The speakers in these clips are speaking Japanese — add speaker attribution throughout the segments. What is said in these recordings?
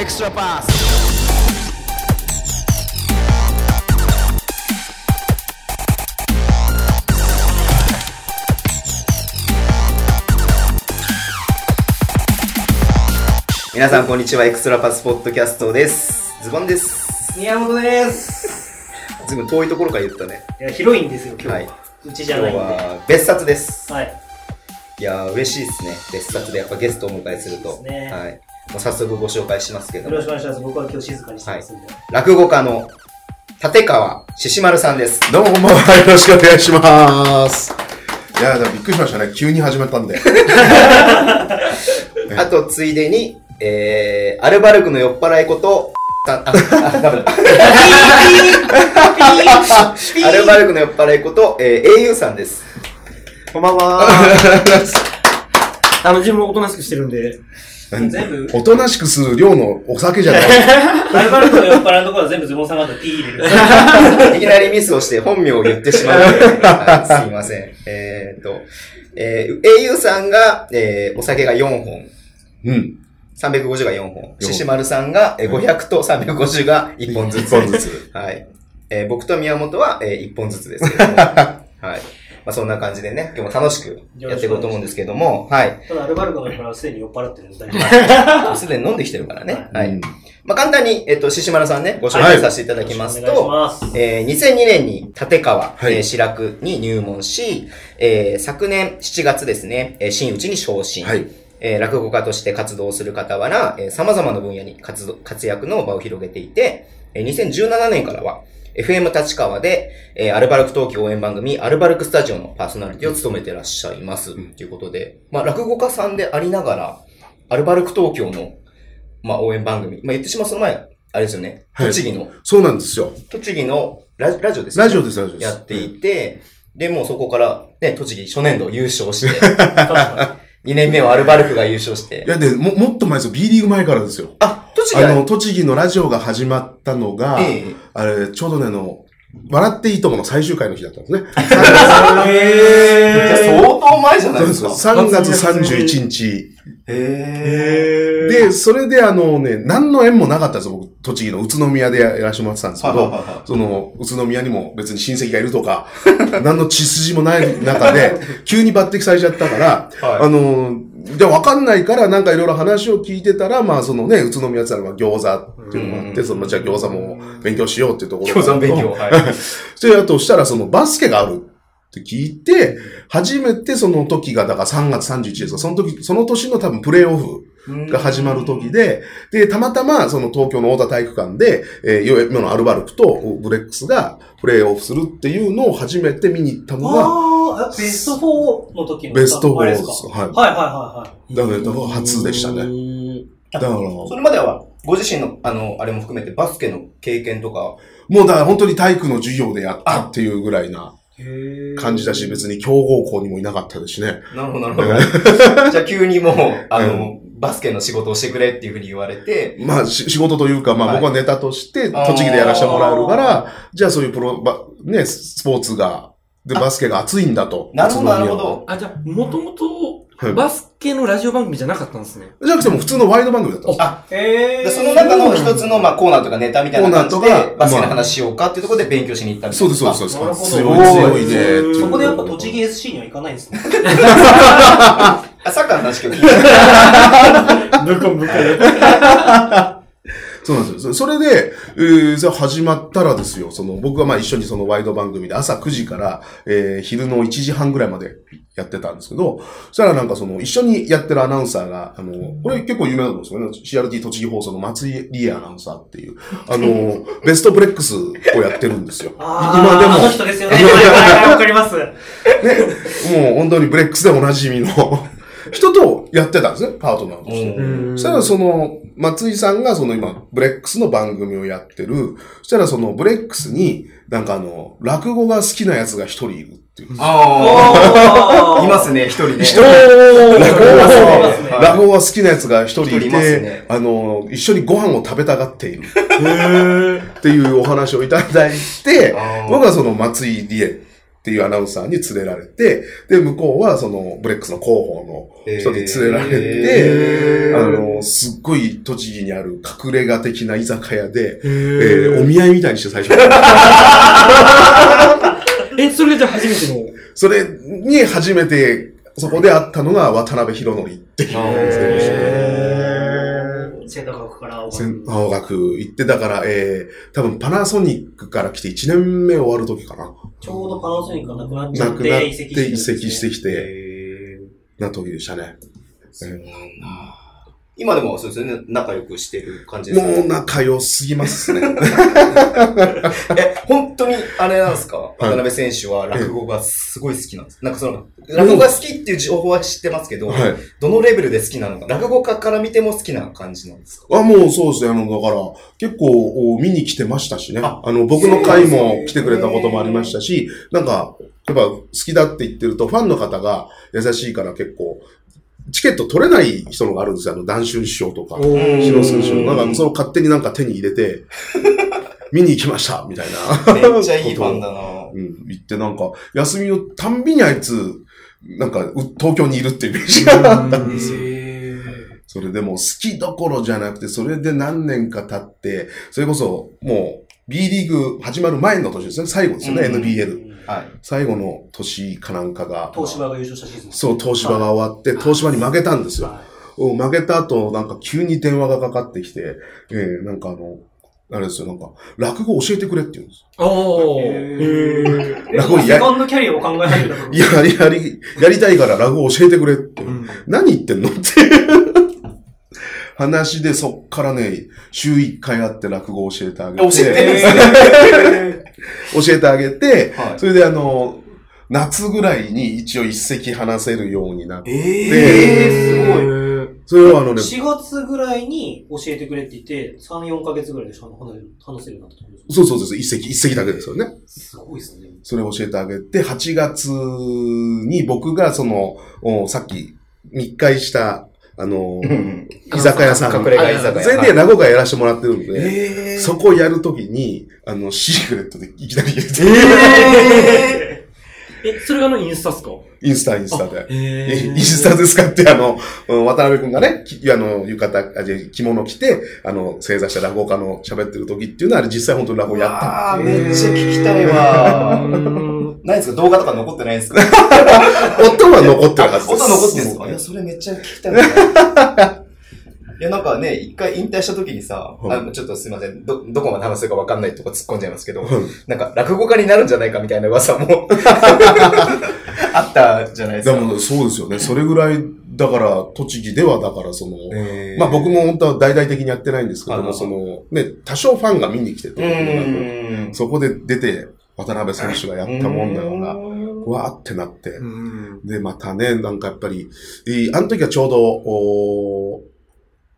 Speaker 1: extra pass.
Speaker 2: Pass 皆さんこんにちはエクストラパスポッドキャストですズボンです
Speaker 3: 宮本です。
Speaker 2: ずいぶん遠いところから言ったね
Speaker 3: いや、広いんですよ、今日は。
Speaker 2: はいう
Speaker 3: ちじ
Speaker 2: 今日
Speaker 3: ゃないんで。
Speaker 2: は別冊です
Speaker 3: はい。
Speaker 2: いやー嬉しいですね別冊でやっぱゲストをお迎えすると
Speaker 3: そうですね
Speaker 2: はい、もう早速ご紹介しますけど
Speaker 3: よ
Speaker 2: も
Speaker 3: ろしくお願いします。僕は今日静かにしてますんで。
Speaker 2: 落語家の立川獅子丸さんです
Speaker 1: どうもこんばんは。よろしくお願いします。いや、でもびっくりしましたね。急に始まったんで。
Speaker 2: あとついでにえー、アルバルクの酔っ払いことさんああダメだアルバルクの酔っ払いこと、えー、au さんです。
Speaker 4: こんばんは。あの、自分もおとなしくしてるんで。
Speaker 3: 全部、
Speaker 1: おとなしくする量のお酒じゃない。
Speaker 3: アルバルクの酔っ払うところは全部ズボンさんが後でピー入れる。
Speaker 2: いきなりミスをして本名を言ってしまう ので、はいすいません。えー、っと、えー、au さんが、えー、お酒が4本、
Speaker 1: うん。
Speaker 2: 350が4本、
Speaker 1: 四
Speaker 2: 獅子丸さんがえー500と350が1本ず
Speaker 1: 一
Speaker 2: つ。
Speaker 1: 本ずつ。
Speaker 2: はい。えー僕と宮本は、え1本ずつですけど も。はい。まあそんな感じでね、今日も楽しくやっていこうと思うんですけども、 はい。
Speaker 3: ただ、アルバルクの酔っ払うはすでに酔っ払ってるんで、
Speaker 2: すでに飲んできてるからね。は。
Speaker 1: はいい。
Speaker 2: まあ簡単に、えっ、と、獅子丸さんね、ご紹介させていただきますと、
Speaker 3: お願いします。
Speaker 2: えー2002年に立川、
Speaker 1: はい
Speaker 2: えー白くに入門し、えー昨年7月ですね、えー真打ちに昇進、
Speaker 1: はい。
Speaker 2: えー落語家として活動する傍ら、えー様々な分野に活動活躍の場を広げていて、えー2017年からは、FM 立川で、えーアルバルク東京応援番組、アルバルクスタジオのパーソナリティを務めてらっしゃいます。
Speaker 1: うん
Speaker 2: ということで、まあ、落語家さんでありながら、アルバルク東京の、まあ、応援番組、まあ、言ってしまうその前、あれですよね、
Speaker 1: はい
Speaker 2: 栃木の、
Speaker 1: そうなんですよ。
Speaker 2: 栃木のララジオですよ
Speaker 1: ラ
Speaker 2: ね
Speaker 1: ジオです、ラジオです。
Speaker 2: やっていて、で、もうそこから、ね、栃木初年度優勝して、
Speaker 3: 確か
Speaker 2: 2年目はアルバルクが優勝し
Speaker 1: い
Speaker 2: て。
Speaker 1: や、で、も、もっと前ですよ。B リーグ前からですよ。
Speaker 2: あ、栃木
Speaker 1: あ
Speaker 2: が
Speaker 1: の、栃木のラジオが始まったのが、
Speaker 2: ええ
Speaker 1: あれ、ちょうどね、あの、笑っていいともの最終回の日だったんですね。
Speaker 3: に。へ
Speaker 2: じゃあ相当前じゃな
Speaker 1: そ
Speaker 2: いうで
Speaker 1: ですす
Speaker 2: か。
Speaker 1: 3月31日。
Speaker 2: へ
Speaker 1: で、それであのね、何の縁もなかったんですよ、僕、栃木の宇都宮でやらせてもらってたんですけ
Speaker 2: はいはいはいは
Speaker 1: ど、その、宇都宮にも別に親戚がいるとか、 何の血筋もない中で、急に抜擢されちゃったから、
Speaker 2: はい
Speaker 1: あの、じゃあわかんないから、なんかいろいろ話を聞いてたら、まあそのね、宇都宮って言ったらまあ餃子っていうのがあっ
Speaker 2: う
Speaker 1: て、
Speaker 2: ん
Speaker 1: その、じゃあ餃子も勉強しようっていうところ
Speaker 2: ー。共存勉強。。はい。
Speaker 1: で、あとしたらそのバスケがあるって聞いて、初めてその時が、だから3月31日ですか、その時、その年の多分プレイオフ。が始まる時で、で、たまたま、その東京の大田体育館で、えー、今のアルバルクとブレックスがプレイオフするっていうのを初めて見に行ったのが、
Speaker 3: あー、ベスト4の時の。
Speaker 1: ベス
Speaker 3: あ
Speaker 1: ト4
Speaker 3: れ
Speaker 1: で
Speaker 3: ですすか。
Speaker 1: はい。
Speaker 3: はいはいは
Speaker 1: だから、だから初でしたね。
Speaker 4: ね。
Speaker 1: だから、
Speaker 2: そ
Speaker 1: も
Speaker 2: れまでは、ご自身の、あの、あれも含めてバスケの経験とか、
Speaker 1: うだから本当に体育の授業でやったっていうぐらいない
Speaker 3: はい。
Speaker 1: 感じだし、別に強豪校にもいなかったですしね。
Speaker 2: なるほど、なるほど。じゃあ急にもう、あの、バスケの仕事をしてくれっていうふうに言われ て、
Speaker 1: まあ、し仕事というか、ま
Speaker 2: は
Speaker 1: あ
Speaker 2: い
Speaker 1: 僕はネタとして、
Speaker 2: あー
Speaker 1: 栃木でやらせてもらえるから、じゃあそういうプロ、ばね、スポーツが、で、バスケが熱いんだと。
Speaker 2: なるほど、
Speaker 1: 宇都宮は
Speaker 2: なるほど。
Speaker 4: あ、じゃあ、もともと
Speaker 1: はい、
Speaker 4: バスケのラジオ番組じゃなかったんですね。
Speaker 1: じゃなくてもう普通のワイド番組だったんですよ
Speaker 2: あ、
Speaker 3: へ
Speaker 2: で
Speaker 3: ー。
Speaker 2: その中の一つの、まあ、コーナーとかネタみたいな感じ
Speaker 1: コーナーと
Speaker 2: で、
Speaker 1: か
Speaker 2: バスケの話しようかっていうところで勉強しに行ったみたいな。
Speaker 1: そうです、そうです、そう
Speaker 2: あ
Speaker 3: なるほど
Speaker 1: です。強い、強いねっていう。
Speaker 3: そこでやっぱ栃木 SC には行かないんですね。
Speaker 2: あサッカーの話今日聞いた
Speaker 4: ブコブコ。
Speaker 1: そうなんですよ。それで、えー、じゃあ始まったらですよ、その、僕はまあ一緒にそのワイド番組で朝9時から、えー、昼の1時半ぐらいまでやってたんですけど、そしたらなんかその、一緒にやってるアナウンサーが、あの、これ結構有名だと思うんですよね。CRT 栃木放送の松井理恵アナウンサーっていう、あの、ベストブレックスをやってるんですよ。今で
Speaker 3: あの
Speaker 1: も、
Speaker 3: 人ですよね。はいはいはいわかります。
Speaker 1: もう本当にブレックスでおなじみの人とやってたんですね、パートナーとして。そしたらその、松井さんがその今、ブレックスの番組をやってる。そしたらそのブレックスに、なんかあの、落語が好きなやつが一人いるっていう。
Speaker 2: ああ、いますね、一人ね。
Speaker 1: 一人落語
Speaker 3: い
Speaker 1: が
Speaker 3: ますね
Speaker 1: 落語が好きなやつが一人い
Speaker 2: 一人
Speaker 1: て
Speaker 2: いますね
Speaker 1: あの、一緒にご飯を食べたがっている。っていうお話をいただいて
Speaker 2: あー、
Speaker 1: 僕はその松井理恵っていうアナウンサーに連れられて、で、向こうはそのブレックスの広報の人に連れられて、
Speaker 2: へー
Speaker 1: あの、すっごい栃木にある隠れ家的な居酒屋で、
Speaker 4: え
Speaker 1: えーお見合いみたいにして最初に。
Speaker 4: え、それがじゃあ初めての。
Speaker 1: それに初めて、そこで会ったのが渡辺博則っていう選手で。
Speaker 3: 千高区から
Speaker 1: せん青学行って、だから、えー、多分パナソニックから来て1年目終わる時かな。
Speaker 3: ちょうどパナソニックがなくなっちゃ
Speaker 1: な
Speaker 3: っ、
Speaker 1: くなってて移籍してきて、
Speaker 2: へー
Speaker 1: な時でしたね。
Speaker 2: そうなんだ。今でもそうですよね、仲良くしてる感じです
Speaker 1: もう
Speaker 2: ね。
Speaker 1: 仲良すぎます ね。
Speaker 2: え、本当にあれなんですか渡辺選手は落語がすごい好きなんです。なんかその、落語が好きっていう情報は知ってますけど、
Speaker 1: はい。
Speaker 2: どのレベルで好きなのか、落語家から見ても好きな感じなんですか
Speaker 1: あ、もうそうですね。あの、だから、結構お見に来てましたしね。
Speaker 2: あ
Speaker 1: あの、僕の
Speaker 2: そ
Speaker 1: 回
Speaker 2: うなん
Speaker 1: も
Speaker 2: ですね
Speaker 1: 来てくれたこともありましたし、なんか、やっぱ好きだって言ってると、ファンの方が優しいから結構、チケット取れない人のがあるんですよ。あの、談春師匠とか、
Speaker 4: ー
Speaker 1: 白洲師匠。
Speaker 2: う
Speaker 1: なんんか、それを勝手になんか手に入 れて、見に行きましたみたいな。
Speaker 2: めっちゃいいファンだな
Speaker 1: うん、行ってなんか、休みのたんびにあいつ、なんか、う東京にいるっていうイメージがあったんですよ。それでもう好きどころじゃなくて、それで何年か経って、それこそもう B リーグ始まる前の年ですね、最後ですよね、NBL。
Speaker 3: NBL。
Speaker 2: はい。
Speaker 1: 最後の年かなんかが。
Speaker 3: 東芝が優勝したシーズン。
Speaker 1: そう、東芝が終わって、東芝に負けたんですよ。
Speaker 3: は
Speaker 1: うん負けた後、なんか急に電話がかかってきて、えー、なんかあの、あれですよ、なんか、落語教えてくれって言うんです。
Speaker 4: お
Speaker 3: い。
Speaker 4: ー。
Speaker 3: え
Speaker 1: ラゴンや
Speaker 3: セカンドキャリアを考え始めた
Speaker 1: いや、やり、やりたいから落語教えてくれって。何言ってんのって話で、そっからね、週1回会って落語教えてあげて。
Speaker 2: 教えてるんですね。
Speaker 1: 教えてあげて、
Speaker 2: はい
Speaker 1: それであの、夏ぐらいに一応一席話せるようになって、
Speaker 3: えーすごい。
Speaker 4: ごい。
Speaker 1: それをあのね、
Speaker 3: 4月ぐらいに教えてくれって言って、3、4ヶ月ぐらいでしか話せる話せるようになったってことです
Speaker 1: そうそうそう、一席、一席だけですよね。
Speaker 3: すごいですね。
Speaker 1: それを教えてあげて、8月に僕がその、おさっき密会した、あの、居酒屋さん。
Speaker 2: 隠れ家居酒屋。
Speaker 1: それで、
Speaker 2: はい
Speaker 1: ラゴがやらしてもらってるんで、
Speaker 4: え
Speaker 1: そこをやるときに、あの、シークレットでいきなり言って、
Speaker 4: えー、え、それがあのインスタっすか
Speaker 1: インスタ、インスタで。
Speaker 4: え
Speaker 1: えインスタですかって、あの、うん渡辺くんがね、きあの、浴衣、あ、じゃ着物着て、あの、正座した落語家の喋ってる時っていうのは、あれ実際本当に落語やった。
Speaker 2: あー、めっちゃ聞きたいわー。
Speaker 4: ー。
Speaker 2: ないですか動画とか残ってないですか
Speaker 1: 音は 残ってるはずです。
Speaker 2: 音残ってんすかいや、それめっちゃ聞きたいな。いや、なんかね、一回引退した時にさ、
Speaker 1: はい
Speaker 2: あのちょっとすいません、ど、どこまで話せるかわかんないとこ突っ込んじゃいますけど、
Speaker 1: うん
Speaker 2: なんか落語家になるんじゃないかみたいな噂 もあったじゃないです
Speaker 1: で
Speaker 2: か。
Speaker 1: も、そうですよね。それぐらい、だから、栃木では、だから、その、
Speaker 2: えー
Speaker 1: まあ僕も、本当は大々的にやってないんですけど
Speaker 2: はいは
Speaker 1: も、
Speaker 2: い
Speaker 1: その、ね、多少ファンが見に来て
Speaker 2: う
Speaker 1: て、
Speaker 2: ーん。
Speaker 1: そこで出て、渡辺選手がやったもんだから、
Speaker 2: う
Speaker 1: わーってなって、
Speaker 4: うん。
Speaker 1: で、またね、なんかやっぱり、えーあの時はちょうど、おー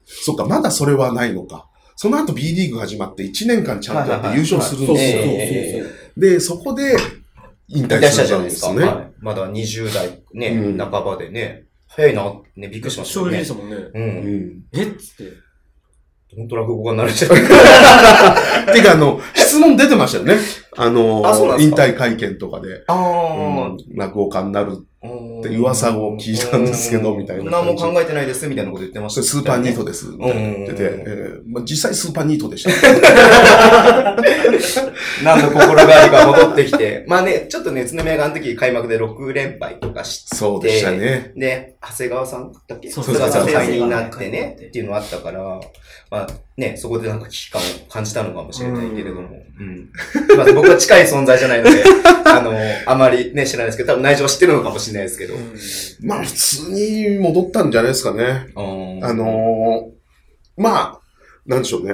Speaker 1: そっか、まだそれはないのか。その後 B リーグ始まって1年間ちゃんとやって優勝するん
Speaker 4: そうそうそうそう。
Speaker 1: ですよ。で、そこで引
Speaker 2: ーん。引
Speaker 1: 退
Speaker 2: 退し
Speaker 1: した
Speaker 2: じ
Speaker 1: た
Speaker 2: ゃなんいで
Speaker 1: で
Speaker 2: す
Speaker 1: す
Speaker 2: か。
Speaker 1: ね。
Speaker 2: はいまだ20代ね、
Speaker 1: うん
Speaker 2: 半ばでね、早いな、ね、びっくりしました
Speaker 4: 衝
Speaker 2: よ
Speaker 4: 撃
Speaker 2: ね
Speaker 4: でし。たもんね。
Speaker 2: う。
Speaker 1: うんん。
Speaker 4: えっつって。
Speaker 2: 本当落語家になるんじゃ ないか。
Speaker 1: てか、あの、質問出てましたよね。あの
Speaker 2: あそうなんで
Speaker 1: 引
Speaker 2: すか
Speaker 1: 退会見とかで、
Speaker 2: あ
Speaker 1: うん落語家になる。
Speaker 2: って
Speaker 1: 噂を聞いたんですけどみたいな感
Speaker 2: 何
Speaker 1: じ
Speaker 2: も考えてないです、みたいなこと言ってました、
Speaker 1: それスーパーニートです。みたいな言ってて、
Speaker 2: うん
Speaker 1: えーまあ、実際スーパーニートでした。
Speaker 2: なんと心変わりが戻ってきて。まあね、ちょっとね、宇都宮があの時開幕で6連敗とかして、
Speaker 1: そうでしたね。
Speaker 2: で、長谷川さんだっけ
Speaker 4: そう
Speaker 2: 長谷川さん
Speaker 1: 長
Speaker 2: 解
Speaker 1: 谷
Speaker 2: 任に
Speaker 3: 川
Speaker 2: なってね、っていうのはあったから、まあね、そこでなんか危機感を感じたのかもしれないけれども、うん。まあ僕は近い存在じゃないので、あの、あまりね、知らないですけど、多分内情は知ってるのかもしれないですけど。
Speaker 1: まあ、普通に戻ったんじゃないですかね。
Speaker 2: あ
Speaker 1: あのー、まあ、なんでしょうね。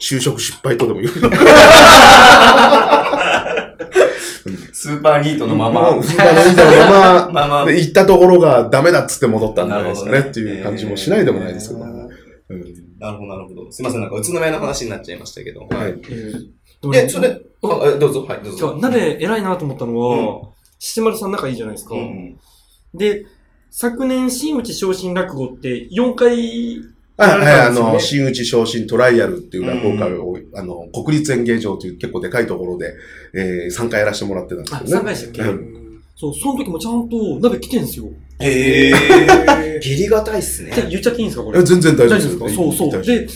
Speaker 1: 就職失敗とでも言う。
Speaker 2: スーパーニートのまま、
Speaker 1: まあ、なんだろうまあ
Speaker 2: まあまあ、
Speaker 1: で行ったところがダメだっつって戻ったんじゃないですかね
Speaker 2: なるほどね
Speaker 1: っていう感じもしないでもないですけど、
Speaker 2: え
Speaker 1: ね
Speaker 2: なるほど、なるほど。すいません、なんか宇都宮の話になっちゃいましたけど。
Speaker 1: うん。はい。
Speaker 4: うん
Speaker 2: え、それ、あえどうぞ、はい、どう
Speaker 4: そ
Speaker 2: ぞ。
Speaker 4: う、なべ偉いなと思ったのは、七丸さん仲いいじゃないですか
Speaker 2: う。ん。
Speaker 4: で、昨年、新内昇進落語って4回
Speaker 1: あ
Speaker 4: られ
Speaker 1: はい、
Speaker 4: た
Speaker 1: あ
Speaker 4: んですよね
Speaker 1: の、新内昇進トライアルっていう落語会
Speaker 4: う
Speaker 1: を、あの、国立演芸場という結構でかいところで、えー、3回やらせてもらってたんです
Speaker 4: あ、
Speaker 1: けどね。
Speaker 4: 3回でしたっけ
Speaker 1: う
Speaker 3: そう、その時もちゃんと鍋来てんすよ。
Speaker 1: え
Speaker 2: ギリがたいっすね。
Speaker 4: じゃあ言っちゃっていいんですかこ
Speaker 1: え
Speaker 4: れ。
Speaker 1: 全然大
Speaker 4: 大
Speaker 1: 丈夫
Speaker 4: 丈夫
Speaker 1: で
Speaker 4: ですす
Speaker 1: よ
Speaker 4: かそうそう。で、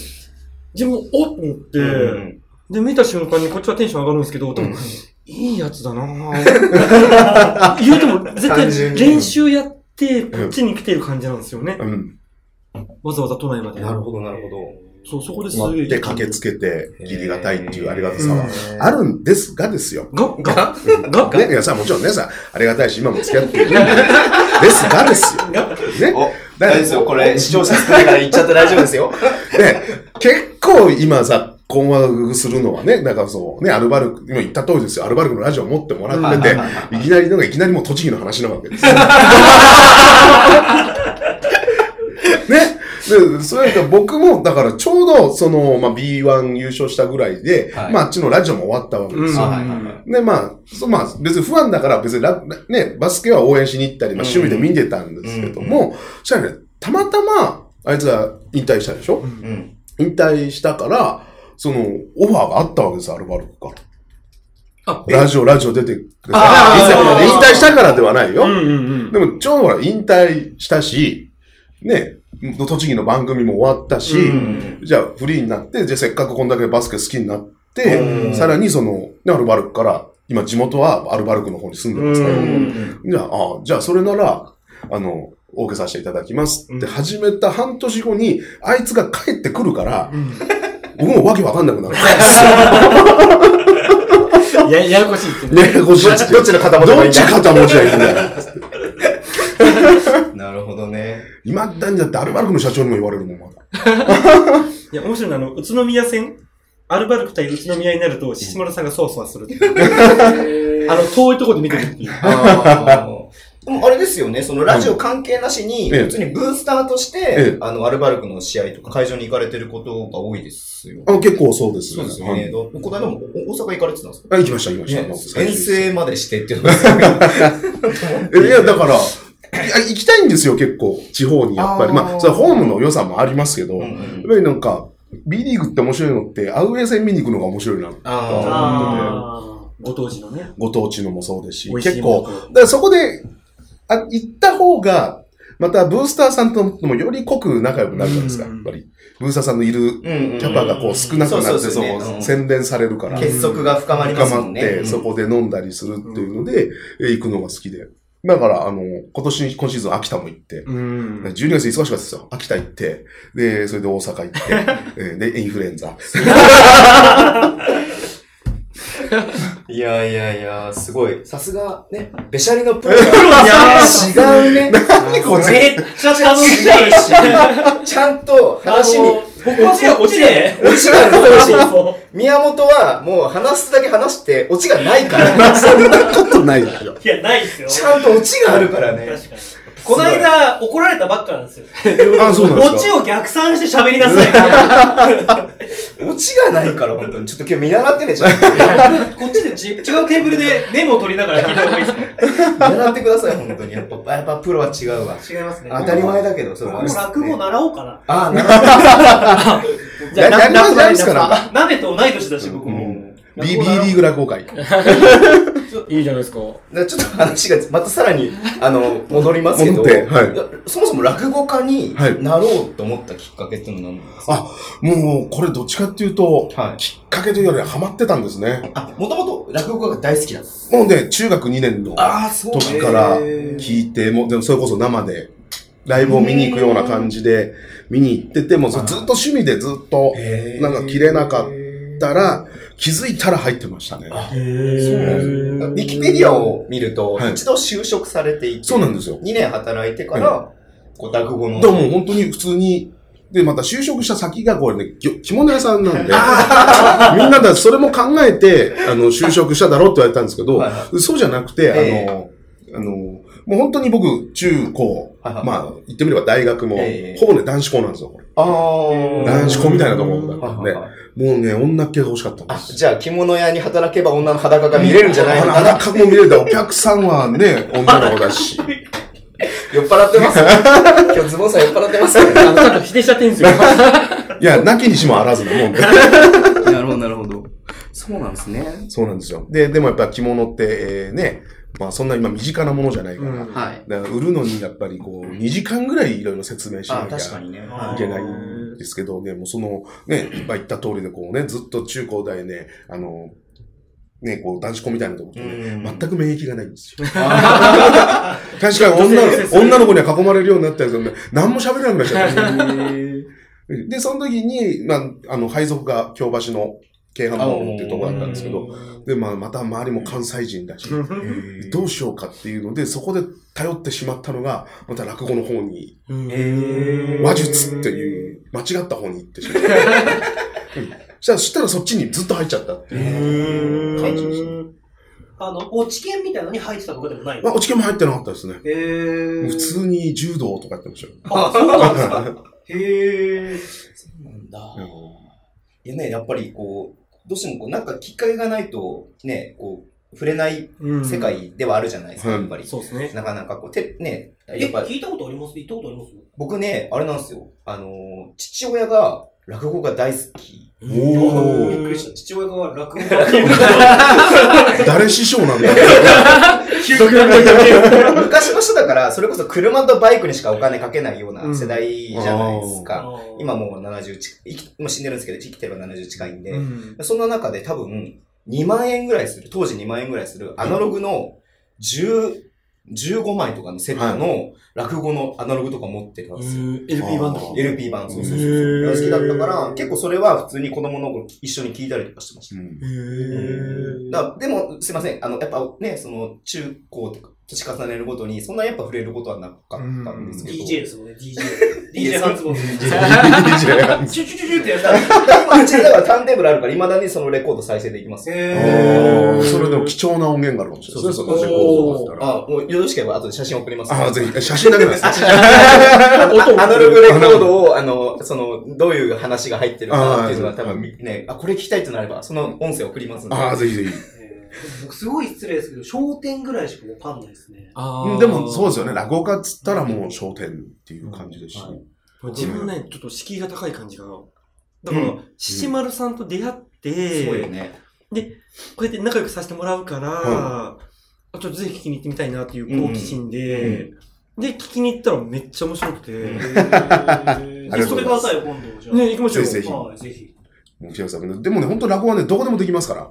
Speaker 4: 自分、おっと思って、
Speaker 2: うん
Speaker 4: で、見た瞬間にこっちはテンション上がるんですけど、多分、いいやつだな ぁ言うても、絶
Speaker 2: 単純
Speaker 4: 対
Speaker 2: に
Speaker 4: 練習やって、こっちに来てる感じなんですよね。
Speaker 1: うん。
Speaker 4: わざわざ都内まで。
Speaker 2: なるほど、なるほど。
Speaker 4: そう、そこです
Speaker 1: 待
Speaker 4: げえ。
Speaker 1: って駆けつけて、義理がたいっていうありがたさ
Speaker 4: う
Speaker 1: は
Speaker 4: ん、
Speaker 1: あるんですがですよ。
Speaker 4: が、が、
Speaker 2: が
Speaker 4: が、
Speaker 1: ね、いやさ、もちろんね、さ、ありがたいし、今も付き合ってるんで ですがですよ。ね。
Speaker 2: お、
Speaker 1: だ
Speaker 2: 大
Speaker 1: か
Speaker 2: 丈
Speaker 1: ら
Speaker 2: 夫ですよ。これ、視聴者少ないから言っちゃって大丈夫ですよ。
Speaker 1: ね、結構今さ、困惑するのはね、なんかそう、ね、アルバルク、今言った通りですよ、アルバルクのラジオ持ってもらってて、いきなり、なんかいきなりもう栃木の話なわけです よ。ね。で、それで僕も、だからちょうど、その、まあ、B1 優勝したぐらいで、
Speaker 2: はい
Speaker 1: まあ、あっちのラジオも終わったわけですよ。
Speaker 4: うん
Speaker 2: あはいはいはい
Speaker 1: で、まあ、そうまあ、別に不安だから、別にラ、ね、バスケは応援しに行ったり、まあ、
Speaker 2: うん
Speaker 1: 趣味で見てたんですけども、そしたらね、たまたま、あいつが引退したでしょ
Speaker 4: う
Speaker 2: う
Speaker 4: ん
Speaker 2: ん。
Speaker 1: 引退したから、その、オファーがあったわけですよ、アルバルクから。
Speaker 4: あ、
Speaker 1: ラジオ、ラジオ出てくれた
Speaker 4: あ
Speaker 1: い
Speaker 4: ー
Speaker 1: つもね引退したからではないよ。
Speaker 4: うんうんうん。
Speaker 1: でも、ちょうどほら、引退したし、ね、栃木の番組も終わったし、
Speaker 4: うん
Speaker 1: じゃあ、フリーになって、じゃあ、せっかくこんだけバスケ好きになっ
Speaker 2: う
Speaker 1: て、
Speaker 2: ん
Speaker 1: さらにその、ね、アルバルクから、今、地元はアルバルクの方に住んでますから、
Speaker 4: うん
Speaker 1: じゃあ、あじゃあそれなら、あの、お受けさせていただきますって
Speaker 4: うん
Speaker 1: 始めた半年後に、あいつが帰ってくるから、
Speaker 4: うん
Speaker 1: 僕もわけわかんなくなる。
Speaker 4: や、ややこしいってね。
Speaker 1: ねこっち
Speaker 2: どっちの片方
Speaker 1: どっち肩持ちがいいんだよ。
Speaker 2: なるほどね。
Speaker 1: いまだにだってアルバルクの社長にも言われるもん、まだ。
Speaker 4: いや、面白いのは、あの、宇都宮線アルバルク対宇都宮になると、シシマルさんがそわそわするっていう。あの、遠いところで見てるっていう。
Speaker 2: あーでもあれですよね、そのラジオ関係なしに、
Speaker 1: ええ
Speaker 2: 普通にブースターとし
Speaker 1: ええ
Speaker 2: て、あの、アルバルクの試合とか会場に行かれてることが多いですよね。
Speaker 1: あ結構そうです。
Speaker 2: そうですよ
Speaker 1: は
Speaker 2: ね。
Speaker 1: い
Speaker 2: どこの間もお大阪行かれてたんですか
Speaker 1: あ、行きました、行きました。もう
Speaker 2: 遠
Speaker 1: 最終です
Speaker 2: 征までしてっていうのがすごい
Speaker 1: えいや、だから、いや行きたいんですよ、結構。地方に、やっぱり。
Speaker 2: あー
Speaker 1: まあ、それはホームの良さもありますけど、
Speaker 2: う
Speaker 1: やっ
Speaker 2: んうん
Speaker 1: ぱりなんか、B リーグって面白いのって、アウェー戦見に行くのが面白いな。
Speaker 2: あ
Speaker 3: あ
Speaker 4: ご当時のね。
Speaker 1: ご当地のもそうですし、
Speaker 4: 美味し
Speaker 1: 結
Speaker 4: い
Speaker 1: 構
Speaker 4: ものと。
Speaker 1: だからそこで、あ、行った方が、またブースターさんともより濃く仲良くなるじゃないですか、
Speaker 4: う
Speaker 1: や
Speaker 4: ん
Speaker 1: っぱり。ブースターさんのいる
Speaker 2: ー。うんうん
Speaker 1: キャパがこう少なくなって、
Speaker 2: そうそうそう
Speaker 1: そ
Speaker 2: ね
Speaker 1: う、洗練されるから、
Speaker 2: 結束が深まりま
Speaker 1: 深
Speaker 2: すも
Speaker 1: ま
Speaker 2: ん
Speaker 1: っ
Speaker 2: ね。
Speaker 1: て、そ
Speaker 2: こ。
Speaker 1: こで飲んだりするっていうので、え行くのが好きで。だから、あの、今年、今シーズン秋田も行って、
Speaker 4: うん。
Speaker 1: 12月忙しかったですよ。秋田行って、で、それで大阪行 って、えーで、インフルエンザ。
Speaker 2: いやいやいや、すごい。さすが、ね、べしゃりのプロが。違 うね。
Speaker 1: 何これ
Speaker 3: めっちゃ楽しいし。
Speaker 2: ちゃんと話に、
Speaker 3: 落ちが落ちで。
Speaker 2: オチがあるのし
Speaker 3: そう
Speaker 2: 宮本はもう話すだけ話して、オチがない から。
Speaker 1: そんなことないですよ。
Speaker 3: いや、ないですよ。
Speaker 2: ちゃんとオチがあるからね。
Speaker 3: 確かに。この間、怒られたばっかなんですよ。
Speaker 1: あ、そうなんですか
Speaker 3: オチを逆算して喋りなさい。
Speaker 2: オチがないから、本当に。ちょっと今日見習ってね、ちゃんと。
Speaker 3: こっちでち違うテーブルでメモを取りながら聞いた方がいいですね。
Speaker 2: 見習ってください、本当に。やっぱ、やっぱプロは違うわ。
Speaker 3: 違いますね。
Speaker 2: 当たり前だけど、それは。
Speaker 3: もう落語習おうかな。
Speaker 2: ああ、なるほど。
Speaker 1: いややりますやりますから。
Speaker 3: 鍋と同い年だし、僕
Speaker 1: う
Speaker 3: も。
Speaker 1: ん B, B リーグ落語会。
Speaker 4: いいじゃないですか。
Speaker 2: だからちょっと話が、またさらに、 あの、戻りますけど、
Speaker 1: 戻ってはい
Speaker 2: やそもそも落語家に
Speaker 1: はい
Speaker 2: なろうと思ったきっかけっていうのは何なんですか
Speaker 1: あ、もう、これどっちかっていうと、
Speaker 2: はい
Speaker 1: きっかけというよりはハマってたんですね。
Speaker 2: あ、もともと落語家が大好きだった。
Speaker 1: もうね、中学2年の
Speaker 2: ああ、そ
Speaker 1: 時から
Speaker 2: へー
Speaker 1: 聞いて、もう、でもそれこそ生で、ライブを見に行くような感じで、見に行ってて、もうずずっと趣味でずっと、
Speaker 2: へー
Speaker 1: なんか切れなかったら、気づいたら入ってましたね。
Speaker 2: あ
Speaker 4: そう
Speaker 2: なんですウ
Speaker 4: なん
Speaker 2: ィキペディアを見ると、
Speaker 1: はい
Speaker 2: 一度就職されていて、
Speaker 1: そうなんですよ。
Speaker 2: 2年働いてから、こう落語の。
Speaker 1: でも本当に普通に、で、また就職した先がこれね、ぎょ着物屋さ んなんで、みんなだ、それも考えて、あの、就職しただろうって言われたんですけど、
Speaker 2: はいは
Speaker 1: そうじゃなくて、
Speaker 2: ええ
Speaker 1: あの、あの、もう本当に僕、中高、
Speaker 2: はいはい
Speaker 1: まあ、言ってみれば大学も、
Speaker 2: ええ
Speaker 1: ほぼね、男子校なんですよ、これ。
Speaker 2: あ
Speaker 4: うん
Speaker 2: ー
Speaker 1: 男子校みたいなところだったん
Speaker 2: はい
Speaker 1: で、
Speaker 2: はい
Speaker 1: も
Speaker 2: はいう
Speaker 1: ね、女系が欲しかったんで
Speaker 2: あ、
Speaker 1: す。
Speaker 2: じゃあ着物屋に働けば女の 裸が見れるんじゃないのか
Speaker 1: あら、
Speaker 2: な
Speaker 1: 赤も見れたお客さんはね、女の子だし。
Speaker 2: 酔っ払って ます、今日ズボンさん酔っ払ってます、
Speaker 4: あの、ちょっと否定しちゃってんですよ。
Speaker 1: いや、なきにしもあらずなもんで。
Speaker 2: なるほど、なるほど。そうなんですね。
Speaker 1: そうなんですよ。で、でもやっぱ着物って、えーね、まあそんな今身近なものじゃないから、
Speaker 4: うん
Speaker 2: はい。
Speaker 1: だから売るのにやっぱりこう、2時間ぐらいいろいろ説明しな
Speaker 2: あ、
Speaker 1: きゃ
Speaker 2: 確か
Speaker 1: い
Speaker 2: にね。
Speaker 3: はい
Speaker 1: けないんですけどね、もうその、ね、今言った通りでこうね、ずっと中高大ね、あの、ね、こう男子校みたいなところ、ね、
Speaker 2: うん
Speaker 1: 全く免疫がないんですよ。確かに女の女の子には囲まれるようになったりするんで、何も喋れなくなっちゃった。で、その時に、まあ、あの、配属が京橋の京阪ホールっていうところだったんですけど、で、まあ、また周りも関西人だし、どうしようかっていうので、そこで頼ってしまったのが、また落語の方に、
Speaker 2: え
Speaker 1: 話術っていう、間違った方に行ってしまった。うんそしたらそっちにずっと入っちゃった っていう感じですね。
Speaker 3: あの、落ち券みたいなのに入ってたとかでもない
Speaker 1: まあ、
Speaker 3: の
Speaker 1: お知見も入ってなかったですね。
Speaker 3: へー。
Speaker 1: 普。通に柔道とかやってましたよ。
Speaker 3: あ、そうなんですか。へー。
Speaker 2: そうなんだ
Speaker 1: うん。
Speaker 2: いやね、やっぱりこう、どうしてもこう、なんか機会がないと、ね、こう、触れない世界ではあるじゃないですか、
Speaker 1: うん
Speaker 2: やっぱり。
Speaker 4: そうですね。
Speaker 2: なかなかこう、て、ね、
Speaker 3: え、
Speaker 2: やっぱ
Speaker 3: 聞いたことあります行ったことあります
Speaker 2: 僕ね、あれなんですよ。あのー、父親が落語が大好き。
Speaker 1: おー
Speaker 2: びっくりした。
Speaker 3: 父親が落語家。
Speaker 1: 誰師匠なんだ
Speaker 2: 昔の人だから、それこそ車とバイクにしかお金かけないような世代じゃないですか。 今もう70近い、生きもう死んでるんですけど、生きてれば70近いんで、
Speaker 4: うん
Speaker 2: そんな中で多分、2万円ぐらいする、当時2万円ぐらいする、アナログの10、15枚とかのセットの落語のアナログとか持ってたんですよ。
Speaker 4: LP バンドとか。
Speaker 2: LP 版、そうそうそう。
Speaker 4: へー
Speaker 2: 好きだったから、結構それは普通に子供の頃一緒に聞いたりとかしてました。
Speaker 1: うん
Speaker 2: だからでも、すいません。あの、やっぱね、その、中高とか、年重ねるごとに、そんなやっぱ触れることはなかったんですけど。
Speaker 3: DJ ですもんね、DJ。DJ ハンズボン。 チュチュチュチュってやった
Speaker 2: 今、うちだからターンテーブルあるから、未だにそのレコード再生できます よ。
Speaker 1: あーそれでも貴重な音源があるかもしれないですね、そ
Speaker 3: そう
Speaker 1: の
Speaker 3: そう
Speaker 1: レコードがあったら。
Speaker 2: あ、もうよろしければ後で写真送ります。
Speaker 1: ああー、ぜひ、写真だけなんですね。
Speaker 4: 音
Speaker 2: アナログレコードを、あの、その、どういう話が入ってるかっていうのは
Speaker 1: あー
Speaker 2: 多分ね、あ、これ聞きたいとなれば、その音声送りますんで。
Speaker 1: ああ、ぜひぜひ。
Speaker 3: 僕すごい失礼ですけど、商店ぐらいしかわかんないですね。
Speaker 1: うんでも、そうですよね。落語家っつったらもう商店っていう感じですし。
Speaker 3: うんはい
Speaker 4: 自分ね、ちょっと敷居が高い感じが。だから
Speaker 2: う、
Speaker 4: 獅子丸さんと出会って、
Speaker 2: そうよね。
Speaker 4: こうやって仲良くさせてもらうから、
Speaker 1: は
Speaker 4: ちょっとぜひ聞きに行ってみたいなっていう好奇心で、で、聞きに行ったらめっちゃ面白くて、
Speaker 2: うん
Speaker 3: で、それくださいよ、今度。じゃあ。
Speaker 4: ね、行きましょうよ。
Speaker 1: ぜひぜひ
Speaker 3: はい、ぜひ。
Speaker 1: もう平さんでもね、本当落語はね、どこでもできますから。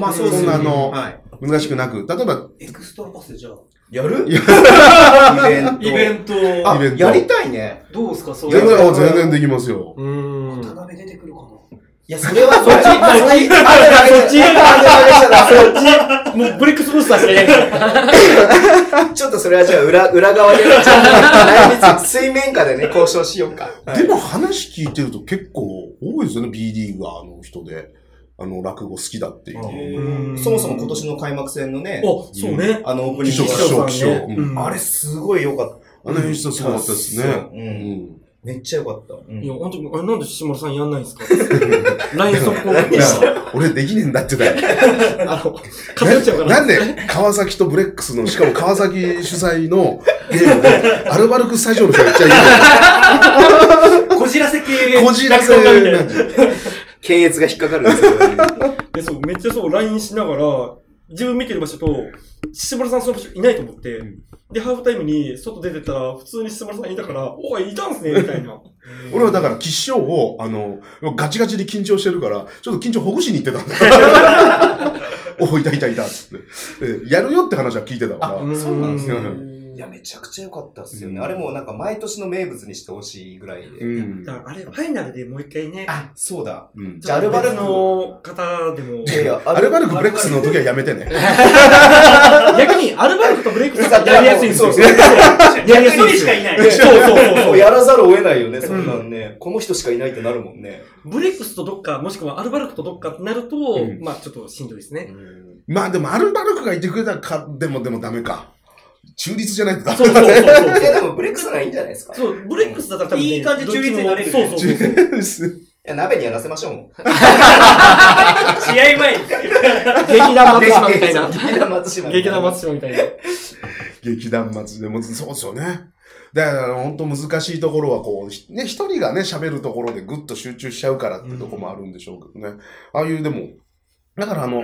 Speaker 2: まあ、そうです
Speaker 1: そん
Speaker 2: ね。
Speaker 1: なあの
Speaker 2: はい。
Speaker 1: 難しくなく。例えば、
Speaker 3: エクストラパスじゃあ。
Speaker 2: やる
Speaker 1: い
Speaker 2: イ
Speaker 1: や
Speaker 2: ベント。
Speaker 3: イベント。
Speaker 2: あ、
Speaker 1: イベント
Speaker 2: やりたいね。
Speaker 3: どうですか、そうい
Speaker 1: 全
Speaker 3: う。
Speaker 1: 然、あ全然できますよ。
Speaker 4: うーん。
Speaker 3: 渡辺出てくるか
Speaker 2: いや、それはそっち、そっち、
Speaker 4: そっち
Speaker 2: あそっち、そっち、
Speaker 4: もうブレックスモンスターしかいないから。
Speaker 2: ちょっとそれはじゃあ裏、裏側で、ちょっと内密水面下でね、交渉しようか。
Speaker 1: でも話聞いてると結構多いですよね、B リーガーの人で。あの、落語好きだっていう。
Speaker 3: な。
Speaker 2: そもそも今年の開幕戦のね、
Speaker 4: お、そうね。
Speaker 2: あのオープニ
Speaker 1: 気
Speaker 2: ング
Speaker 1: 象、
Speaker 4: 気
Speaker 1: 気
Speaker 4: 象
Speaker 1: 象、
Speaker 4: 気
Speaker 1: 気
Speaker 4: 象
Speaker 1: 象。うん
Speaker 2: あれすごい良かった。
Speaker 1: あの演出はすごかったですね。
Speaker 2: う。
Speaker 1: うんん。
Speaker 2: めっちゃ良かった。うん
Speaker 4: いや、本当あれなんで志村さんやんない んですか ?LINE 速攻
Speaker 1: いや俺できねえんだってだよ。
Speaker 4: あの、偏っちゃうから。
Speaker 1: ななんで、川崎とブレックスの、しかも川崎主催のゲームで、アルバルクスタジオの人が言っちゃ
Speaker 3: こじらせ
Speaker 1: いけ
Speaker 3: 系。
Speaker 1: ない。こじらせ
Speaker 3: 落語家みたい
Speaker 1: なん
Speaker 3: な。
Speaker 1: て
Speaker 2: 検閲が引っかかるんですよ。
Speaker 4: で、そう、めっちゃそう、LINE しながら、自分見てる場所と、志村さんその場所いないと思って、
Speaker 1: ん
Speaker 4: で、ハーフタイムに外出てたら、普通に志村さんいたから、おい、いたんすね、みたいな。
Speaker 1: 俺はだから、吉祥を、あの、ガチガチで緊張してるから、ちょっと緊張ほぐしに行ってたんだ。 おいたいたいたっつって。でやるよって話は聞いてたから。
Speaker 4: ん
Speaker 2: そうなんです
Speaker 1: よ
Speaker 2: いや、めちゃくちゃ良かったっすよ
Speaker 1: う
Speaker 2: ね。
Speaker 1: ん
Speaker 2: あれもうなんか毎年の名物にしてほしいぐらいで。
Speaker 1: うん
Speaker 4: だ。からあれ、ファイナルでもう一回ね、
Speaker 2: あ、そうだ。
Speaker 1: うん
Speaker 2: じゃあアルバルク
Speaker 4: 別の方でも
Speaker 2: い、やいや、
Speaker 1: アルバルクブレックスの時はやめてね。
Speaker 4: 逆にアルバルクとブレイクスがやりやすいんですよ。
Speaker 2: そうそう
Speaker 4: やりやすいん
Speaker 3: 一人
Speaker 4: です
Speaker 3: し
Speaker 4: よ
Speaker 3: か。いない。
Speaker 4: そうそうそうそう。
Speaker 2: やらざるを得ないよね、そんなんね。この人しかいないってなるもんね。
Speaker 4: ブレックスとどっか、もしくはアルバルクとどっかってなると、
Speaker 1: うん
Speaker 4: まあちょっとしんどいですね。
Speaker 1: まあでも、アルバルクがいてくれたか、でもでもダメか。中立じゃないとダ
Speaker 4: そう
Speaker 1: メ
Speaker 4: そうそう
Speaker 1: だね。
Speaker 4: そう
Speaker 2: い。や、でもブレックスがいいんじゃないですか。い
Speaker 4: そう、ブレックスだったら多分、ね、
Speaker 3: いい感じで中立になれる
Speaker 4: そうそうそうそう。
Speaker 2: や、鍋にやらせましょうもん。
Speaker 3: 試合前に。
Speaker 4: 劇団松島みたい な。
Speaker 2: 劇団松島。
Speaker 4: 劇団松島みたいな。
Speaker 1: 劇団祭でも、そうですよね。だから、本当難しいところは、こう、ひね、一人がね、喋るところでぐっと集中しちゃうからってとこもあるんでしょうけどね。ああいう、でも、だからあの、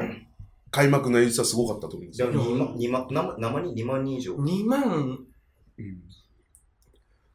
Speaker 1: 開幕の演出はすごかったと思うんです
Speaker 2: じゃ
Speaker 1: よ。
Speaker 2: あ、2万、2万、生生に2万人以上。
Speaker 4: 2万、
Speaker 1: うん、い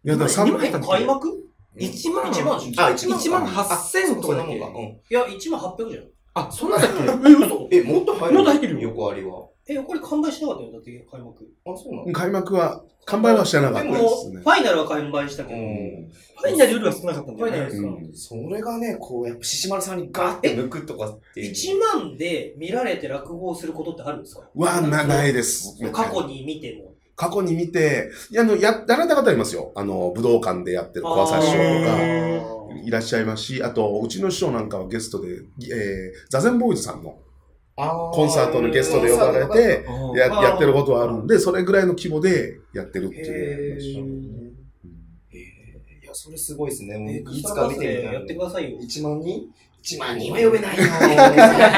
Speaker 1: や、だから
Speaker 4: 二
Speaker 1: 3
Speaker 4: 万円
Speaker 3: 開幕
Speaker 4: 1万、
Speaker 3: 一万
Speaker 2: あ、
Speaker 4: 1万
Speaker 2: 1万か。
Speaker 4: 8000とかだっ
Speaker 2: そ
Speaker 4: け
Speaker 2: うかうん
Speaker 3: いや、1万800じゃん。
Speaker 4: あ、そんなんだっけ
Speaker 3: え、嘘
Speaker 2: え、もっと入る
Speaker 4: もっと入ってるよ
Speaker 2: 横ありは。
Speaker 3: え、これ完売してなかったよ、だって開幕。
Speaker 2: あ、そうなの
Speaker 1: 開幕は、完売はしてなかった
Speaker 3: で
Speaker 1: で
Speaker 3: も、
Speaker 1: す
Speaker 3: フ
Speaker 1: ね。
Speaker 3: ァイナルは完売したけ
Speaker 2: う
Speaker 3: ど、
Speaker 2: ん。
Speaker 4: ファイナルよりは少なかったん
Speaker 3: フ
Speaker 4: だ
Speaker 3: ァイナ
Speaker 4: よ
Speaker 3: ル
Speaker 4: ね。
Speaker 3: ですか、
Speaker 1: うん
Speaker 2: それがね、こう、やっぱ、獅子丸さんにガーって抜くとかっていう。
Speaker 3: 1万で見られて落語をすることってあるんですか
Speaker 1: は、な、ないです。
Speaker 3: 過去に見ても。
Speaker 1: 過去に見て、いや、あの、や、やられた方いますよ。あの、武道館でやってる小朝師
Speaker 4: あ
Speaker 1: 匠と
Speaker 4: ー
Speaker 1: か。
Speaker 3: あー
Speaker 1: いらっしゃいますし、あと、うちの師匠なんかはゲストで、えー、座禅ボーイズさんのコ
Speaker 2: コ
Speaker 1: ンサートのゲストで呼ばれて、
Speaker 4: うん
Speaker 1: や
Speaker 3: あー
Speaker 1: やってることはあるんで、それぐらいの規模でやってるっていう
Speaker 2: え
Speaker 3: へ
Speaker 1: 話。
Speaker 2: ーいや、それすごいですね。もう
Speaker 3: え
Speaker 2: いつか見てみたい。
Speaker 3: やってくださいよ。
Speaker 2: 1万人 ?1 万人は呼べないよ。い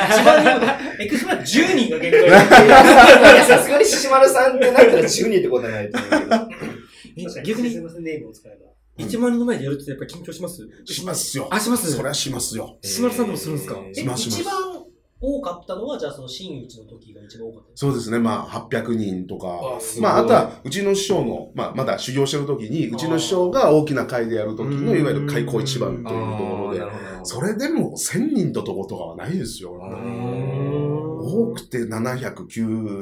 Speaker 3: 一番エクスマ10人が限界
Speaker 2: やさすがに獅子丸さんってなったら10人ってことはないと思うけど。
Speaker 4: 逆に
Speaker 3: すみません、ネームを使えば。
Speaker 4: 1万人の前でやるってやっぱ緊張します
Speaker 1: しますよ。
Speaker 4: あ、します
Speaker 1: そりゃしますよ。
Speaker 4: 獅子丸さんでもするんですか
Speaker 2: えー
Speaker 3: え、
Speaker 1: しますします
Speaker 3: 一番多かったのは、じゃあその真打ちの時が一番多かったです
Speaker 1: そうですね。まあ、800人とか。
Speaker 2: すごい
Speaker 1: まあ、あとは、うちの師匠の、まあ、まだ修行してる時に、うちの師匠が大きな会でやる時の、
Speaker 4: うん
Speaker 1: いわゆる開口一番というところ
Speaker 2: あ
Speaker 1: で
Speaker 2: ー、なるほど
Speaker 1: それでも1000人ととことかはないですよ。
Speaker 2: あ
Speaker 1: 多くて700、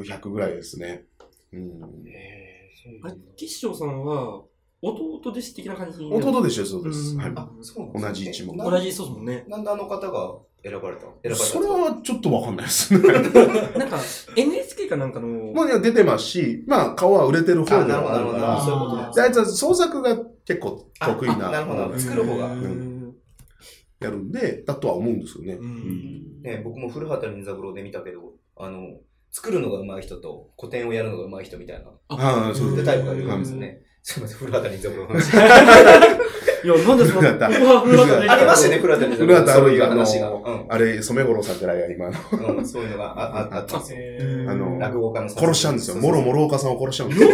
Speaker 1: 900ぐらいですね。うん。
Speaker 2: えー
Speaker 4: あ
Speaker 2: そう
Speaker 4: れ、岸匠さんは、弟弟子的な感じに。
Speaker 1: 弟でしょ、そうです。
Speaker 4: うん
Speaker 1: はい。
Speaker 2: あそうなんですね
Speaker 1: 同じ一問
Speaker 4: 同じそうですもんね。
Speaker 2: なんであの方が選ばれたの選ばれたんですか
Speaker 1: それはちょっとわかんないです ね。
Speaker 4: なんか、NHK かなんかの、
Speaker 1: まあ、出てますし、まあ、顔は売れてる方ではあるか
Speaker 2: あ
Speaker 1: ら
Speaker 2: そういうことなんで、
Speaker 1: であいつは創作が結構得意
Speaker 2: あ
Speaker 1: な
Speaker 2: なるほど
Speaker 1: うん
Speaker 2: 作る方が
Speaker 4: うん
Speaker 1: やるんで、だとは思うんですよね。
Speaker 4: うん
Speaker 2: ね、僕も古畑任三郎で見たけど、あの、作るのが上手い人と古典をやるのが上手い人みたいな、
Speaker 1: ああ、そう
Speaker 2: そう
Speaker 1: で
Speaker 2: いう
Speaker 1: すね。
Speaker 2: タイプがいるんですよね。すみません、古畑任三郎の 話。
Speaker 4: いや、なんでそんな、
Speaker 1: 古畑
Speaker 4: ここは古畑
Speaker 2: ありましたよね、。古畑任三
Speaker 1: 古
Speaker 2: 郎。
Speaker 1: 畑
Speaker 2: そうい
Speaker 1: ある
Speaker 2: う
Speaker 1: が、あ
Speaker 2: 話が。う
Speaker 1: の、あれ、染五郎さんってらいが今の、
Speaker 2: ん、うん、そういうのがあああったんですよ。
Speaker 4: うん
Speaker 1: あの
Speaker 2: 落語家の先生
Speaker 1: 殺しちゃうんですよ。
Speaker 2: そうそ
Speaker 1: も
Speaker 2: う
Speaker 1: ろもろ岡さんを殺しちゃうんですよ。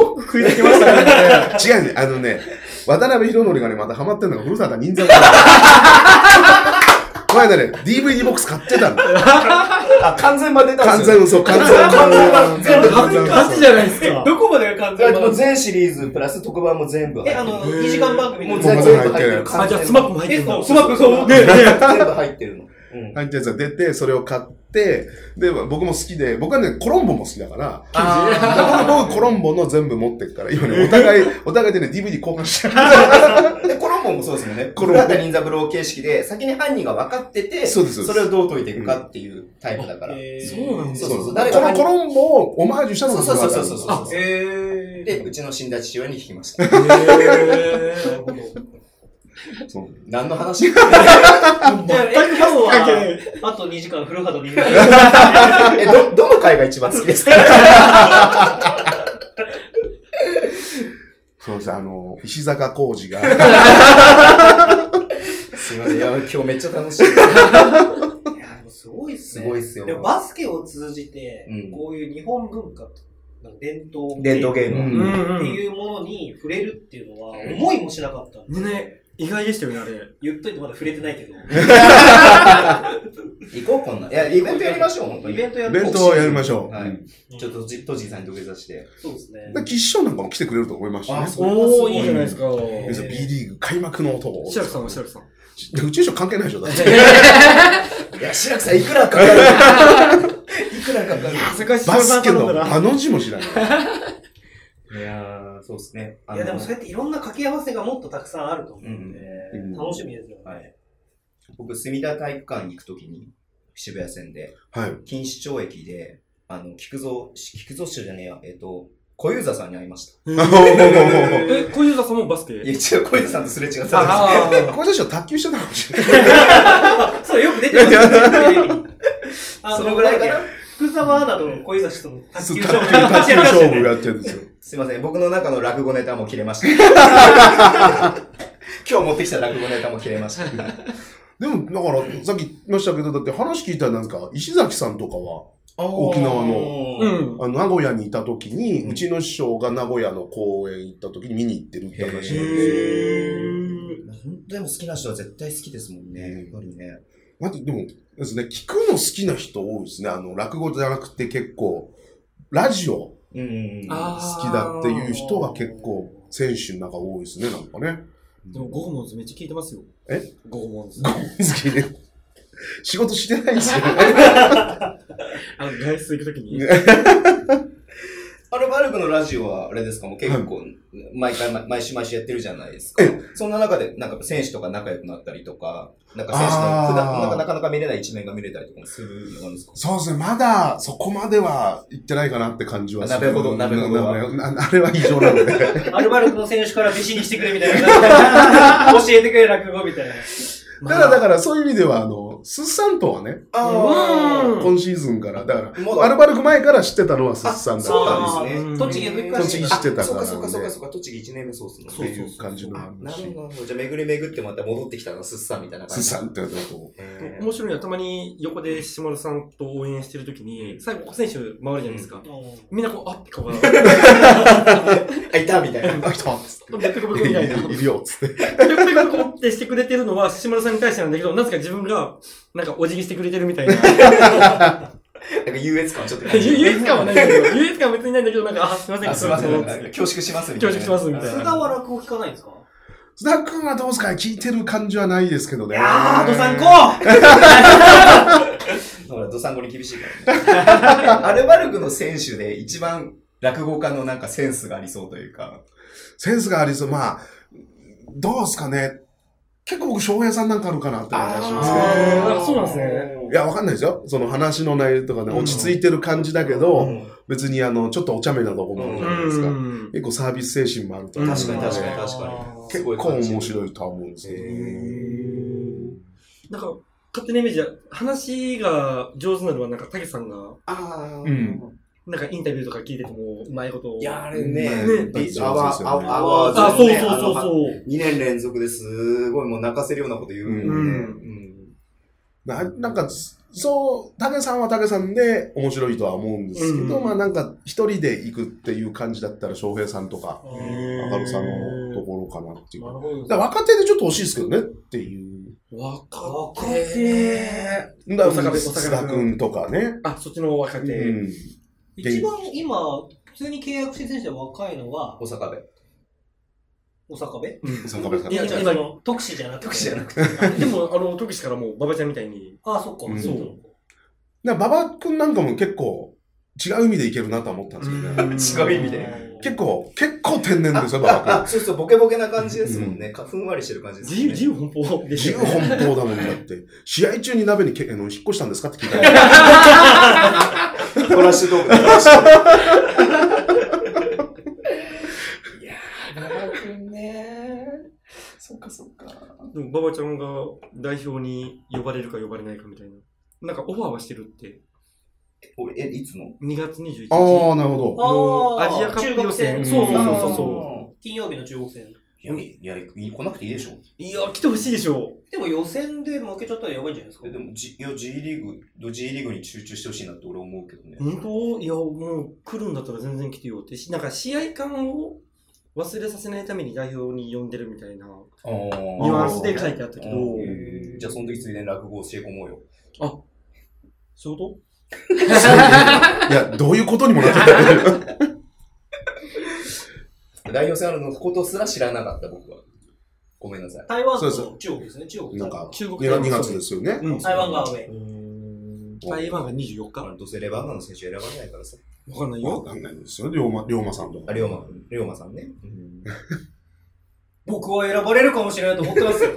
Speaker 4: よく 食いつきましたね。
Speaker 1: 違うね、あのね、渡辺博則がね、またハマってんのが古畑任三郎。この間ね、DVD ボックス買ってたんだ。
Speaker 2: あ、完全版出たん
Speaker 1: 完
Speaker 2: ですよ。
Speaker 1: 全嘘、完全完全
Speaker 4: 完全
Speaker 1: 嘘
Speaker 4: 勝ちじゃないです
Speaker 3: え
Speaker 4: か。
Speaker 3: どこまでが完全
Speaker 2: もう
Speaker 3: 版
Speaker 2: 全シリーズプラス特番も全部入って
Speaker 3: え、
Speaker 2: る。
Speaker 3: あの、2時間番組
Speaker 2: もう
Speaker 3: の
Speaker 2: 全部入ってる。
Speaker 4: あ、じゃあ、スマップも入って
Speaker 3: え、
Speaker 4: る
Speaker 3: そう、
Speaker 4: の
Speaker 3: スマップ、そう。
Speaker 4: ねね
Speaker 2: 全部入ってるの。うん。
Speaker 1: 入ったやつが出て、それを買って、で、僕も好きで、僕はね、コロンボも好きだから、だから僕、コロンボの全部持ってっから、今ね、お 互い、お互いでね、DVD 交換してる。
Speaker 2: で、コロンボもそうですもんね。
Speaker 1: コロンボ
Speaker 2: 古畑任三郎形式で、先に犯人が分かってて、
Speaker 1: そうですそうです
Speaker 2: れをどう解いていくかっていうタイプだから。
Speaker 3: えー
Speaker 4: そうなんです
Speaker 2: そう
Speaker 4: よ。
Speaker 2: そうそう
Speaker 1: こ
Speaker 2: 誰が
Speaker 1: の
Speaker 2: 犯
Speaker 1: コ
Speaker 2: 人
Speaker 1: ロンボをオマージュしたの
Speaker 2: そ
Speaker 1: が
Speaker 2: うそうそうそうそ
Speaker 1: 僕
Speaker 2: う
Speaker 1: は
Speaker 2: そう。
Speaker 3: えー
Speaker 2: で、うちの死んだ父親に聞きま した。
Speaker 4: へー
Speaker 1: そう
Speaker 2: 何の話
Speaker 3: じゃあ、え今日は、あと2時間古畑任三郎
Speaker 2: え、ど、どの回が一番好きですか
Speaker 1: そうです、あの、石坂浩 二が、
Speaker 2: すいません、いや、今日めっちゃ楽しい。
Speaker 3: いや、でもすごいっす
Speaker 2: す
Speaker 3: ね。
Speaker 2: ごいっすよ
Speaker 3: で。もバスケを通じて、
Speaker 2: うん
Speaker 3: こういう日本文化、なんか伝統
Speaker 2: 伝統芸
Speaker 1: う
Speaker 2: 能。
Speaker 1: ん
Speaker 4: うん
Speaker 3: っ
Speaker 4: う
Speaker 3: て
Speaker 4: ん。
Speaker 3: いうものに触れるっていうのは、思いもしなかったんで、
Speaker 4: ね、意外でしたよね、あれ。
Speaker 3: 言っといてまだ触れてないけど。
Speaker 2: 行こう、こんなん。いや、イベントやりましょう、本当
Speaker 3: イ
Speaker 2: に。
Speaker 3: ベントや
Speaker 1: 弁当をやりましょう。
Speaker 2: は
Speaker 1: うん
Speaker 2: い。ちょっとじ、とじいさんに土下座して。
Speaker 3: そうですね。
Speaker 1: で、吉祥なんかも来てくれると思いましたね
Speaker 2: あ。そう
Speaker 4: おー、いいじゃないですか。
Speaker 1: 要するに B リーグ開幕の男。
Speaker 4: 白木さんは白木さん。
Speaker 1: 宇宙賞関係ないでしょ、だって。
Speaker 2: いや、白木さん、いくらかかるいくらかかる
Speaker 4: 世界史
Speaker 1: バスケ
Speaker 4: ん
Speaker 1: の
Speaker 4: だら。
Speaker 1: あの字も知らない。
Speaker 2: いやー、そうですね。あの
Speaker 3: いや、でもそうやっていろんな掛け合わせがもっとたくさんあると思うんで、
Speaker 1: うん
Speaker 3: 楽しみですよ ね。
Speaker 2: はい。僕、墨田体育館に行くときに、渋谷線で、
Speaker 1: はい。
Speaker 2: 錦糸町駅で、あの、菊蔵、菊蔵市じゃねえや、えっ、と、小遊三さんに会いました。
Speaker 4: え、小遊三さんもバスケ
Speaker 2: いや、違う、小遊三さんとすれ違ってたんで
Speaker 4: あ
Speaker 1: この人卓球してたかもしれない。
Speaker 3: そう、よく出てますよね。
Speaker 2: すよ。そのぐらいかな
Speaker 3: なんだっけ福沢アナと小遊三氏との
Speaker 1: 卓
Speaker 3: 卓
Speaker 1: 球
Speaker 3: 球
Speaker 1: 卓
Speaker 3: 勝負
Speaker 1: 球勝負
Speaker 3: ね。
Speaker 1: やってるんですよ。
Speaker 2: すいません、僕の中の落語ネタも切れました。 今日持ってきた落語ネタも切れました。
Speaker 1: でも、だから、さっき言いましたけど、だって話聞いたらなんですか、石崎さんとかは、沖縄の。
Speaker 4: う
Speaker 2: の。
Speaker 4: ん。
Speaker 1: あの、名古屋にいた時に、
Speaker 2: う
Speaker 1: うんちの師匠が名古屋の公演行った時に見に行ってるって話なんです
Speaker 4: へ
Speaker 1: よ。
Speaker 4: ー。
Speaker 2: 本当でも好きな人は絶対好きですもんね。やっぱりね。
Speaker 1: まず、でも、ですね、聞くの好きな人多いですね。あの、落語じゃなくて結構、ラジオ
Speaker 2: うん。
Speaker 1: 好きだっていう人が結構、選手の中多いですね、なんかね。
Speaker 4: でも、ゴーモンズめっちゃ聞いてますよ。
Speaker 1: え
Speaker 4: ゴー モンズ。
Speaker 1: 好きで。仕事してないんですよね。
Speaker 4: あの、外出行くときに。
Speaker 2: アルバルクのラジオは、あれですか、もう結構、毎回、ま毎週毎週やってるじゃないですか。そんな中で、なんか選手とか仲良くなったりとか、なんか選手の
Speaker 1: あー
Speaker 2: 普段、なんかなかなか見れない一面が見れたりとかもするのなんですか
Speaker 1: そうですね、まだそこまでは行ってないかなって感じはする。
Speaker 2: なるほどなるほど
Speaker 1: なななあれは異常な ので。
Speaker 3: アルバルクの選手から弟子にしてくれみたいな。教えてくれ、落語みたいな。
Speaker 1: ただだからそういう意味では、あの、スッサンとはね、
Speaker 4: あー
Speaker 1: 今シーズンから、だか
Speaker 2: ま
Speaker 1: ら、アルバルク前から知ってたのはスッサンだ
Speaker 2: そう
Speaker 1: っ
Speaker 2: な
Speaker 1: た
Speaker 2: ん
Speaker 1: ん
Speaker 2: ですね。
Speaker 3: 栃木の時
Speaker 1: から栃木知ってたから
Speaker 2: あそうかそうかそうかそうか、栃木一年目そうっすね。
Speaker 1: っていう感じの
Speaker 2: あなる
Speaker 1: 話。
Speaker 2: ほどなるほど。じゃあ、巡り巡ってまた戻ってきたの、すっさんみたいな
Speaker 1: ス
Speaker 2: 感
Speaker 1: ッ
Speaker 2: じ。
Speaker 1: サンってやつだと。
Speaker 2: へー
Speaker 4: 面白いのは、たまに横で下田さんと応援してるときに、最後、選手回るじゃないですか。みんなこう、あって顔が、
Speaker 2: あ、いたみたいな。
Speaker 1: あ、来たっつっ
Speaker 4: ペコペコペ
Speaker 1: て。
Speaker 4: コ
Speaker 1: い
Speaker 4: みたいな。
Speaker 1: るいるよ、つって。
Speaker 4: ペコペコペコってしてくれてるのは、下田さんに対してなんだけど、なぜか自分が、なんかお辞儀してくれてるみたいな。
Speaker 2: なんか優越感ちょっと感じる。
Speaker 4: 優越感はないんだけど、優越感は別にないんだけど、なんか、あ、すいません、
Speaker 2: あ、すいません。なん
Speaker 4: つ
Speaker 2: か
Speaker 4: って
Speaker 2: 恐縮しますみたいな。
Speaker 4: 恐縮しますみたい
Speaker 3: 津
Speaker 4: な
Speaker 3: 田は落語聞かないんですか
Speaker 1: 須田君はどうですかね聞いてる感じはないですけどね。
Speaker 3: あー、ドサンコ
Speaker 2: ほら、どさんごに厳しいからね。アルバルクの選手で一番落語家のなんかセンスがありそうというか。
Speaker 1: センスがありそう。まあ、どうですかね結構僕、翔平さんなんかあるかなって感じしますけど。
Speaker 4: あーそうなんですね
Speaker 1: いや、わかんないですよ。その話の内容とかね、落ち着いてる感じだけど、
Speaker 2: うん
Speaker 1: 別にあの、ちょっとお茶目なとこもあるじゃないですか。
Speaker 4: うん。
Speaker 1: 結構サービス精神もあると思うので
Speaker 2: 確かに確かに確かに。
Speaker 1: 結構面白
Speaker 2: い。
Speaker 1: いとは思うんですけど
Speaker 4: なんか、勝手なイメージで、話が上手なのは、なんか、たけさんが、
Speaker 2: ああ。
Speaker 1: うん
Speaker 4: なんかインタビューとか聞いてても、うまいことを。
Speaker 2: いや、あれね
Speaker 1: ね、
Speaker 2: ビ
Speaker 1: そうですよ
Speaker 2: ア
Speaker 1: ね
Speaker 2: ワー、アワー、アワー
Speaker 4: あ、そうそう
Speaker 2: あの
Speaker 4: そうそう。
Speaker 2: 2年連続ですごいもう泣かせるようなこと言うよね。
Speaker 1: うんななんか、そう、竹さんは竹さんで面白いとは思うんですけど、
Speaker 4: うん
Speaker 1: まあなんか、一人で行くっていう感じだったら、翔平さんとか、明るさんのところかなっていう。だから若手でちょっと欲しいですけどねっていう。
Speaker 4: 若
Speaker 3: 若
Speaker 4: 手。
Speaker 1: だ
Speaker 4: 大
Speaker 1: か
Speaker 4: 阪
Speaker 1: ら、
Speaker 4: 弁
Speaker 1: 須田君とかね。
Speaker 4: あ、そっちの若手。
Speaker 1: うん。
Speaker 3: 一番今、普通に契約してる選手で若いのは
Speaker 2: 大、阪で。
Speaker 3: お坂部
Speaker 4: うん
Speaker 1: 坂部さん
Speaker 4: い。や
Speaker 3: いや、じゃあ
Speaker 4: 今
Speaker 3: その、特使じゃなくて。
Speaker 2: 特使じゃな
Speaker 3: くて。
Speaker 4: でも、あの、時しからもう、馬場ちゃんみたい に。
Speaker 3: あ、そっか
Speaker 1: う、ん
Speaker 3: そう。
Speaker 1: だから馬場君なんかも結構、違う意味でいけるなとは思ったんですけどね。
Speaker 2: 違う意味で
Speaker 1: 結構、結構天然ですよ、馬場
Speaker 2: あ、そうそう、ボケボケな感じですもんね。かふんわりしてる感じです
Speaker 4: 自
Speaker 2: ね。
Speaker 4: 由、自由奔放 で
Speaker 1: 君。
Speaker 4: す
Speaker 1: 自
Speaker 4: よ
Speaker 1: 由
Speaker 4: ね
Speaker 1: 奔放だもんだって。試合中に鍋にけあの引っ越したんですかって聞いた ら、
Speaker 2: フラッシュトークでフラッシュトーク。いやー、長くんねそっかそっか。
Speaker 4: でも、馬場ちゃんが代表に呼ばれるか呼ばれないかみたいな。なんか、オファーはしてるって。
Speaker 2: 俺、え、いつの
Speaker 4: 2月21日。
Speaker 1: ああ、なるほど。
Speaker 4: の
Speaker 3: あー
Speaker 4: アジアカップ予選。
Speaker 3: 中
Speaker 4: そう
Speaker 3: 国
Speaker 4: そう
Speaker 3: 戦
Speaker 4: そうそう
Speaker 3: 金曜日の中国戦。
Speaker 2: いや、いや、い来なくていいでしょ。
Speaker 4: いや、来てほしいでしょ。
Speaker 3: でも予選で負けちゃったらやばいんじゃないですか
Speaker 2: えでも、G、いや、G リーグ、ど G リーグに集中してほしいなって俺思うけどね。
Speaker 4: 本当いや、もう来るんだったら全然来てよってし。なんか試合感を忘れさせないために代表に呼んでるみたいなニ
Speaker 2: あー
Speaker 4: ュアンスで書いてあったけど、
Speaker 2: うんじゃあ、その時ついでに落語教え込もうよ。
Speaker 4: そういうこ
Speaker 1: いや、どういうことにもなってた。
Speaker 2: 代表戦あるのことすら知らなかった、僕は。ごめんなさい。
Speaker 3: 台湾と
Speaker 1: そう
Speaker 3: 中国ですね、中国。
Speaker 1: なんか
Speaker 4: と、中国
Speaker 1: 2月ですよね。
Speaker 4: うん、
Speaker 3: 台湾がアウェイ。
Speaker 2: ん。
Speaker 4: 台湾が24日わ
Speaker 2: どうせレバーガンの選手選ばないからさ。
Speaker 4: かんない
Speaker 1: わ
Speaker 4: よ。
Speaker 1: かんないですよ、龍馬、龍馬さんと
Speaker 2: あ、
Speaker 1: か。
Speaker 2: 龍馬、龍馬さんね。うん
Speaker 3: 僕は選ばれるかもしれないと思ってますよ。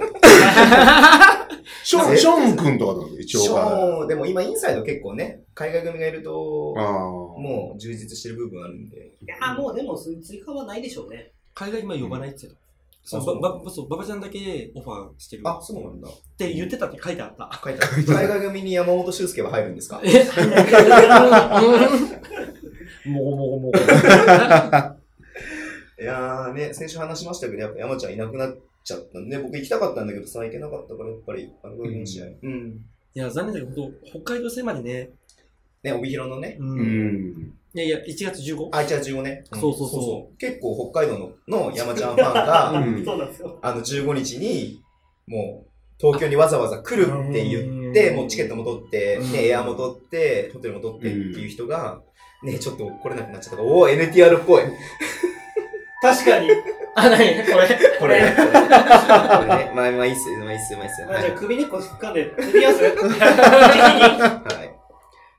Speaker 1: ショーン、ショーン君とかなんで、一応が。
Speaker 2: そうでも今インサイド結構ね、海外組がいると、
Speaker 1: ああ。
Speaker 2: もう充実してる部分あるんで。
Speaker 3: いや、もうでも追加はないでしょうね。
Speaker 4: 海外今呼ばないって言ってた。
Speaker 2: うん
Speaker 4: そう、ば、ば、そう、馬場ちゃんだけオファーしてる。
Speaker 2: あ、
Speaker 4: っ
Speaker 2: そうなんだ。
Speaker 4: て言ってたって書いてあった。
Speaker 2: 書いてある。海外組に山本修介は入るんですか
Speaker 4: えもごもごもご。
Speaker 2: いやーね、先週話しましたけど、やっぱ山ちゃんいなくなっちゃったんで、僕行きたかったんだけど、さ、行けなかったから、やっぱり、あの、の試合。うん。
Speaker 4: いや、残念だけど、本当北海道戦までね、
Speaker 2: ね、帯広のね。
Speaker 4: う。
Speaker 1: うんん。
Speaker 4: いやいや、1月 15?
Speaker 2: あ、じゃあ15ね。
Speaker 4: そうそうそう
Speaker 2: う。結構北海道のの山ちゃんファンが、
Speaker 1: う ん
Speaker 3: そうなんですよ。
Speaker 2: あの15日に、もう、東京にわざわざ来るって言って、
Speaker 4: うん
Speaker 2: もうチケットも取って、
Speaker 4: うん
Speaker 2: ね、エアも取って、ホテルも取ってっていう人が、ね、ちょっと来れなくなっちゃったから、おー NTR っぽい。
Speaker 3: 確か に。
Speaker 4: あ、なにこれ。
Speaker 2: これね、これね。これねまあまあいいっすよ、まあいいっすよ、まあいいっすよ。は
Speaker 3: あ
Speaker 2: い
Speaker 3: じゃあ首根っこ掴んで、飛びやす
Speaker 2: はい。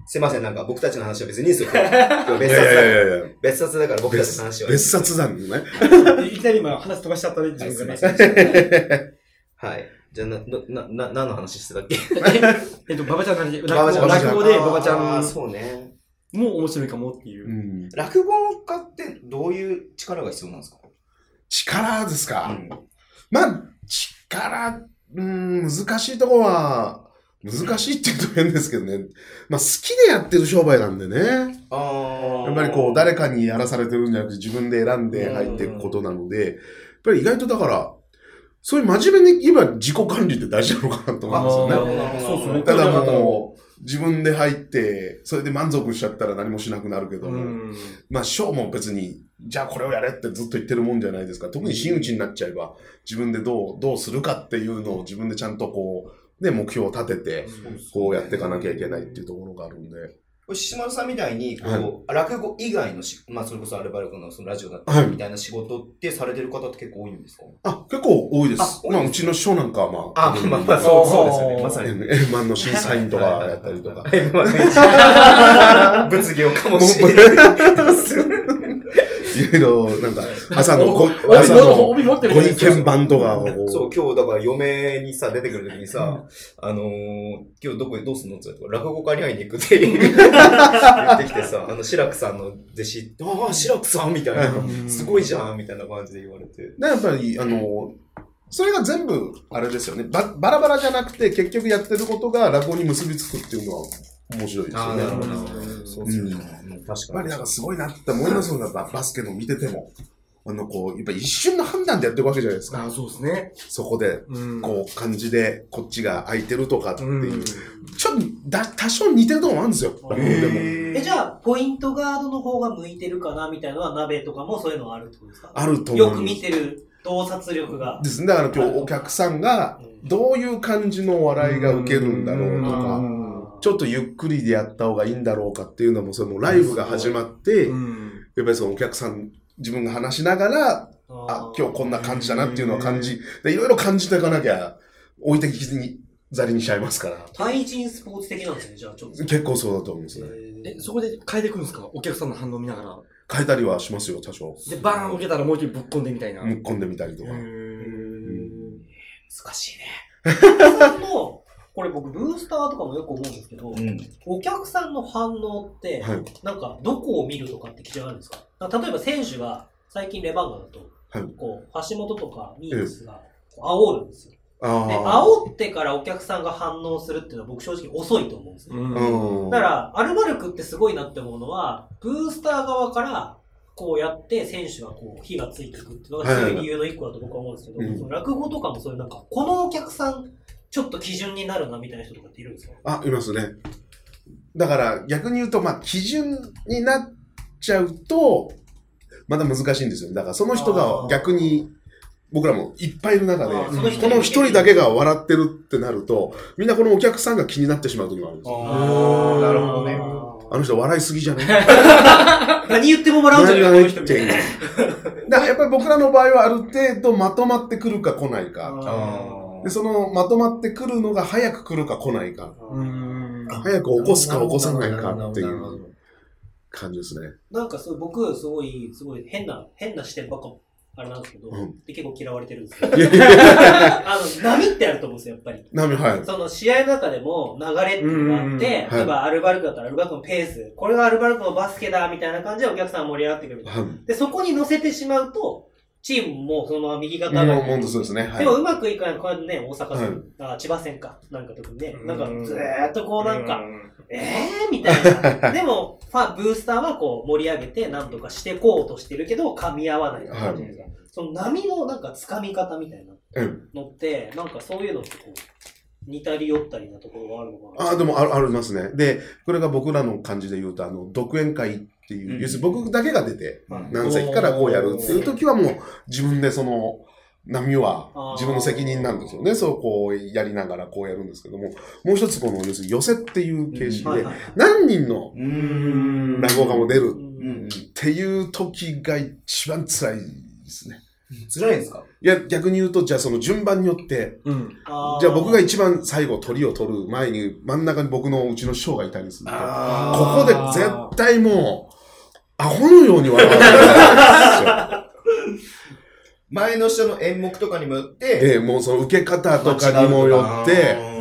Speaker 2: すいません、なんか僕たちの話は別にいいですよ。今日別冊だか
Speaker 1: いやい
Speaker 2: ら
Speaker 1: やいやいや
Speaker 2: 別冊だから僕たちの話は。
Speaker 1: 別冊なんですね。
Speaker 4: いきなり今話飛ばしちゃったね、自
Speaker 2: はい、すい
Speaker 4: 分が
Speaker 2: ま
Speaker 4: ね。
Speaker 2: せん。はい。じゃあ、な、な、な、何の話してたっけ
Speaker 4: えっと、馬場ちゃん何で
Speaker 1: 馬場ちゃん
Speaker 4: 落語で馬場ちゃ
Speaker 2: あー
Speaker 4: ん
Speaker 2: そうね。
Speaker 4: も面白いかもっていう
Speaker 1: う。ん。
Speaker 2: 落語家ってどういう力が必要なんですか
Speaker 1: 力ですか。
Speaker 2: うん
Speaker 1: まあ、力、うん、難しいとこは、難しいって言うと変ですけどね。まあ、好きでやってる商売なんでね。
Speaker 2: あー
Speaker 1: やっぱりこう、誰かにやらされてるんじゃなくて、自分で選んで入っていくことなので、やっぱり意外とだから、そういう真面目に今自己管理って大事なのかなと思うんですよね
Speaker 2: あー。
Speaker 4: そうですね。
Speaker 1: ただ
Speaker 4: これは
Speaker 1: もう、自分で入って、それで満足しちゃったら何もしなくなるけど
Speaker 4: う
Speaker 1: も、
Speaker 4: ん。
Speaker 1: まあ、師匠も別に、じゃあこれをやれってずっと言ってるもんじゃないですか。特に真打ちになっちゃえば、自分でどう、どうするかっていうのを自分でちゃんとこう、ね、目標を立てて、こうやっていかなきゃいけないっていうところがあるんで。
Speaker 2: 石丸さんみたいに、こう、落語以外のし、まあ、それこそアルバルクのそのラジオだった
Speaker 1: はい
Speaker 2: りみたいな仕事ってされてる方って結構多いんですか
Speaker 1: あ、結構多いです。
Speaker 2: あ多いです
Speaker 1: まあ、うちの師匠なんかはまあ、
Speaker 2: あ、まあまあ、そう、そうですよね。まさに。
Speaker 1: M- M1 の審査員とかやったりと か。
Speaker 2: 物議を醸し入れる。
Speaker 1: いろいろ、 なんか、朝のご、朝の
Speaker 4: 帯持ってる
Speaker 1: ご意見番とかを
Speaker 2: そう、今日だから嫁にさ、出てくるときにさ、あのー、今日どこでどうすんのって言ったら、落語家に会いに行くっていう言ってきてさ、あの、白くさんの弟子、ああ、白くさんみたいな、すごいじゃんみたいな感じで言われて。
Speaker 1: で、やっぱり、あの、それが全部、あれですよねば。バラバラじゃなくて、結局やってることが落語に結びつくっていうのは面白いですよね。
Speaker 4: るほど
Speaker 1: やっ
Speaker 2: そうう
Speaker 1: です
Speaker 2: す
Speaker 1: ね
Speaker 2: ね。うん確
Speaker 1: ぱ
Speaker 2: か
Speaker 1: り
Speaker 2: に。
Speaker 1: なんかすごいなって思いますもん、やっぱバスケの見てても。あの、こう、やっぱ一瞬の判断でやってるわけじゃないですか。
Speaker 4: あ、そうですね。
Speaker 1: そこで、
Speaker 4: うん。
Speaker 1: こう、感じで、こっちが空いてるとかっていう。
Speaker 4: うん。
Speaker 1: ちょっとだ、多少似てるとこもあるんですよ。落語
Speaker 3: へ
Speaker 1: でも。
Speaker 3: え、じゃあ、ポイントガードの方が向いてるかなみたいなのは、鍋とかもそういうのはあるってことですか
Speaker 1: あると思
Speaker 3: よ
Speaker 1: います
Speaker 3: く見てる洞察力が。
Speaker 1: ですね。だから今日お客さんが、どういう感じの笑いが受けるんだろうとか。ちょっとゆっくりでやった方がいいんだろうかっていうのも、そのライブが始まって、
Speaker 4: う
Speaker 1: やっ
Speaker 4: ん。
Speaker 1: ぱりそのお客さん、自分が話しながら、
Speaker 3: と
Speaker 1: あ、今日こんな感じだなっていうのは感じ、でいろいろ感じていかなきゃ、置いてきずに、ざりにしちゃいますから。
Speaker 3: 対人スポーツ的なんですね、じゃあちょっと。
Speaker 1: 結構そうだと思うんですね。
Speaker 3: え
Speaker 4: え、そこで変えていくんですかお客さんの反応見ながら。
Speaker 1: 変えたりはしますよ、多少。
Speaker 4: で、バーン受けたらもう一人ぶっ込んでみたいな。
Speaker 1: むっ込んでみたりとか。
Speaker 4: うん
Speaker 2: 難しいね。
Speaker 3: さんの、これ僕、ブースターとかもよく思うんですけど、お客さんの反応って、
Speaker 1: はい。
Speaker 3: なんか、どこを見るとかって基準あるんですかなんか例えば選手が、最近レバンガだと、
Speaker 1: はい
Speaker 3: こう、橋本とかミースが、こう煽るんですよ。で、
Speaker 1: あ
Speaker 3: 煽ってからお客さんが反応するっていうのは僕正直遅いと思うんですね。
Speaker 1: あ。
Speaker 4: うん。
Speaker 1: うん。
Speaker 3: だから、アルバルクってすごいなって思うのは、ブースター側から、こうやって選手がこう火がついていくっていうのが強い理由の一個だと僕は思うんですけど、
Speaker 1: はいはいはい
Speaker 3: その落語とかもそういうなんか、このお客さん、ちょっと基準になるなみたいな人とかっているんですか
Speaker 1: あ、いますね。だから逆に言うと、まあ、基準になっちゃうと、まだ難しいんですよね。だからその
Speaker 3: あ
Speaker 1: 人が
Speaker 3: ー
Speaker 1: 逆に、僕らもいっぱいいる中で、
Speaker 3: あー
Speaker 1: こ
Speaker 3: そ
Speaker 4: の
Speaker 3: 人
Speaker 1: の一人だけが笑ってるってなると、みんなこのお客さんが気になってしまう時もあるんですよ。
Speaker 2: ああ、なるほどね。
Speaker 1: あ
Speaker 3: ね。
Speaker 1: の人笑いすぎじゃない
Speaker 3: 何言っても 笑うんじゃない
Speaker 1: 何が言ってんのだからやっぱり僕らの場合はある程度まとまってくるか来ないか。
Speaker 2: あ
Speaker 1: で、そのまとまってくるのが早く来るか来ないか。
Speaker 4: うん。
Speaker 1: 早く起こすか起こさないかっていう感じですね。
Speaker 3: なんかそう僕、すごい、すごい変な、変な視点ばっかもあれなんですけど、
Speaker 1: うん
Speaker 3: で結構嫌われてるんですけ ど、
Speaker 1: いやいやいや
Speaker 3: あの、波ってあると思うんですよ、やっぱり。
Speaker 1: なみはい。
Speaker 3: その試合の中でも流れっていうのがあって、
Speaker 4: うんうん
Speaker 1: うん
Speaker 3: 例えばアルバルクだったらアルバルクのペース、これがアルバルクのバスケだ、みたいな感じでお客さん盛り上がってくる。
Speaker 1: はい
Speaker 3: で、そこに乗せてしまうと、チームもそのまま右肩上がり。
Speaker 1: もう、そうですね。はい
Speaker 3: でもうまくいかない、こうやってね、大阪
Speaker 1: はい
Speaker 3: 戦、あ千葉戦か、なんか特にね
Speaker 4: う、ん
Speaker 3: なんかずーっとこうなんか、
Speaker 4: うん。
Speaker 3: えーみたいな。でも、ファン、ブースターはこう盛り上げて何とかしてこうとしてるけど、噛み合わないみたいな感じじゃないですか。その波のなんか掴み方みたいな
Speaker 1: うん
Speaker 3: のって、なんかそういうのってこう、似たり寄ったりなところがあるのかな。
Speaker 1: ああ、でもある、ありますね。で、これが僕らの感じで言うと、あの、独演会っていう、
Speaker 2: うん
Speaker 1: 要するに僕だけが出て、
Speaker 2: うん
Speaker 1: 何席からこうやるっていう時はもう、自分でその、波は
Speaker 3: あー
Speaker 1: 自分の責任なんですよね。そう、こうやりながらこうやるんですけども、もう一つこの、要するに寄せっていう形式
Speaker 2: うん
Speaker 3: はい
Speaker 1: で
Speaker 3: はい、はい。
Speaker 1: 何人の
Speaker 2: うーん
Speaker 1: 落語家も出る
Speaker 3: う
Speaker 2: うんん。
Speaker 1: っていう時が一番辛いですね。
Speaker 2: 辛いんですか
Speaker 1: いや、逆に言うと、じゃあその順番によって、
Speaker 4: うん。
Speaker 3: あー
Speaker 1: じゃあ僕が一番最後鳥を取る前に真ん中に僕のうちの師匠がいたりすると、ここで絶対もう、アホのように笑われるんで
Speaker 2: 前の人の演目とかにもよっ
Speaker 1: す よ。
Speaker 2: て、
Speaker 1: ええ、もうその受け方とかにもよって、
Speaker 2: うん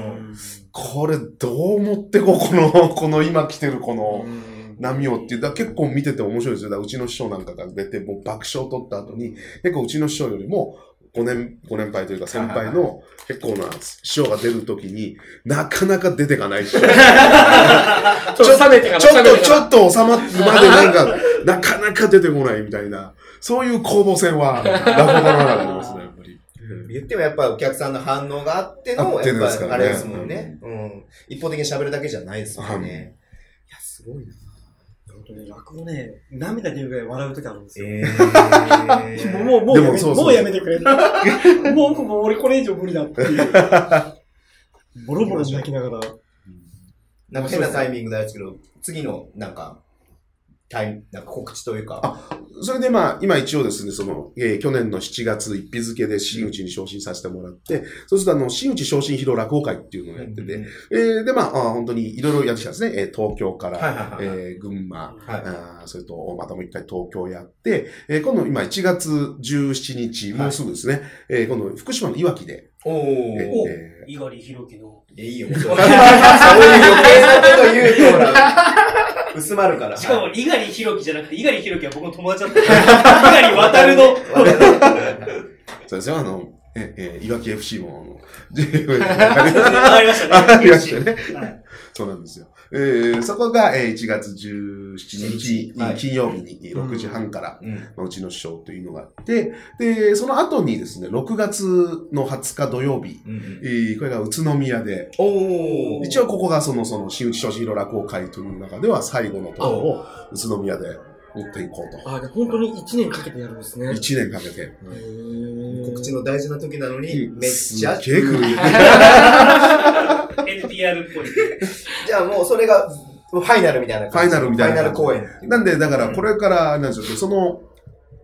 Speaker 1: これどう思ってこう、この、 この今来てるこの
Speaker 4: うん
Speaker 1: 波をっていう、だから結構見てて面白いですよ。だからうちの師匠なんかが出て、もう爆笑を取った後に、結構うちの師匠よりも、5年、5年配というか先輩の結構な師匠が出るときに、なかなか出てかないし。
Speaker 4: ちょっと冷めてから、
Speaker 1: ちょっ
Speaker 4: 冷め
Speaker 1: と、
Speaker 4: て
Speaker 1: ち
Speaker 4: から
Speaker 1: ょっと収まってまでなんか、なかなか出てこないみたいな、そういう攻防戦は、落語家の中でありますね、やっぱり。
Speaker 2: 言ってもやっぱお客さんの反応があって
Speaker 1: あ
Speaker 2: の、
Speaker 1: って
Speaker 2: や
Speaker 1: で
Speaker 2: っ
Speaker 1: すから
Speaker 2: ぱあ
Speaker 1: ね
Speaker 2: れですもんね。うん。一方的に喋るだけじゃないですもんね。
Speaker 1: は
Speaker 2: い
Speaker 1: い
Speaker 2: や、すごいな。
Speaker 4: 本当ね、落語ね、涙出るぐらい笑う時あるんですよ。
Speaker 2: え ー
Speaker 4: もう、もう、もう
Speaker 1: で
Speaker 4: や
Speaker 1: も
Speaker 4: め
Speaker 1: そうそう
Speaker 4: もうやめて くれ。もう、もう俺これ以上無理だっていう。ボロボロ泣きながら。
Speaker 2: なんか変なタイミングなんですけど、次の、なんか、タイム、なんか告知というか。
Speaker 1: それでまあ、今一応ですね、その、えー去年の7月一日付で新内に昇進させてもらって、そうするとあの、新内昇進披露落語会っていうのをやってて、えーでまあ、あー本当にいろいろやってきたんですね。えー東京から、
Speaker 2: はいはいはいはい。
Speaker 1: えー群馬、
Speaker 2: はい
Speaker 1: あーそれと、またもう一回東京やって、えー今度今1月17日、もうすぐですね、えー今度福島のいわきで、
Speaker 2: お
Speaker 1: え
Speaker 2: ー。
Speaker 1: ー
Speaker 3: お
Speaker 1: えー
Speaker 3: 猪狩弘樹の。
Speaker 2: いやい いよ。そういう余計なこと言うと、ほら、薄まるから。
Speaker 3: しかも、猪狩弘樹じゃなくて、猪狩弘樹は僕の友達だった。猪狩渡るの。
Speaker 1: そうですよ、あの、え、え、いわき FC も、あの、
Speaker 3: わかりましたね。
Speaker 1: ありましたね。
Speaker 3: はい
Speaker 1: そうなんですよ。えー、そこが、えー1月17日
Speaker 2: はい
Speaker 1: 金曜日に
Speaker 4: うん
Speaker 1: 6時半から、
Speaker 2: うん。
Speaker 1: まあうちの師匠というのがあって、で、その後にですね、6月の20日土曜日、
Speaker 2: うん
Speaker 1: えーこれが宇都宮で、
Speaker 2: おー。
Speaker 1: 一応ここがその、その、新内正弘落語会という中では最後のところを宇都宮で持っていこうと。
Speaker 4: あ、で本当に1年かけてやるんですね。
Speaker 1: 1年かけて。
Speaker 4: へー
Speaker 2: 告知の大事な時なのに、めっちゃ。
Speaker 1: すっげえ来る。
Speaker 3: NPR っぽい。
Speaker 2: じゃあもうそれが、ファイナルみたいな感じ。
Speaker 1: ファイナルみたいな
Speaker 2: ファイナル公演。
Speaker 1: なんで、だから、これから、なんでしょう、その、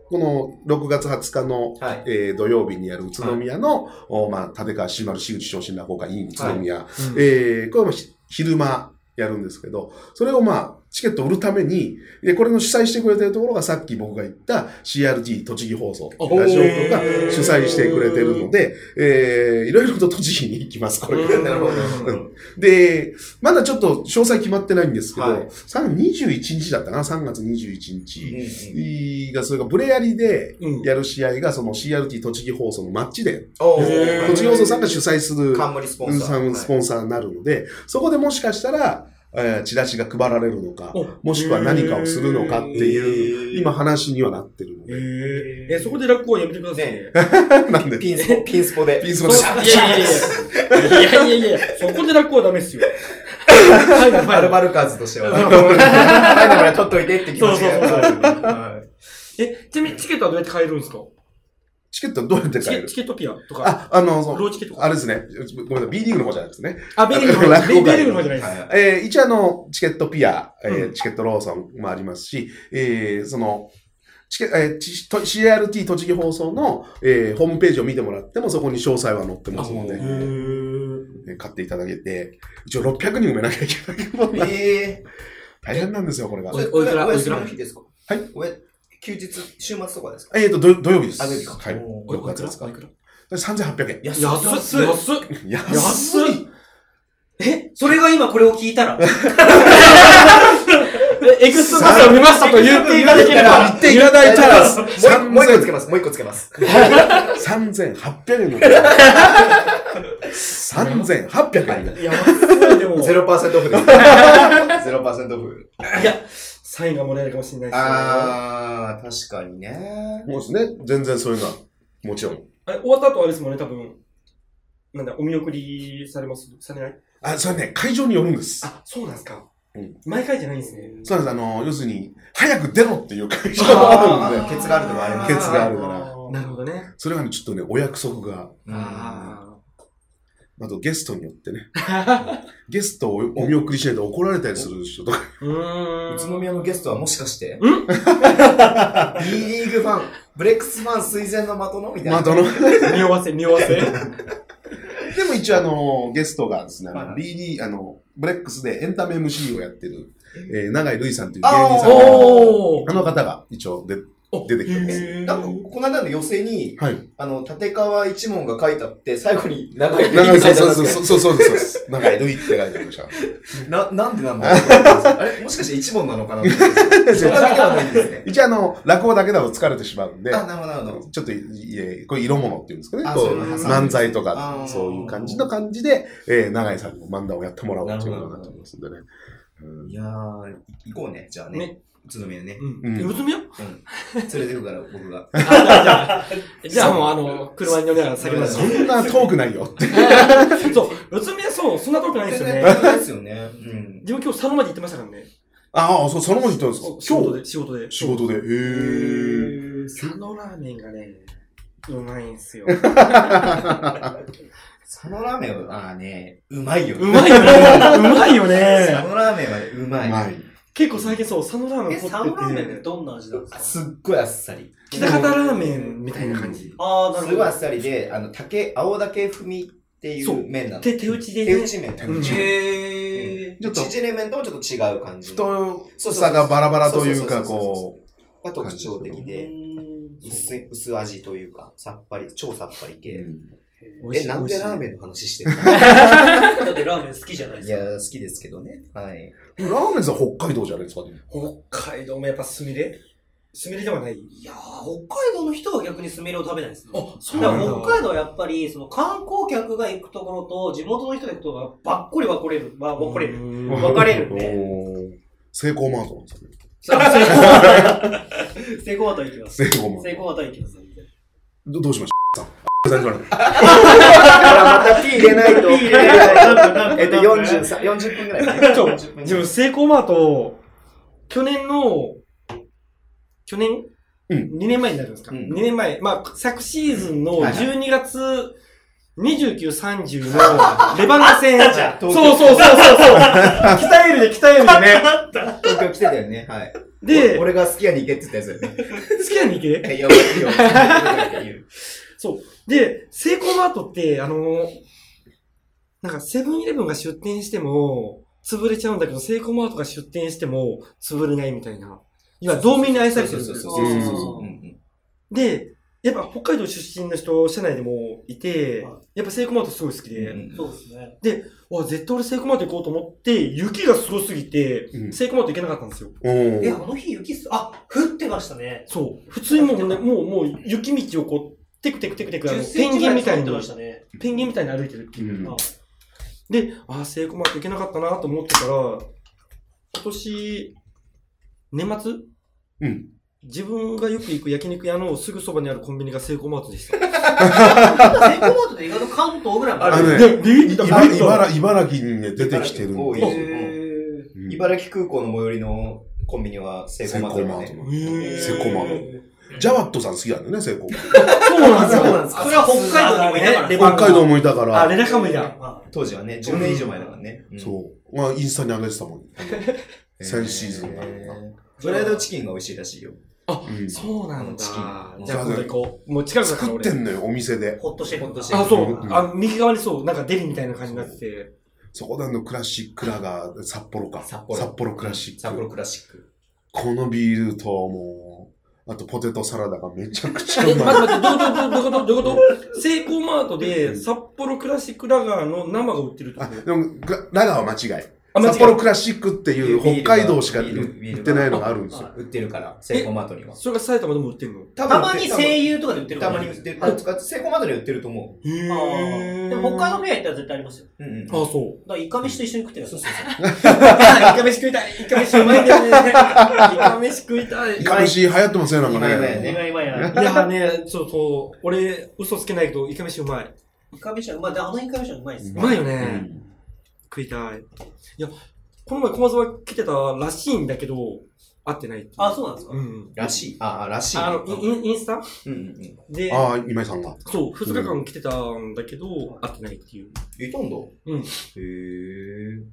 Speaker 1: この6月20日の、
Speaker 2: はい
Speaker 1: えー土曜日にやる宇都宮の、おまあ、立川志丸、志口昇進落語家 in 宇都宮。
Speaker 4: うん
Speaker 1: えーこれもひ昼間やるんですけど、それをまあ、チケットを売るために、でこれの主催してくれてるところがさっき僕が言った CRT 栃木放送、
Speaker 4: お
Speaker 1: ラジオ局が
Speaker 4: へー
Speaker 1: 主催してくれてるので、えーいろいろと栃木に行きます、これから。
Speaker 2: なるほど。
Speaker 1: で、まだちょっと詳細決まってないんですけど、
Speaker 2: はい
Speaker 1: 3 21日だったかな、3月21日が、それがブレアリで
Speaker 4: うん
Speaker 1: やる試合が、その CRT 栃木放送のマッチで、
Speaker 2: お
Speaker 4: へー
Speaker 1: 栃木放送さんが主催する
Speaker 2: 冠スポンサ
Speaker 1: さ
Speaker 2: ー。
Speaker 1: んスポンサーになるので、そこでもしかしたら、えーチラシが配られるのか、
Speaker 4: お
Speaker 1: もしくは何かをするのかっていう、
Speaker 2: へー
Speaker 1: 今話にはなってるので、
Speaker 4: えーえ、そこで落語はやめてくださいね。
Speaker 1: なんで、
Speaker 2: ピンスポ、ピンスポで。
Speaker 1: ピース
Speaker 4: そ
Speaker 1: ボ
Speaker 4: う
Speaker 1: で
Speaker 4: い
Speaker 1: す。
Speaker 4: やいやいやいや。いやいやいや、そこで落語はダメっすよ。はいはい
Speaker 2: アル
Speaker 4: は
Speaker 2: バルカーズとしては。ファイナルから取っといてって気持ち
Speaker 4: そうそう
Speaker 2: が。
Speaker 4: い。え、ちなみにチケットはどうやって買えるんですか
Speaker 1: チケットどうやって
Speaker 4: チ
Speaker 1: 買え
Speaker 4: ケ
Speaker 1: る
Speaker 4: チケットピアとか。
Speaker 1: あ、あの、そ
Speaker 4: ロ
Speaker 1: の
Speaker 4: ーチケット
Speaker 1: あれですね。ごめんなさい。B リーグの方じゃないですね。
Speaker 4: あ、ベリーグの方じゃない。
Speaker 1: 落語
Speaker 4: ベ
Speaker 1: 会
Speaker 4: リーグの方じゃないで
Speaker 2: はい
Speaker 4: す。
Speaker 1: えー一応あの、チケットピア、えー
Speaker 4: うん
Speaker 1: チケットローソンもありますし、えーその、チケえーちと CRT 栃木放送の、えーホームページを見てもらっても、そこに詳細は載ってますので、
Speaker 2: あ
Speaker 4: へー
Speaker 1: えー買っていただけて、一応600人埋めなきゃいけないもんね。
Speaker 2: ええ。
Speaker 1: 大変なんですよ、これが
Speaker 4: お。いおいくら
Speaker 2: お休みの日ですか
Speaker 1: はい
Speaker 2: おや休日、週末とかですか
Speaker 1: えっ、と土、土曜日です。
Speaker 2: あ土曜日か
Speaker 1: はい。
Speaker 2: お
Speaker 4: おい
Speaker 1: 6
Speaker 4: くら
Speaker 1: 月ですか
Speaker 4: おいくら。
Speaker 1: 3800円。
Speaker 2: 安
Speaker 4: 安っ安っ
Speaker 1: 安
Speaker 4: 安っ
Speaker 3: え、それが今これを聞いたら、
Speaker 4: エクストラパスを見ましたと言っていただければ。
Speaker 1: 言っていただいたら、
Speaker 2: もうもう一個つけ
Speaker 1: 3800
Speaker 2: ます。もう一個つけます。
Speaker 1: 円 の。3800円。
Speaker 4: いや、安いでも。
Speaker 2: ゼロパーセントオフ です。ゼロパーセントオフ。
Speaker 4: いや、サインがもらえるかもしれないですね。
Speaker 2: あー、確かにね。
Speaker 1: もうですね、全然そういうのは、もちろん。
Speaker 4: あれ終わった後あれですもんね、多分。なんだ、お見送りされますされない
Speaker 1: あ、それね、会場によるんです。
Speaker 4: あ、そうなんですか。
Speaker 1: うん
Speaker 4: 毎回じゃないんですね。
Speaker 1: そうなんです。あの、要するに、早く出ろっていう会場があるん
Speaker 2: あ
Speaker 1: で、
Speaker 2: ケツがあるとこあります
Speaker 1: ケツがあるから
Speaker 4: なるほどね。
Speaker 1: それがね、ちょっとね、お約束が、
Speaker 2: あ
Speaker 4: あ
Speaker 1: あとゲストによってね、ゲストをお見送りしないと怒られたりする人とか、
Speaker 4: ーうーん。
Speaker 2: 宇都宮のゲストはもしかして、
Speaker 4: う
Speaker 2: B リーグファン、ブレックスファン推薦の的のみたい
Speaker 1: ま
Speaker 2: な。
Speaker 1: あ、どの、
Speaker 4: 匂わせ、匂わせ。
Speaker 1: でも一応あの、ゲストがですね、あ
Speaker 4: はいは
Speaker 1: の
Speaker 4: い
Speaker 1: BD、あの、ブレックスでエンタメ MC をやってる、えー、長井瑠衣さんという芸人さんが、
Speaker 2: お
Speaker 1: あの方が一応で、出てきてま
Speaker 2: な
Speaker 1: す。
Speaker 2: んか、この間の寄せに、
Speaker 1: はい。
Speaker 2: あの、立川一門が書いたって、最後に長い
Speaker 1: 長井、
Speaker 2: 書
Speaker 1: そ
Speaker 2: いうてあ
Speaker 1: そ
Speaker 2: る
Speaker 1: うんそう
Speaker 2: です
Speaker 1: そう、そうそうそうそう。長井瑠衣って書いてありました。
Speaker 2: けどな、なんでなのあれもしかして一門なのかなそれだけはないんですね。
Speaker 1: 一応あの、落語だけだと疲れてしまうんで、
Speaker 2: あ、なるほど、なるほど。
Speaker 1: ちょっと、いえ、これ色物っていうんですかね。
Speaker 2: あ
Speaker 1: こ
Speaker 2: そういう
Speaker 1: う
Speaker 2: の挟んで
Speaker 1: 漫才と
Speaker 2: あ
Speaker 1: か
Speaker 2: ー、
Speaker 1: そういう感じの感じで、えー、長井さんの漫談をやってもらおうっていうことになってますんでね。うん
Speaker 2: いやー、い行こうね、じゃあね
Speaker 4: ね。
Speaker 2: 宇都宮ね。
Speaker 4: う
Speaker 1: うん
Speaker 4: ん。宇都宮
Speaker 2: うん。連れてくから、僕が。
Speaker 4: あじゃあじゃあもうあの、車に乗りながら酒飲んで
Speaker 1: そんな遠くないよって。
Speaker 4: そう、宇都宮そう、そんな遠くないんですよね。
Speaker 2: ですよね。うん。
Speaker 4: 自分今日佐野まで行ってましたからね。
Speaker 1: ああ、そう、その文字言ったんです
Speaker 4: 仕
Speaker 1: か
Speaker 4: 事
Speaker 1: 今
Speaker 4: で、仕事で。
Speaker 1: 日、仕事で。へ
Speaker 4: へ
Speaker 1: ー。
Speaker 4: ー佐野ラーメンがね、うまいんすよ。
Speaker 2: 佐野ラーメンは、あーね、うまいよ。
Speaker 4: うまいよね。うまいよ
Speaker 2: 佐
Speaker 4: ね。
Speaker 2: 野ラーメンはねうまい。
Speaker 1: はい。
Speaker 4: 結構最近そう、佐野ラーメ
Speaker 3: え、
Speaker 4: ン
Speaker 3: サムラーメンって
Speaker 4: てて、
Speaker 3: どんな味なんですか
Speaker 2: すっごいあっさり。
Speaker 4: 北方ラーメンみたいな感じ。
Speaker 3: ああ、な
Speaker 2: す
Speaker 3: るほ
Speaker 2: ごい
Speaker 3: ど
Speaker 2: あっ。さりで、あの、竹、青竹踏みってい
Speaker 4: そう
Speaker 2: う麺なの。
Speaker 4: で、手打ちで
Speaker 2: 手
Speaker 4: ね
Speaker 2: 打。ち麺。
Speaker 1: うん
Speaker 4: ち
Speaker 3: へえ。
Speaker 1: ちょっと
Speaker 2: 縮れ麺ともちょっと違う感じの。
Speaker 1: 太さがバラバラというか、
Speaker 2: そうそうそうそう
Speaker 1: こ
Speaker 2: が特徴的
Speaker 3: う
Speaker 2: で、
Speaker 3: ん
Speaker 2: 薄い薄味というか、さっぱり、超さっぱり
Speaker 1: う。
Speaker 2: 系。
Speaker 4: 美味し
Speaker 2: え、
Speaker 4: い
Speaker 2: なんでラーメ
Speaker 4: ン
Speaker 2: ンの話してる
Speaker 3: だってラーメン好きじゃない
Speaker 2: の
Speaker 3: で
Speaker 2: い
Speaker 3: すか。
Speaker 2: や、好きですけどね。はい。
Speaker 1: ラーメンさん北海道じゃないですか、でも
Speaker 4: 北海道もやっぱすみれすみれではない
Speaker 3: いやー、北海道の人は逆にスミレを食べないですね。
Speaker 4: あ、
Speaker 3: だから北海道はやっぱり、その観光客が行くところと、地元の人が行くところがばっこり分かれる。まあ、分かれる。
Speaker 4: る
Speaker 3: 分かれるね。
Speaker 1: おーセイコーマートなんですよね。
Speaker 3: 成功はと行きます。
Speaker 1: セイコーマー
Speaker 3: 成功はと行きます。
Speaker 1: ト。どどうしました さん。あさんじゃない
Speaker 2: また P 入れないと。えっと、40
Speaker 3: 40。
Speaker 2: 40分ぐ らいね。
Speaker 4: そう
Speaker 2: 40分ぐ
Speaker 4: 自
Speaker 2: らい
Speaker 4: 分、セイコーマート、去年の、去年、
Speaker 1: うん
Speaker 4: 2年前になるんですか、
Speaker 2: うん
Speaker 4: ?2 年前。まあ、昨シーズンの
Speaker 2: はいはい
Speaker 4: 12月29、30の レバノン戦。
Speaker 2: ゃあ
Speaker 4: そうそうそうそう。鍛えるで鍛えるでね。
Speaker 2: 東京来てたよね。はい。
Speaker 4: で、
Speaker 2: お
Speaker 4: 好
Speaker 2: 俺が好きやに行けって言ったやつだよね。
Speaker 4: きなに行け
Speaker 2: いや、俺いいよ。いいよ
Speaker 4: で、セイコーマートって、あの、なんかセブンイレブンが出店しても、潰れちゃうんだけど、セイコーマートが出店しても、潰れないみたいな。今、道民に愛されてるんですよ。
Speaker 2: そうそうそうそうそう。うんうん
Speaker 4: で、やっぱ北海道出身の人、社内でもいて、
Speaker 3: は
Speaker 4: やっぱセイコーマートすごい好きで、
Speaker 2: うん
Speaker 3: そうですね。
Speaker 4: わ、絶対俺セイコーマート行こうと思って、雪がすごすぎて、
Speaker 1: うん
Speaker 4: セイコーマート行けなかったんですよ。
Speaker 1: お
Speaker 3: え、あ
Speaker 1: ー
Speaker 3: の日雪っす、あ、降ってましたね。
Speaker 4: そう。普通にもうね、もう、もう雪道をこう、テクテクテクテク、あの
Speaker 3: 10
Speaker 4: ペ
Speaker 3: セン
Speaker 4: ン
Speaker 3: チ
Speaker 4: ギ
Speaker 3: ぐ
Speaker 4: ン
Speaker 3: ら
Speaker 4: み
Speaker 3: い
Speaker 4: た
Speaker 3: 積
Speaker 4: い
Speaker 3: もってま
Speaker 4: に
Speaker 3: し、たね。
Speaker 4: ペンギンみたいに歩いてるっていう。
Speaker 1: うん
Speaker 3: あ
Speaker 4: で、あー、セイコーマート行けなかったなと思ってたら、今年、年末
Speaker 1: うん。
Speaker 4: 自分がよく行く焼肉屋のすぐそばにあるコンビニがセイコーマートでし
Speaker 3: セ
Speaker 4: た。
Speaker 3: イコーマートって意外と関東ぐらいまで
Speaker 1: あのね
Speaker 4: で、ビビった、ビ
Speaker 1: 茨
Speaker 4: ビった。
Speaker 1: 茨茨城にね、出てきてるん
Speaker 2: 多い
Speaker 1: で
Speaker 2: よ
Speaker 1: すよ。
Speaker 3: へー
Speaker 1: うん
Speaker 2: 茨城空港の最寄りのコンビニはセイコ
Speaker 1: セ
Speaker 2: ー
Speaker 1: イ
Speaker 2: マ
Speaker 1: コ
Speaker 2: ート
Speaker 1: ー
Speaker 2: だ
Speaker 1: マー
Speaker 2: ね
Speaker 1: ト。
Speaker 4: へー
Speaker 1: セイコーマート。ジャワットさん好きなんだよね、セイコーマー
Speaker 4: そうなんです
Speaker 2: そう
Speaker 4: よ
Speaker 2: な。んです
Speaker 3: それは北海道にもいながらね
Speaker 4: レ
Speaker 1: ト。
Speaker 4: バノン
Speaker 1: 北海道もいたか
Speaker 4: あ、
Speaker 1: ら、
Speaker 4: レラカムイだ。
Speaker 3: は
Speaker 2: 当時はね、10年以上前だからね。うん
Speaker 1: そう。まあ、インスタに上げてたもん。先シーズンだ
Speaker 2: え
Speaker 1: な
Speaker 2: ーフライドチキンが美味しいらしいよ。
Speaker 1: うん
Speaker 4: そうなんだ。
Speaker 2: チ
Speaker 4: じ
Speaker 2: キン
Speaker 4: ゃあ今度行こう。もう近くだから
Speaker 1: 作っ
Speaker 4: 俺
Speaker 1: て。んのよ、お店
Speaker 3: い
Speaker 1: で。。
Speaker 3: ホットシェフ。
Speaker 2: ホットシェフ
Speaker 4: あ、そううんあ、右側にそう、なんかデリみたいな感じになってて。
Speaker 1: そこであの、クラシックラガー、札幌か。
Speaker 2: 札幌
Speaker 1: クラシック。
Speaker 2: 札幌クラシック。
Speaker 1: このビールと、もう、あとポテトサラダがめちゃくちゃ
Speaker 4: え、
Speaker 1: う
Speaker 4: 待
Speaker 1: まい。
Speaker 4: って待って、どういう ことどういうことどういうことセイコーマートで札幌クラシックラガーの生が売ってるってこ
Speaker 1: あ、
Speaker 4: と
Speaker 1: でも、グララガーは間違い。
Speaker 4: あ、間違
Speaker 1: 札
Speaker 4: え
Speaker 1: 幌クラシックっていう
Speaker 2: ビール
Speaker 1: 北海道しか
Speaker 2: ビールビール
Speaker 1: 売ってないのがあるんですよ。
Speaker 3: あ
Speaker 2: 売ってるから、セイコーマートには
Speaker 4: た。。それが埼玉でも売ってるの
Speaker 2: た
Speaker 3: たまに声優とかで売ってる
Speaker 2: たまに売ってる。あつかセイコーマートには売ってると思
Speaker 4: へ
Speaker 3: あーでも北海道フェア行ったら絶対ありますよ。
Speaker 2: う。うんうん。
Speaker 4: あ、そう。
Speaker 3: だからイカ飯と一緒に食ってるやつ。
Speaker 4: イカ飯食いたいイカ飯うまいんだよね。イ カ飯食いたい。
Speaker 1: イカ飯流行ってますよ、なんか
Speaker 2: 今や
Speaker 1: ね。
Speaker 2: ね
Speaker 3: 今今や。
Speaker 4: いやーね、ちょっと、俺、嘘つけないけど、イカ飯うまい。
Speaker 3: イカ飯はうまい。であのイカ飯はうまいです
Speaker 4: う。まいよ
Speaker 2: う
Speaker 4: ね。
Speaker 2: ん。
Speaker 4: 食いたい。いや、この前駒沢来てたらしいんだけど、会ってないってい
Speaker 3: あ、そうなんですか
Speaker 4: う。うん。
Speaker 2: らしい。ああ、らしい。
Speaker 4: あの、インインスタ
Speaker 2: うんうんうん。
Speaker 4: で、
Speaker 1: ああ、今井さんが。
Speaker 4: そう、二日間来てたんだけど、会ってないっていう。
Speaker 2: いたんだ。
Speaker 4: うん
Speaker 2: へえ。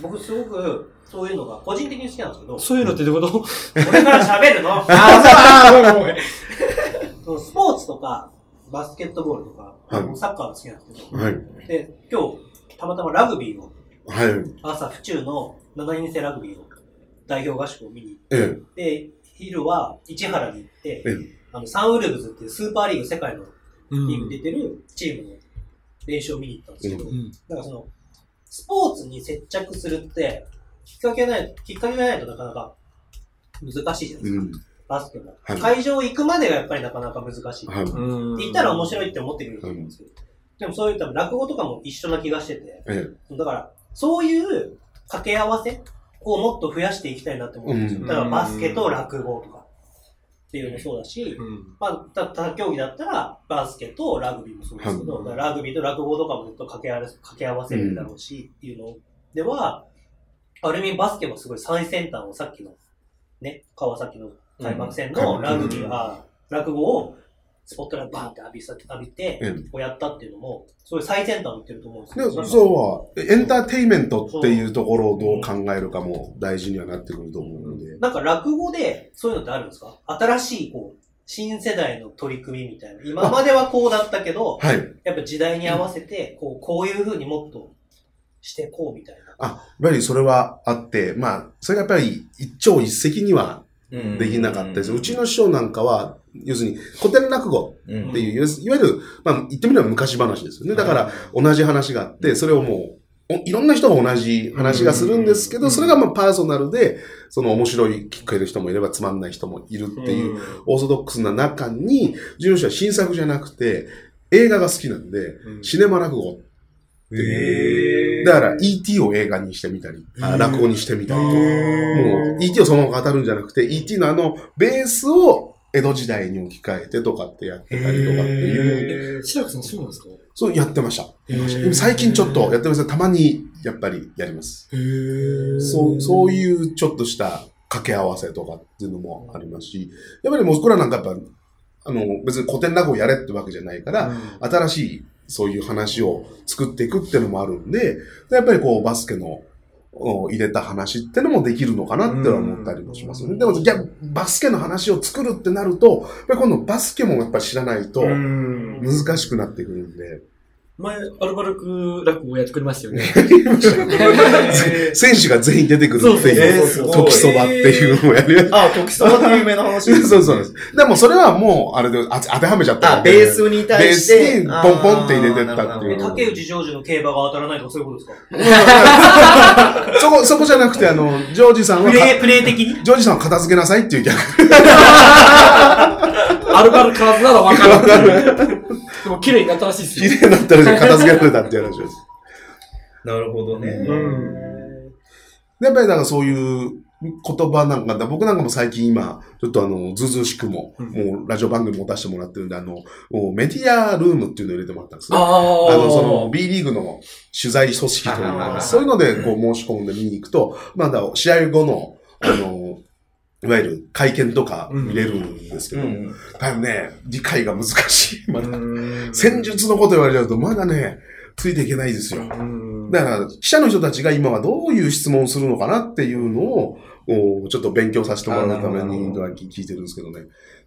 Speaker 3: 僕すごく、そういうのが個人的に好きなんですけど、
Speaker 4: そういうのってどういうこと
Speaker 3: 俺から喋るの
Speaker 4: あ、そうごめんごめん。
Speaker 3: そのスポーツとか、バスケットボールとか、
Speaker 1: はい
Speaker 3: サッカーが好きなんですけど、
Speaker 1: はい。
Speaker 3: で、今日、たまたまラグビーを、
Speaker 1: はい。
Speaker 3: 朝、府中の7人制ラグビーの代表合宿を見に行っ
Speaker 1: ええ。
Speaker 3: て、昼は市原に行って
Speaker 1: ええ、
Speaker 3: あの、サンウルブズっていうスーパーリーグ世界の
Speaker 4: うん
Speaker 3: リーグに出てるチームの練習を見に行ったんですけど、
Speaker 1: う
Speaker 4: うん。
Speaker 3: なんかその、スポーツに接着するって、きっかけない、きっかけがないとなかなか難しいじゃないですか。
Speaker 1: うん。
Speaker 3: バスケも。
Speaker 1: はい
Speaker 3: 会場行くまでがやっぱりなかなか難しい。
Speaker 1: はい。
Speaker 4: うん。
Speaker 3: 行ったら面白いって思ってくれると思うんですけど。でもそういう多分落語とかも一緒な気がしてて。
Speaker 1: え
Speaker 3: だから、そういう掛け合わせをもっと増やしていきたいなって思うんですよ。
Speaker 1: うん
Speaker 3: だからバスケと落語とかっていうのもそうだし、
Speaker 4: うん。
Speaker 3: まあ、た、他競技だったら、バスケとラグビーもそうですけど、
Speaker 4: はい
Speaker 3: だからラグビーと落語とかもずっと掛け合わせ掛け合わせるだろうし、っていうのでは、アルミンバスケもすごい最先端をさっきの、ね、川崎の開幕戦
Speaker 1: う
Speaker 3: の
Speaker 1: ん
Speaker 3: ラグビーが、落語をスポットライトバーンって浴びさ浴びて、
Speaker 1: え。
Speaker 3: こうやったっていうのも、すごい最先端を言ってると思うんですけ
Speaker 1: で
Speaker 3: ど、
Speaker 1: そうは、エンターテインメントっていうところをどう考えるかも大事にはなってくると思うので。
Speaker 3: なんか落語でそういうのってあるんですか新しい、こう、新世代の取り組みみたいな。今まではこうだったけど、
Speaker 1: はい。
Speaker 3: やっぱ時代に合わせて、こう、こういう風にもっとしてこうみたい な。
Speaker 1: あ、やっぱりそれはあって、まあ、それがやっぱり一朝一夕にはできなかったです。うちの師匠なんかは、要するに古典落語
Speaker 2: うん
Speaker 1: っていう、いわゆる、まあ、言ってみれば昔話ですよね。だから、同じ話があって、それをもう、おいろんな人が同じ話がするんですけ
Speaker 4: う
Speaker 1: ど、
Speaker 4: ん
Speaker 1: それがまあパーソナルで、その面白い聞こえる人もいればつまんない人もいるっていう、オーソドックスな中に、事業者は新作じゃなくて、映画が好きなんで、
Speaker 4: うん。
Speaker 1: シネマ落語。
Speaker 2: へ
Speaker 1: だから、E.T. を映画にしてみたり、あ落語にしてみたりと。もう、E.T. をそのまま語るんじゃなくて、E.T. のあの、ベースを江戸時代に置き換えてとかってやってたりとかっていう、
Speaker 4: え、白くさんそうなんですか
Speaker 1: そうやってました。
Speaker 4: へー
Speaker 1: 最近ちょっとやってますたまにやっぱりやります。
Speaker 4: へー
Speaker 1: そう、そう
Speaker 4: う。
Speaker 1: いうちょっとした掛け合わせとかっていうのもありますし、やっぱりモスクラなんかやっぱ、あの、別に古典落語やれってわけじゃないから、新しいそういう話を作っていくっていうのもあるんで、やっぱりこうバスケのお入れた話ってのもできるのかなってのは思ったりもしますよ
Speaker 4: う
Speaker 1: ね。
Speaker 4: ん
Speaker 1: でも、いやバスケの話を作るってなると、やっぱり今度バスケもやっぱり知らないと
Speaker 4: うん
Speaker 1: 難しくなってくるんで、
Speaker 4: 前、アルバルク落語やってくれましたよね。
Speaker 1: 選手が全員出てくるっていう、
Speaker 2: そうそうそう
Speaker 1: 時そばっていうのもやるやつ。
Speaker 2: あ、時そばって有名な話。
Speaker 1: そうそうなんです。でもそれはもう、あれで、あ当てはめちゃった
Speaker 2: あ、
Speaker 1: んで。
Speaker 2: ベースに対して。
Speaker 1: ベースにポンポンって入れてったっていう
Speaker 2: あーなるほどなるほど
Speaker 3: 竹内ジョージの競馬が当たらないとかそういうこと ですか
Speaker 1: そこ、そこじゃなくて、あの、ジョージさんは
Speaker 3: プ
Speaker 1: か、
Speaker 3: レイ、プレイ的に
Speaker 1: ジョージさんを片付けなさいっていう逆
Speaker 4: アルバルクはずならわかる。でも綺麗になったらしいっす
Speaker 1: 綺
Speaker 4: よ。
Speaker 1: 麗になったら片付けられたっていう話です。
Speaker 2: なるほどね。
Speaker 4: うん
Speaker 1: でやっぱりなんかそういう言葉なんかだ、僕なんかも最近今、ちょっとあの、ずうずうしくも、
Speaker 4: うん
Speaker 1: もうラジオ番組も出してもらってるんで、あの、もうメディアルームっていうのを入れてもらったんですね。
Speaker 4: あ
Speaker 1: あの、その、、B リーグの取材組織とい
Speaker 2: は
Speaker 1: う
Speaker 2: いはいは
Speaker 1: か、
Speaker 2: い
Speaker 1: そういうので、こう、申し込んで見に行くと、まだ、試合後の、あの、いわゆる会見とか見れるんですけ
Speaker 2: う
Speaker 1: ど、
Speaker 2: ん。
Speaker 1: 多分ね、理解が難しい。まだ、
Speaker 4: うん
Speaker 1: 戦。術のこと言われちゃうと、まだね、ついていけないですよ。
Speaker 4: うん
Speaker 1: だから、記者の人たちが今はどういう質問をするのかなっていうのを、こうちょっと勉強させてもらうため
Speaker 2: あなる
Speaker 1: に
Speaker 2: ほど
Speaker 1: は聞いてるんですけどね。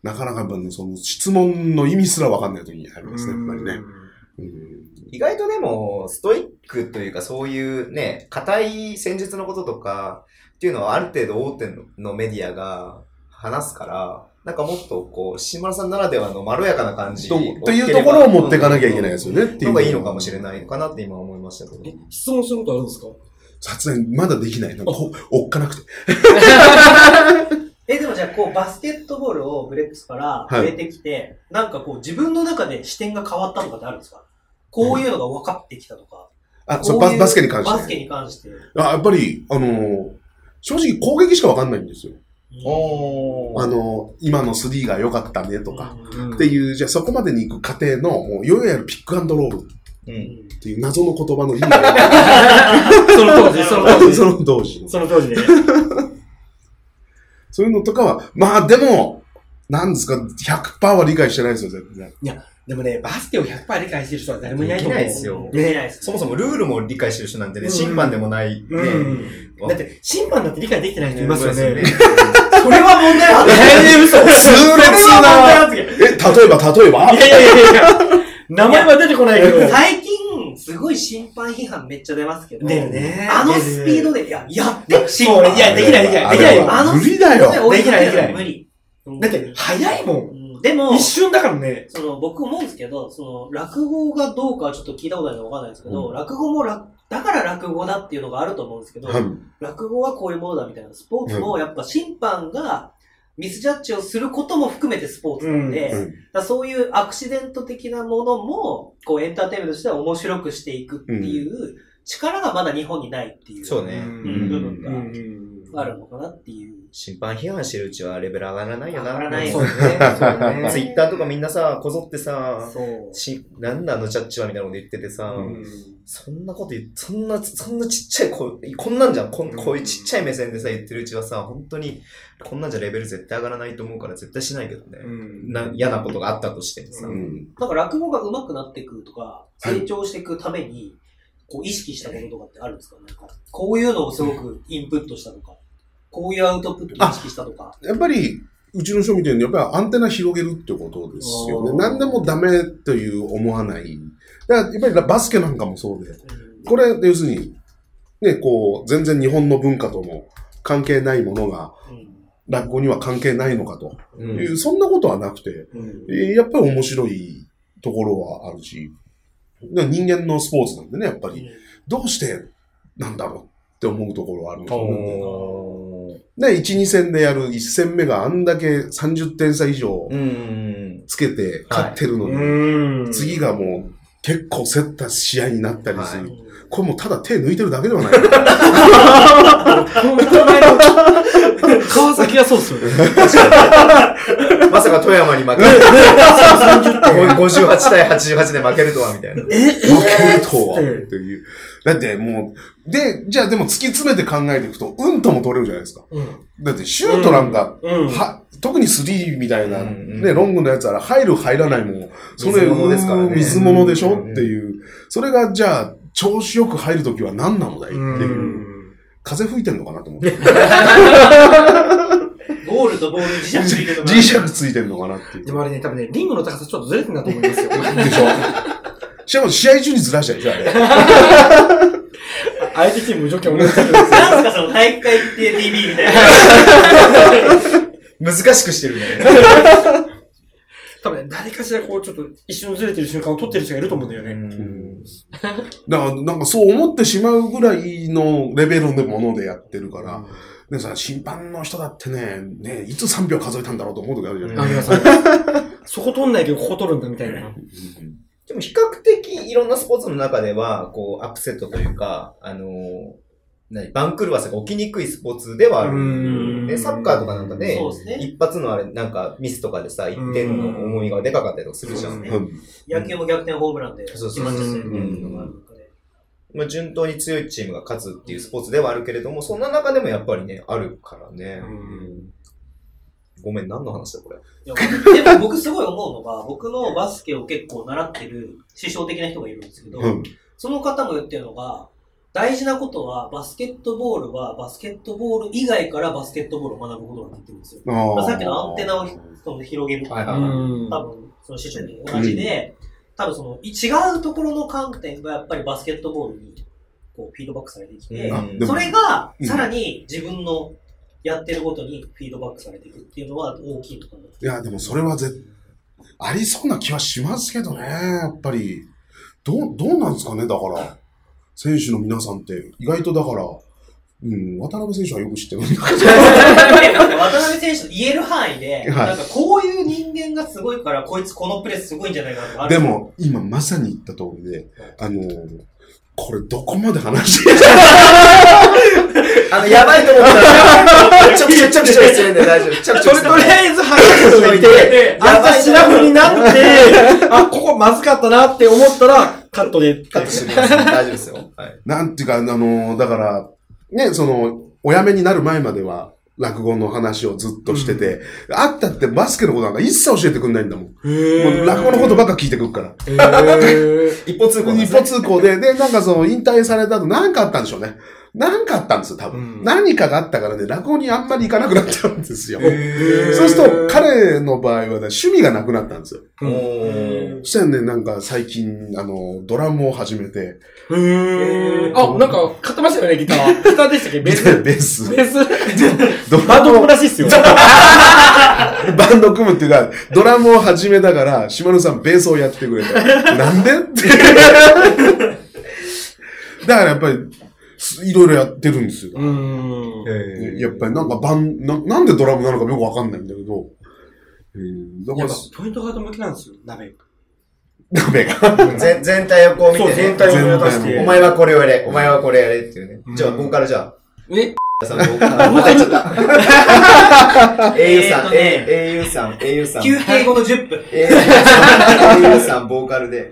Speaker 1: なかなかやっぱね、その質問の意味すらわかんない時にありますね、やっぱりね。うん
Speaker 2: 意外とでも、ストイックというか、そういうね、硬い戦術のこととか、っていうのはある程度大手のメディアが話すから、なんかもっとこう、新村さんならではのまろやかな感じ
Speaker 1: と
Speaker 2: を
Speaker 1: というところを持っていかなきゃいけないですよねっていう。
Speaker 2: のがいいのかもしれないかなって今思いましたけど。
Speaker 4: え質問することあるんですか
Speaker 1: 撮影まだできない。なんかこ追っかなくて。
Speaker 3: え、でもじゃあこうバスケットボールをブレックスから
Speaker 1: はい
Speaker 3: 入れてきて、なんかこう自分の中で視点が変わったとかってあるんですかこういうのが分かってきたとか。
Speaker 1: あ、そう
Speaker 3: こ
Speaker 1: バ
Speaker 3: い
Speaker 1: スバスケに関
Speaker 3: バ
Speaker 1: し
Speaker 3: ス
Speaker 1: て。
Speaker 3: ケに関して。
Speaker 1: あやっぱり、あのー正直攻撃しかわかんないんですよ。
Speaker 2: おー
Speaker 1: あの、今の3が良かったねとか、
Speaker 3: うん
Speaker 1: っていう、じゃあそこまでに行く過程の、もういわゆるピックアンドロール
Speaker 2: う。
Speaker 3: うんん
Speaker 1: っていう謎の言葉の意味
Speaker 4: その当時、その当
Speaker 1: を
Speaker 4: 時。
Speaker 1: その同時に。
Speaker 4: その当時ね。
Speaker 1: そういうのとかは、まあでも、なんですか、100%は理解してないですよ、絶対。
Speaker 4: でもね、バスケを100%理解してる人は誰もいないと思う。
Speaker 2: できないですよ
Speaker 3: できないですね
Speaker 2: そもそもルールも理解してる人なんてね、
Speaker 4: うん
Speaker 2: 審判でもない、ね。
Speaker 4: うん。だって、審判だって理解できてない人いますよね。
Speaker 2: それは問題発
Speaker 4: えー、嘘
Speaker 1: 痛
Speaker 4: 痛烈
Speaker 1: え、例えば、例えば
Speaker 4: いやいやいやいや。名前は出てこない けど。
Speaker 3: 最近、すごい審判批判めっちゃ出ますけど、
Speaker 4: だよね
Speaker 3: あのスピードで、いや、やって審
Speaker 4: そう
Speaker 3: 判。
Speaker 4: いやできないできないできないよ
Speaker 1: あれは無理だよ。
Speaker 3: できない、で
Speaker 4: でき
Speaker 3: き
Speaker 4: な
Speaker 3: ないい。無理。うん
Speaker 4: だって、早いもん。
Speaker 3: うんでも
Speaker 4: 一、瞬だからね。
Speaker 3: その、僕思うんですけど、その、落語がどうかはちょっと聞いたことないのでわかんないですけど、落語もら、だから落語だっていうのがあると思うんですけど、
Speaker 1: うん
Speaker 3: 落語はこういうものだみたいな、スポーツもやっぱ審判がミスジャッジをすることも含めてスポーツなんで、
Speaker 1: うん
Speaker 3: だからそういうアクシデント的なものも、こうエンターテインメントとしては面白くしていくっていう力がまだ日本にないっていう。
Speaker 2: そうね。
Speaker 4: うん
Speaker 3: 部分
Speaker 4: う
Speaker 3: が
Speaker 4: ん。
Speaker 3: あるのかなっていう。
Speaker 2: 審判批判してるうちはレベル上がらないよな。
Speaker 3: 上がらない
Speaker 2: そうね。
Speaker 4: そう ね
Speaker 2: ツイッターとかみんなさ、こぞってさ、
Speaker 3: そう。
Speaker 2: し、なんだあのジャッジはみたいなこと言っててさ、
Speaker 1: うん
Speaker 2: そんなこと言っそんな、そんなちっちゃい、こう、こんなんじゃん。こんこういうちっちゃい目線でさ、言ってるうちはさ、本当に、こんなんじゃレベル絶対上がらないと思うから絶対しないけどね。
Speaker 4: うん。
Speaker 2: な嫌なことがあったとしてもさ。
Speaker 4: う
Speaker 1: うん
Speaker 3: なんか落語が上手くなっていくとか、
Speaker 1: はい
Speaker 3: 成長していくために、こう意識したこととかってあるんですかなんか、こういうのをすごくインプットしたとか、こういうアウトプットを意識したとか。
Speaker 1: やっぱり、うちの人みたいに、やっぱりアンテナ広げるってことですよね
Speaker 3: あ。ー
Speaker 1: 何でもダメという思わない。だからやっぱりバスケなんかもそうで、
Speaker 3: うん
Speaker 1: これ、要するに、ね、こう、全然日本の文化とも関係ないものが、
Speaker 3: うん
Speaker 1: 落語には関係ないのかと
Speaker 2: うん
Speaker 1: いう、そんなことはなくて、
Speaker 4: うん
Speaker 1: えーやっぱり面白いところはあるし、で人間のスポーツなんでね、やっぱり、どうしてなんだろうって思うところはあるんですよね。
Speaker 2: おー
Speaker 1: で、1、2戦でやる1戦目があんだけ30点差以上
Speaker 2: うん。
Speaker 1: つけて勝ってるのに、
Speaker 4: うん。
Speaker 1: 次がもう結構競った試合になったりする。
Speaker 3: うん
Speaker 1: これもうただ手抜いてるだけではない。だ
Speaker 4: 本当だよ。川崎がそうっすよね。
Speaker 2: まさか富山に負ける。58対88で負けるとは、みたいな。
Speaker 1: けるとは、
Speaker 4: え
Speaker 1: っていう。だってもう、で、じゃあでも突き詰めて考えていくと、うんとも取れるじゃないですか。だってシュートなんか、
Speaker 4: うん。
Speaker 1: は、特にスリーみたいな、
Speaker 2: うんうん
Speaker 1: ね、ロングのやつなら入る入らないも、それ
Speaker 2: 水物ですからね
Speaker 1: うん水物でしょ、
Speaker 2: うんうん
Speaker 1: っていう。それが、じゃあ、調子よく入るときは何なのだいって
Speaker 4: う
Speaker 1: いう。
Speaker 4: ん。
Speaker 1: 風吹いてんのかなと思って。
Speaker 3: ゴールとボールに磁石つい てるとか。
Speaker 1: 磁石ついてんのかなってい う。
Speaker 4: でもあれね、多分ね、リングの高さちょっとずれてんだと思いますよ。
Speaker 1: でしょしかも試合中にずらしたでしょあれ。
Speaker 4: 相手チーム無条件同じだけど。
Speaker 3: なんすかその大会って TV みたいな。
Speaker 2: 難しくしてるね。
Speaker 4: 多分ね、誰かしらこう、ちょっと一瞬ずれてる瞬間を撮ってる人がいると思うんだよね。
Speaker 1: だから、なんかそう思ってしまうぐらいのレベルのものでやってるから、でさ、審判の人だってね、ね、いつ3秒数えたんだろうと思うときあるじゃない
Speaker 4: ありますありますそこ撮んないけど、ここ撮るんだみたいな。
Speaker 2: でも比較的いろんなスポーツの中では、こう、アップセットというか、あの何番狂わせが起きにくいスポーツではあ
Speaker 4: う
Speaker 2: る。
Speaker 4: ん
Speaker 2: ね、サッカーとかなんかね
Speaker 3: そうですね
Speaker 2: 一発のあれ、なんかミスとかでさ、一点の重みがでかかったりとかするじゃん。
Speaker 3: そうです
Speaker 1: う
Speaker 3: ね
Speaker 1: ん
Speaker 3: 野球も逆転ホームランで決
Speaker 2: そ
Speaker 3: ま
Speaker 2: う
Speaker 3: っ
Speaker 2: そ
Speaker 3: ち
Speaker 2: う
Speaker 3: ゃっ
Speaker 2: そう
Speaker 3: たりっていうのがある中で。
Speaker 2: まあ、順当に強いチームが勝つっていうスポーツではあるけれども、そんな中でもやっぱりね、あるからね。
Speaker 4: うん
Speaker 2: ごめん、何の話だ、これ。
Speaker 3: いやでも僕すごい思うのが、僕のバスケを結構習ってる師匠的な人がいるんですけど、
Speaker 1: うん。
Speaker 3: その方も言ってるのが、大事なことは、バスケットボールは、バスケットボール以外からバスケットボールを学ぶことだって言ってるんですよ。
Speaker 1: あ
Speaker 3: ま
Speaker 1: ー
Speaker 3: あさっきのアンテナをその広げる。
Speaker 2: はいは
Speaker 4: う
Speaker 2: い
Speaker 4: ん。
Speaker 3: 多分、その師匠に同じで、多分その、違うところの観点がやっぱりバスケットボールに、こう、フィードバックされてきて、
Speaker 1: あでも
Speaker 3: それが
Speaker 1: う、ん
Speaker 3: さらに自分のやってることにフィードバックされていくっていうのは大きいのかな。
Speaker 1: いや、でもそれは絶、ありそうな気はしますけどね、やっぱり。どう、どうなんですかね、だから。選手の皆さんって、意外とだから、うん、渡辺選手はよく知ってるんだけ ど。
Speaker 3: 渡辺選手の言える範囲で、
Speaker 1: はい
Speaker 3: なんかこういう人間がすごいから、こいつこのプレスすごいんじゃないかとかある
Speaker 1: で、も、今まさに言った通りで、あの、これどこまで話し
Speaker 2: あの、やばいと思ったら、ちょくちょくちょくちょくしてるんで大丈夫。ちょくち
Speaker 4: そ
Speaker 2: ょく
Speaker 4: れ
Speaker 2: して
Speaker 4: とり
Speaker 2: る。
Speaker 4: あえず話しといて、あんたシラフになって、あ、ここまずかったなって思ったら、カットで。
Speaker 2: カットしてます。大丈夫ですよ。はい。
Speaker 1: なんていうか、あの、だから、ね、その、お辞めになる前までは、落語の話をずっとしてて、あったってバスケのことなんか一切教えてくんないんだもん。もう落語のことばっか聞いてくるから。
Speaker 4: へー
Speaker 2: 一歩通行なんで
Speaker 1: 一
Speaker 2: すね
Speaker 1: 歩通行で、で、なんかその、引退された後、何かあったんでしょうね。何かあったんですよ、多分。
Speaker 4: うん
Speaker 1: 何かがあったからね、落語にあんまり行かなくなっちゃうんですよ。
Speaker 4: へー
Speaker 1: そうすると、彼の場合はね、趣味がなくなったんですよ。
Speaker 4: う
Speaker 2: お
Speaker 4: ん
Speaker 2: ー
Speaker 1: そしたらね、なんか最近、あの、ドラムを始めて、
Speaker 4: へーあ、
Speaker 1: あ
Speaker 4: なんか、買ってましたよね、ギター。ギターで したっけベース。
Speaker 1: ベース。
Speaker 4: ベース。
Speaker 1: ド
Speaker 4: バンド
Speaker 1: を
Speaker 4: 組むらしいっすよ。
Speaker 1: バンド組むっていうか、ドラムを始めたから、島野さんベースをやってくれた。なんでって。 だからやっぱり、すいろいろやってるんですよ。
Speaker 4: うん。
Speaker 1: やっぱりなんかバン、ななんでドラムなのかよくわかんないんだけど、えー、だ
Speaker 4: や
Speaker 1: か
Speaker 4: っぱ
Speaker 1: ら、
Speaker 4: ポイントガード向きなんですよ、鍋。
Speaker 1: ダメが。
Speaker 2: 全全体をこう見て、
Speaker 4: そう、
Speaker 2: ね。
Speaker 4: 全体を見渡し
Speaker 1: 全体
Speaker 4: て。
Speaker 1: を
Speaker 2: お前はこれをやれ、お前はこれやれっていうね
Speaker 4: う。ん
Speaker 2: じゃあ、ここからじゃ
Speaker 4: え
Speaker 2: あ、さん、僕から僕入っちゃった。英雄さん、
Speaker 3: えーとね
Speaker 2: 英雄さん、英雄さん。
Speaker 3: 休憩後の10分。
Speaker 2: 英雄さん、英雄さん、ボーカルで。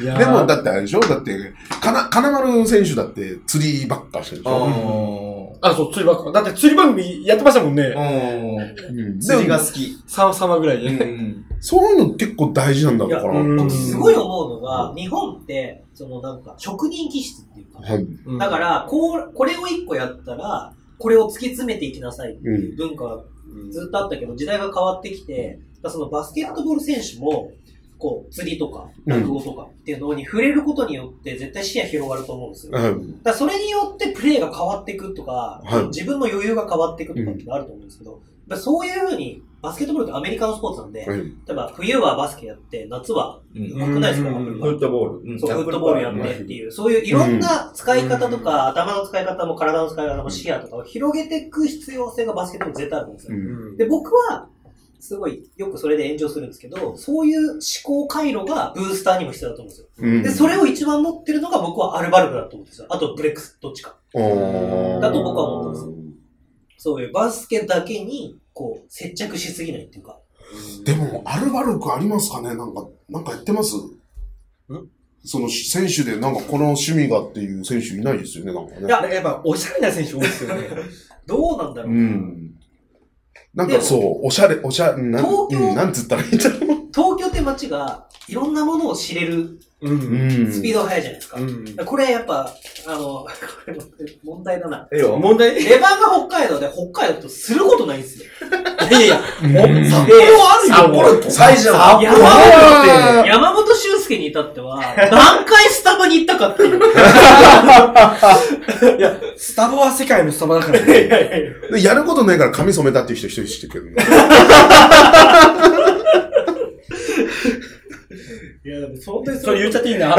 Speaker 4: いやー
Speaker 1: でも、だってあれでしょだって、かな、金丸選手だって釣りばっかしてるでしょ、
Speaker 2: お
Speaker 4: あ、そう、釣り番組。だって釣り番組やってましたもんね。
Speaker 2: ー。
Speaker 1: うん、
Speaker 2: 釣り
Speaker 1: で
Speaker 2: が
Speaker 1: も
Speaker 2: 好き。
Speaker 4: さん、さまぐらいで。
Speaker 2: ん。
Speaker 1: そういうの結構大事なんだから。
Speaker 3: いや
Speaker 4: うん
Speaker 3: すごい思うのが、日本って、そのなんか、職人気質っていうか、
Speaker 1: はい。
Speaker 4: うん
Speaker 3: だか、ら、こう、これを一個やったら、これを突き詰めていきなさいっていう文化がずっとあったけど、時代が変わってきて、だからそのバスケットボール選手も、こう、釣りとか、落語とかっていうのに触れることによって、絶対視野広がると思うんですよ。だか
Speaker 1: うん
Speaker 3: らそれによってプレーが変わっていくとか、
Speaker 1: はい
Speaker 3: 自分の余裕が変わっていくとかってあると思うんですけど、やっぱそういうふうに、バスケットボールってアメリカのスポーツなんで、
Speaker 1: うん
Speaker 3: 例えば冬はバスケやって、夏は
Speaker 2: うん
Speaker 3: 上手くないですか、
Speaker 4: うん
Speaker 3: アップルが
Speaker 2: フットボール。
Speaker 3: そう、フットボールやってっていう、そういういろんな使い方とか、頭の使い方も体の使い方も視野とかを広げていく必要性がバスケットに絶対あるんです
Speaker 1: う
Speaker 3: よ。
Speaker 1: ん
Speaker 4: うん
Speaker 3: で、僕は、すごいよくそれで炎上するんですけど、そういう思考回路がブースターにも必要だと思うんですよ。
Speaker 1: うん
Speaker 3: で、それを一番持ってるのが僕はアルバルクだと思うんですよ。あとブレックス、どっちか。だと僕は思ってそういうバスケだけに、こう、接着しすぎないっていうか。
Speaker 1: でも、アルバルクありますかねなんか、なんかやってますその選手で、なんかこの趣味がっていう選手いないですよね、なんかね。
Speaker 3: いや
Speaker 4: なんかやっぱ、おしゃれな選手多いで すよね。
Speaker 3: どうなんだろ
Speaker 1: う
Speaker 3: う。
Speaker 1: ん。なんかそう、おしゃれ、おしゃれ、なん、
Speaker 3: 東京
Speaker 1: うん、なんつったらいいんだろ
Speaker 3: 東京って街が、いろんなものを知れる
Speaker 4: う
Speaker 1: う。
Speaker 4: ん。
Speaker 1: ん
Speaker 3: スピードが速いじゃないですか。
Speaker 4: うん
Speaker 3: これやっぱ、あの、こ れ問題だな。
Speaker 2: ええよ。
Speaker 4: 問題、い
Speaker 3: レバーが北海道で北海道とすることないんですよ。
Speaker 4: やいや、
Speaker 1: うん
Speaker 4: 札幌あ
Speaker 2: 札
Speaker 4: るよ。
Speaker 2: 幌都会じゃん。
Speaker 3: 札
Speaker 2: 札
Speaker 3: 幌
Speaker 2: 幌って。
Speaker 3: 山本修介に至っては、何回スタバに行ったかっていう。
Speaker 4: いや、スタバは世界のスタバだからね。
Speaker 1: でやることないから髪染めたっていう人一人知ってるけどね。
Speaker 3: いや、でも相当に
Speaker 4: それ言っちゃっていいな。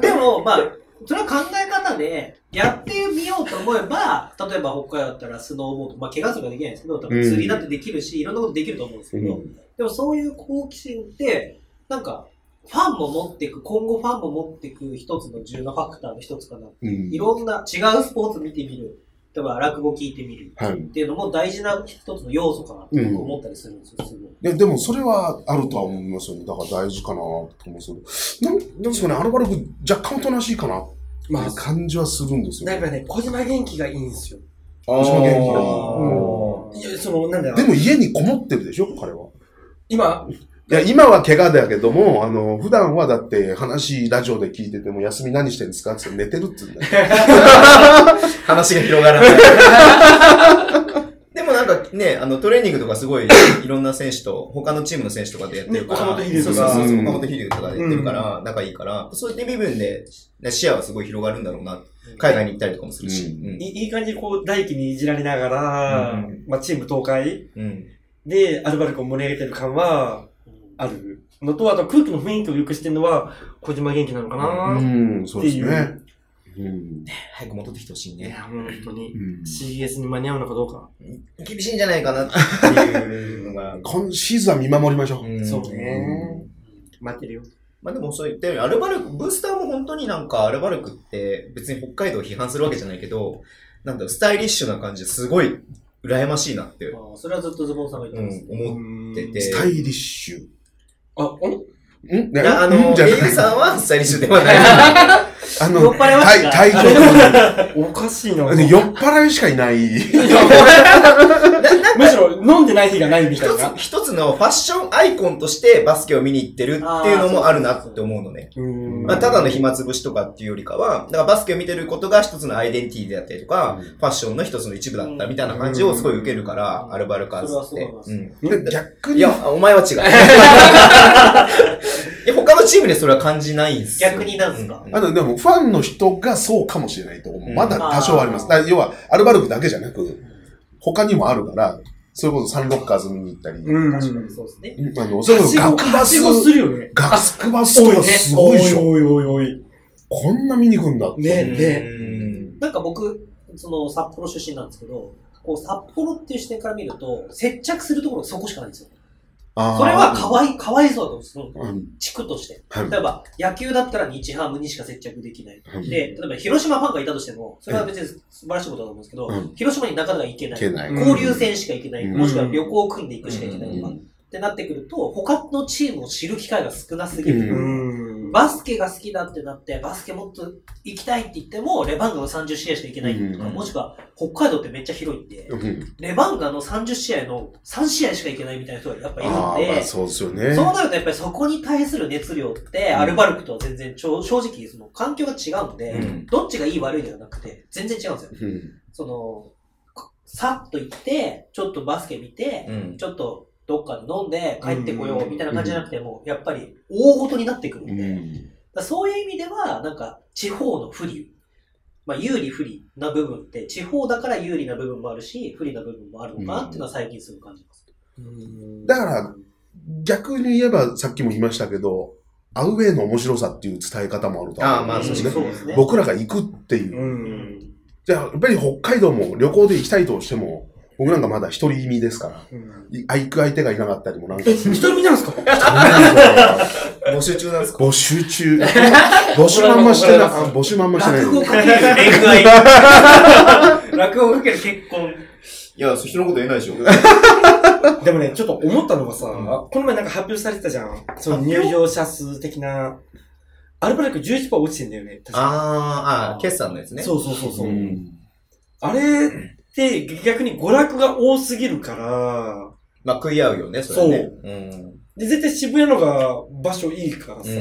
Speaker 3: でも、まあ、それは考え方で、やってみようと思えば、例えば北海道だったらスノーボード、まあ、怪我とかできないですけど、多分釣りだってできるし、いろんなことできると思うんですけど、でもそういう好奇心って、なんか、ファンも持っていく、今後ファンも持っていく一つの重要なファクターの一つかな。
Speaker 1: うん
Speaker 3: い。ろんな違うスポーツ見てみる。例えば落語聞いてみる。
Speaker 1: はい。
Speaker 3: っていうのも大事な一つの要素かなって僕思ったりするんですよ、すごい。
Speaker 1: いや、でもそれはあるとは思いますよね。だから大事かなと思うんですけど。なん、なんですかね、アルバルク若干おとなしいかなって
Speaker 4: ま
Speaker 1: い
Speaker 4: あ
Speaker 1: う、感じはするんですよ。
Speaker 4: やっぱね、小島元気がいいんですよ。
Speaker 2: あ
Speaker 1: 島元気
Speaker 4: いや、その、なんだろ
Speaker 1: で
Speaker 4: う。
Speaker 1: も家にこもってるでしょ、彼は。
Speaker 4: 今、
Speaker 1: いや、今は怪我だけども、あの、普段はだって話、ラジオで聞いてても、休み何してるんですかって言って寝てるって言うんだよ。
Speaker 2: 話が広がらない。 でもなんかね、あの、トレーニングとかすごい、いろんな選手と、他のチームの選手とかでやってるから、
Speaker 4: ね岡本秀樹
Speaker 2: そう
Speaker 4: とか
Speaker 2: そうそうそう、
Speaker 1: うん
Speaker 2: 岡本秀樹とかでやってるから、仲いいから、そういった部分で、ね視野はすごい広がるんだろうな。海外に行ったりとかもするし。
Speaker 1: う
Speaker 2: うん
Speaker 4: いいい感じにこう、大輝にいじられながら、
Speaker 2: うんうん
Speaker 4: まあ、チーム東海
Speaker 2: うん。
Speaker 4: で、アルバルクを盛り上げてる感は、あるのと、あと空気の雰囲気を良くしてるのは、小島元気なのかな、い
Speaker 1: うん、そうです
Speaker 4: っ
Speaker 1: ね。うん。
Speaker 2: 早く戻ってきてほしいね。
Speaker 4: や、本当に。
Speaker 1: うん
Speaker 4: CES に間に合うのかど
Speaker 1: 。
Speaker 4: うか。
Speaker 2: 厳しいんじゃないかなっていうのが
Speaker 1: 今シーズンは見守りましょう。
Speaker 2: ん
Speaker 4: そうね。待ってるよ。
Speaker 2: まあでもそう言ったように、アルバルク、ブースターも本当になんかアルバルクって別に北海道を批判するわけじゃないけど、なんだろう、スタイリッシュな感じですごい羨ましいなって、
Speaker 3: あーそれはずっとズボンさんが言
Speaker 2: う
Speaker 3: ってます
Speaker 2: ん、思っ
Speaker 4: 思
Speaker 2: てて。
Speaker 1: スタイリッシュ。
Speaker 4: あ、あれ
Speaker 1: ん
Speaker 2: いやあの、
Speaker 1: じゃ
Speaker 2: 英雄
Speaker 1: ない
Speaker 2: さんはスタイリッシュではない。
Speaker 3: 酔
Speaker 1: あ
Speaker 3: っ
Speaker 1: の、
Speaker 3: 払いました
Speaker 1: 体体
Speaker 4: おかしいな。
Speaker 1: 調 で酔っ払いしかいない。
Speaker 4: むしろ飲んでない日がないみたいな
Speaker 2: 一。つ、一つのファッションアイコンとしてバスケを見に行ってるっていうのもあるなって思うのね。
Speaker 4: うーん
Speaker 2: まあ、ただの暇つぶしとかっていうよりかは、だからバスケを見てることが一つのアイデンティティであったりとか、ファッションの一つの一部だったみたいな感じをすごい受けるから、
Speaker 3: うん
Speaker 2: アルバルカーズって。
Speaker 3: それはそう
Speaker 2: う
Speaker 3: だ
Speaker 2: ん
Speaker 1: で逆
Speaker 2: い
Speaker 1: に、
Speaker 2: や、お前 は違う。いや、他のチームでそれは感じないんすよ
Speaker 3: 逆になんすか
Speaker 2: う
Speaker 1: あとでもファンの人がそうかもしれないと思う。
Speaker 2: うん
Speaker 1: まだ多少あります。だから要は、アルバルクだけじゃなく、他にもあるから、それこそサンロッカーズ見に行ったり、
Speaker 4: うん。
Speaker 3: 確かにそうですね。
Speaker 1: あの、それこそ学バス、
Speaker 4: するよね。
Speaker 1: 学バスとかすごいでしょ。
Speaker 4: おいおいおい
Speaker 1: こんな見に行くんだって。
Speaker 4: ね
Speaker 2: う
Speaker 4: え
Speaker 2: ん
Speaker 4: ね
Speaker 3: なんか僕、その札幌出身なんですけど、こう札幌っていう視点から見ると、接着するところがそこしかないんですよ。
Speaker 1: あー
Speaker 3: それはかわい、かわいそうだと思うんですよ。
Speaker 1: うん
Speaker 3: 地区として。
Speaker 1: はい
Speaker 3: 例えば、野球だったら日ハムにしか接着できない。
Speaker 1: うん
Speaker 3: で、例えば広島ファンがいたとしても、それは別に素晴らしいことだと思うんですけど、
Speaker 1: うん
Speaker 3: 広島になかなか行けない
Speaker 1: け。ない。
Speaker 4: うん
Speaker 3: 交流戦しか行けない、
Speaker 1: うん
Speaker 3: もしくは旅行を組んで行くしか行けないとか、
Speaker 1: うん
Speaker 3: ってなってくると、他のチームを知る機会が少なすぎ
Speaker 4: え。
Speaker 1: う
Speaker 3: る。
Speaker 4: ん
Speaker 3: バスケが好きだってなって、バスケもっと行きたいって言っても、レバンガの30試合しか行けないとか、
Speaker 1: うん
Speaker 3: もしくは北海道ってめっちゃ広いんで、
Speaker 1: うん
Speaker 3: レバンガの30試合の3試合しか行けないみたいな人がやっぱいるんで、
Speaker 1: ああ、まあそうですよね。
Speaker 3: そうなるとやっぱりそこに対する熱量って、アルバルクとは全然ちょ正直その環境が違うんで、
Speaker 2: うん
Speaker 3: どっちがいい悪いではなくて、全然違うんですよ。
Speaker 1: うん
Speaker 3: その、こさっと行って、ちょっとバスケ見て、
Speaker 2: うん
Speaker 3: ちょっとどっかで飲んで帰ってこようみたいな感じじゃなくて、もうやっぱり大ごとになってくるん
Speaker 1: う
Speaker 3: で、だか
Speaker 1: ん
Speaker 3: らそういう意味では、なんか地方の不利、まあ有利不利な部分って、地方だから有利な部分もあるし、不利な部分もあるのかなっていうのは最近すごい感じます。
Speaker 1: だから、逆に言えば、さっきも言いましたけど、アウェイの面白さっていう伝え方もあると思う
Speaker 2: あーまあ
Speaker 1: です
Speaker 2: 確か
Speaker 1: ね。
Speaker 2: に
Speaker 3: ですね
Speaker 1: 僕らが行くっていうう。
Speaker 4: ん。
Speaker 1: じゃあ、やっぱり北海道も旅行で行きたいとしても、僕なんかまだ一人身ですから、いあ行く相手がいなかったりもなんか
Speaker 4: え、、人見なんですか
Speaker 2: 募集中なんですか
Speaker 1: 募集中。募集まんましてな、あ募集まんましてない。
Speaker 3: 落語かける恋愛。落語かける結婚。
Speaker 2: いや、人のこと言えないでしょ。
Speaker 4: でもね、ちょっと思ったのがさ、
Speaker 2: うん
Speaker 4: この前なんか発表されてたじゃん。その入場者数的な。アルバルク11%落ちてんだよね。確か
Speaker 2: あー、あー、決算のやつね。
Speaker 4: そうそうそうそう。
Speaker 1: うん
Speaker 4: あれって逆に娯楽が多すぎるから、
Speaker 2: まあ、食い合うよね、それね。うん。
Speaker 4: で、絶対渋谷のが場所いいからさ。
Speaker 2: うん
Speaker 1: う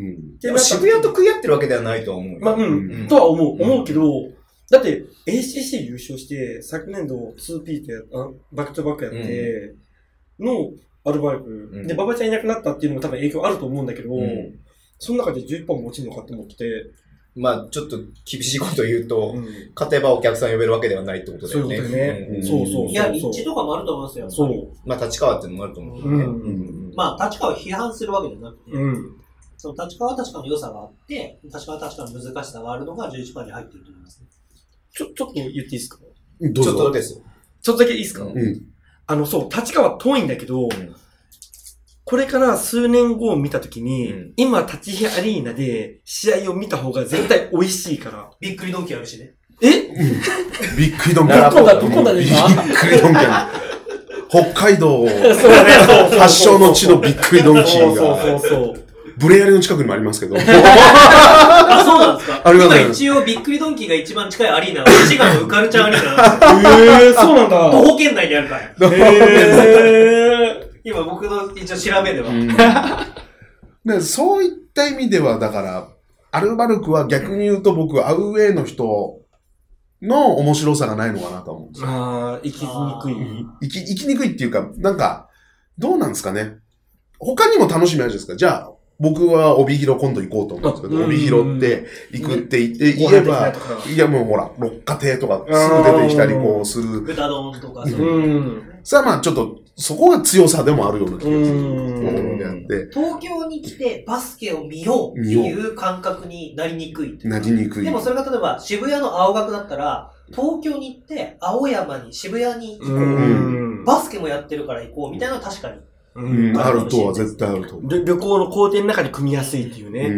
Speaker 1: ん
Speaker 4: で
Speaker 2: でも渋谷と、食い合ってるわけではないとは思うよ。
Speaker 4: まあ、うん、
Speaker 2: うん
Speaker 4: とは思う、
Speaker 2: うん
Speaker 4: 思うけど、だって、ACC 優勝して、昨年度 2P ってやあ、バックトバックやって、のアルバイク、
Speaker 2: うん
Speaker 4: で、馬場ちゃんいなくなったっていうのも多分影響あると思うんだけど、
Speaker 2: うん
Speaker 4: その中で11本も落ちるのかと思って、
Speaker 2: まあ、ちょっと厳しいこと言うと、
Speaker 4: うん
Speaker 2: 勝てばお客さん呼べるわけではないってことだ
Speaker 4: そう
Speaker 2: よ
Speaker 4: い
Speaker 2: ね。
Speaker 4: うことね。
Speaker 2: うん
Speaker 4: そうそうそう。
Speaker 3: いや、立地とかもあると思いますよ。
Speaker 4: そう。
Speaker 2: まあ、立川っていうのもあると思うけどね。
Speaker 4: うん
Speaker 2: うん
Speaker 3: まあ、立川を批判するわけじゃなくて、
Speaker 4: うん。
Speaker 3: その立川は立川の良さがあって、立川は立川の難しさがあるのが11番に入ってると思いますね。
Speaker 4: ちょ、ちょっと言っていいですか
Speaker 1: どう
Speaker 2: ちょっとだ
Speaker 1: ぞ。
Speaker 2: けですよ。
Speaker 4: ちょっとだけいいですか、
Speaker 2: うん
Speaker 1: うん
Speaker 4: あの、そう、立川遠いんだけど、
Speaker 2: ん
Speaker 4: これから数年後を見たときに、
Speaker 2: うん
Speaker 4: 今、立ち日アリーナで試合を見た方が絶対美味しいから。
Speaker 3: びっくりドンキーあるしね。
Speaker 4: え
Speaker 1: びっくりドンキ
Speaker 4: どこだどこだ
Speaker 1: びっ
Speaker 4: 今
Speaker 1: くりドンキ 北海道
Speaker 4: そうね、そう
Speaker 1: 発祥の地のびっくりドンキ
Speaker 4: そう
Speaker 1: ー
Speaker 4: そう
Speaker 1: が、
Speaker 4: そうそう。
Speaker 1: ブレアリの近くにもありますけ ど、
Speaker 3: あ、そうなんですか
Speaker 1: ありがとうございます
Speaker 3: 今一応びっくりドンキーが一番近いアリーナは、滋賀のウカルチャンアリーナなんですよ。
Speaker 4: えー、そうな
Speaker 3: 徒
Speaker 4: んだ。
Speaker 3: 歩圏内にあるから。
Speaker 4: えー。
Speaker 3: 今僕の一応調べでは。
Speaker 1: うんでそういった意味では、だから、アルバルクは逆に言うと僕、アウェイの人の面白さがないのかなと思うんですよ。
Speaker 4: あー、行きに
Speaker 1: 生き、生きにくいっていうか、なんか、どうなんですかね。他にも楽しみあるじゃないですか。じゃあ、僕は帯広今度行こうと思うんですけ
Speaker 4: あ
Speaker 1: ど、
Speaker 4: うん
Speaker 1: 帯広って行くって言って
Speaker 4: くい。
Speaker 1: 言えば、
Speaker 4: ご飯的
Speaker 1: いやもうほら、六花亭とかすぐ出てきたりこうする。
Speaker 3: 豚丼とか
Speaker 4: なとか。うん。
Speaker 1: さあまあちょっと、そこが強さでもあるような気がする
Speaker 4: うん
Speaker 1: ところであって、
Speaker 3: 東京に来てバスケを見ようっていう感覚になりにくいというか
Speaker 1: なりにくい。
Speaker 3: でもそれが例えば渋谷の青学だったら、東京に行って、青山に、渋谷に行こう。
Speaker 4: うん。
Speaker 3: バスケもやってるから行こうみたいなのは確かに
Speaker 1: うん、あるとは
Speaker 3: ぜ
Speaker 1: 絶対あると思う。
Speaker 4: 旅旅行の工程の中で組みやすいっていう
Speaker 1: う
Speaker 4: ね。
Speaker 1: ん。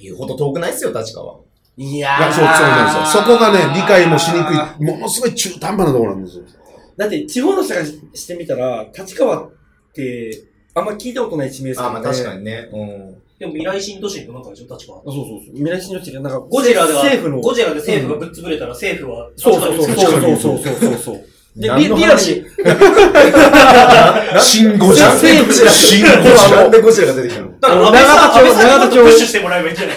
Speaker 2: 言うほど遠くないっすよ、立川。
Speaker 4: いや
Speaker 1: い
Speaker 4: ー。
Speaker 1: や、そう、そうなんですよ。そこがね、理解もしにくい、ものすごい中途半端なところなんですよ。
Speaker 4: だって地方の人がししてみたら、立川って、あんま聞いたことない地名ですからね。に。
Speaker 2: にね。うん。
Speaker 3: でも未来新都市の中でしょ、立川
Speaker 4: あ。そうそうそう。未来新の地が、なんか、
Speaker 3: ゴジラでは、
Speaker 4: 政府の。
Speaker 3: ゴジラで政府がぶっ潰れたら政府は、
Speaker 4: そうそうそう
Speaker 3: 立川に
Speaker 4: そうそうそうそうそう。で、
Speaker 2: 何
Speaker 4: リ
Speaker 2: の
Speaker 4: リアルに、
Speaker 1: 新ゴジラ。
Speaker 4: じゃあ
Speaker 1: 新ゴジ
Speaker 2: な
Speaker 1: ラ
Speaker 2: ん。でゴジラが出てきたの
Speaker 3: だから、安倍さん、安倍さんにもプッシュしてもらえばいいんじゃない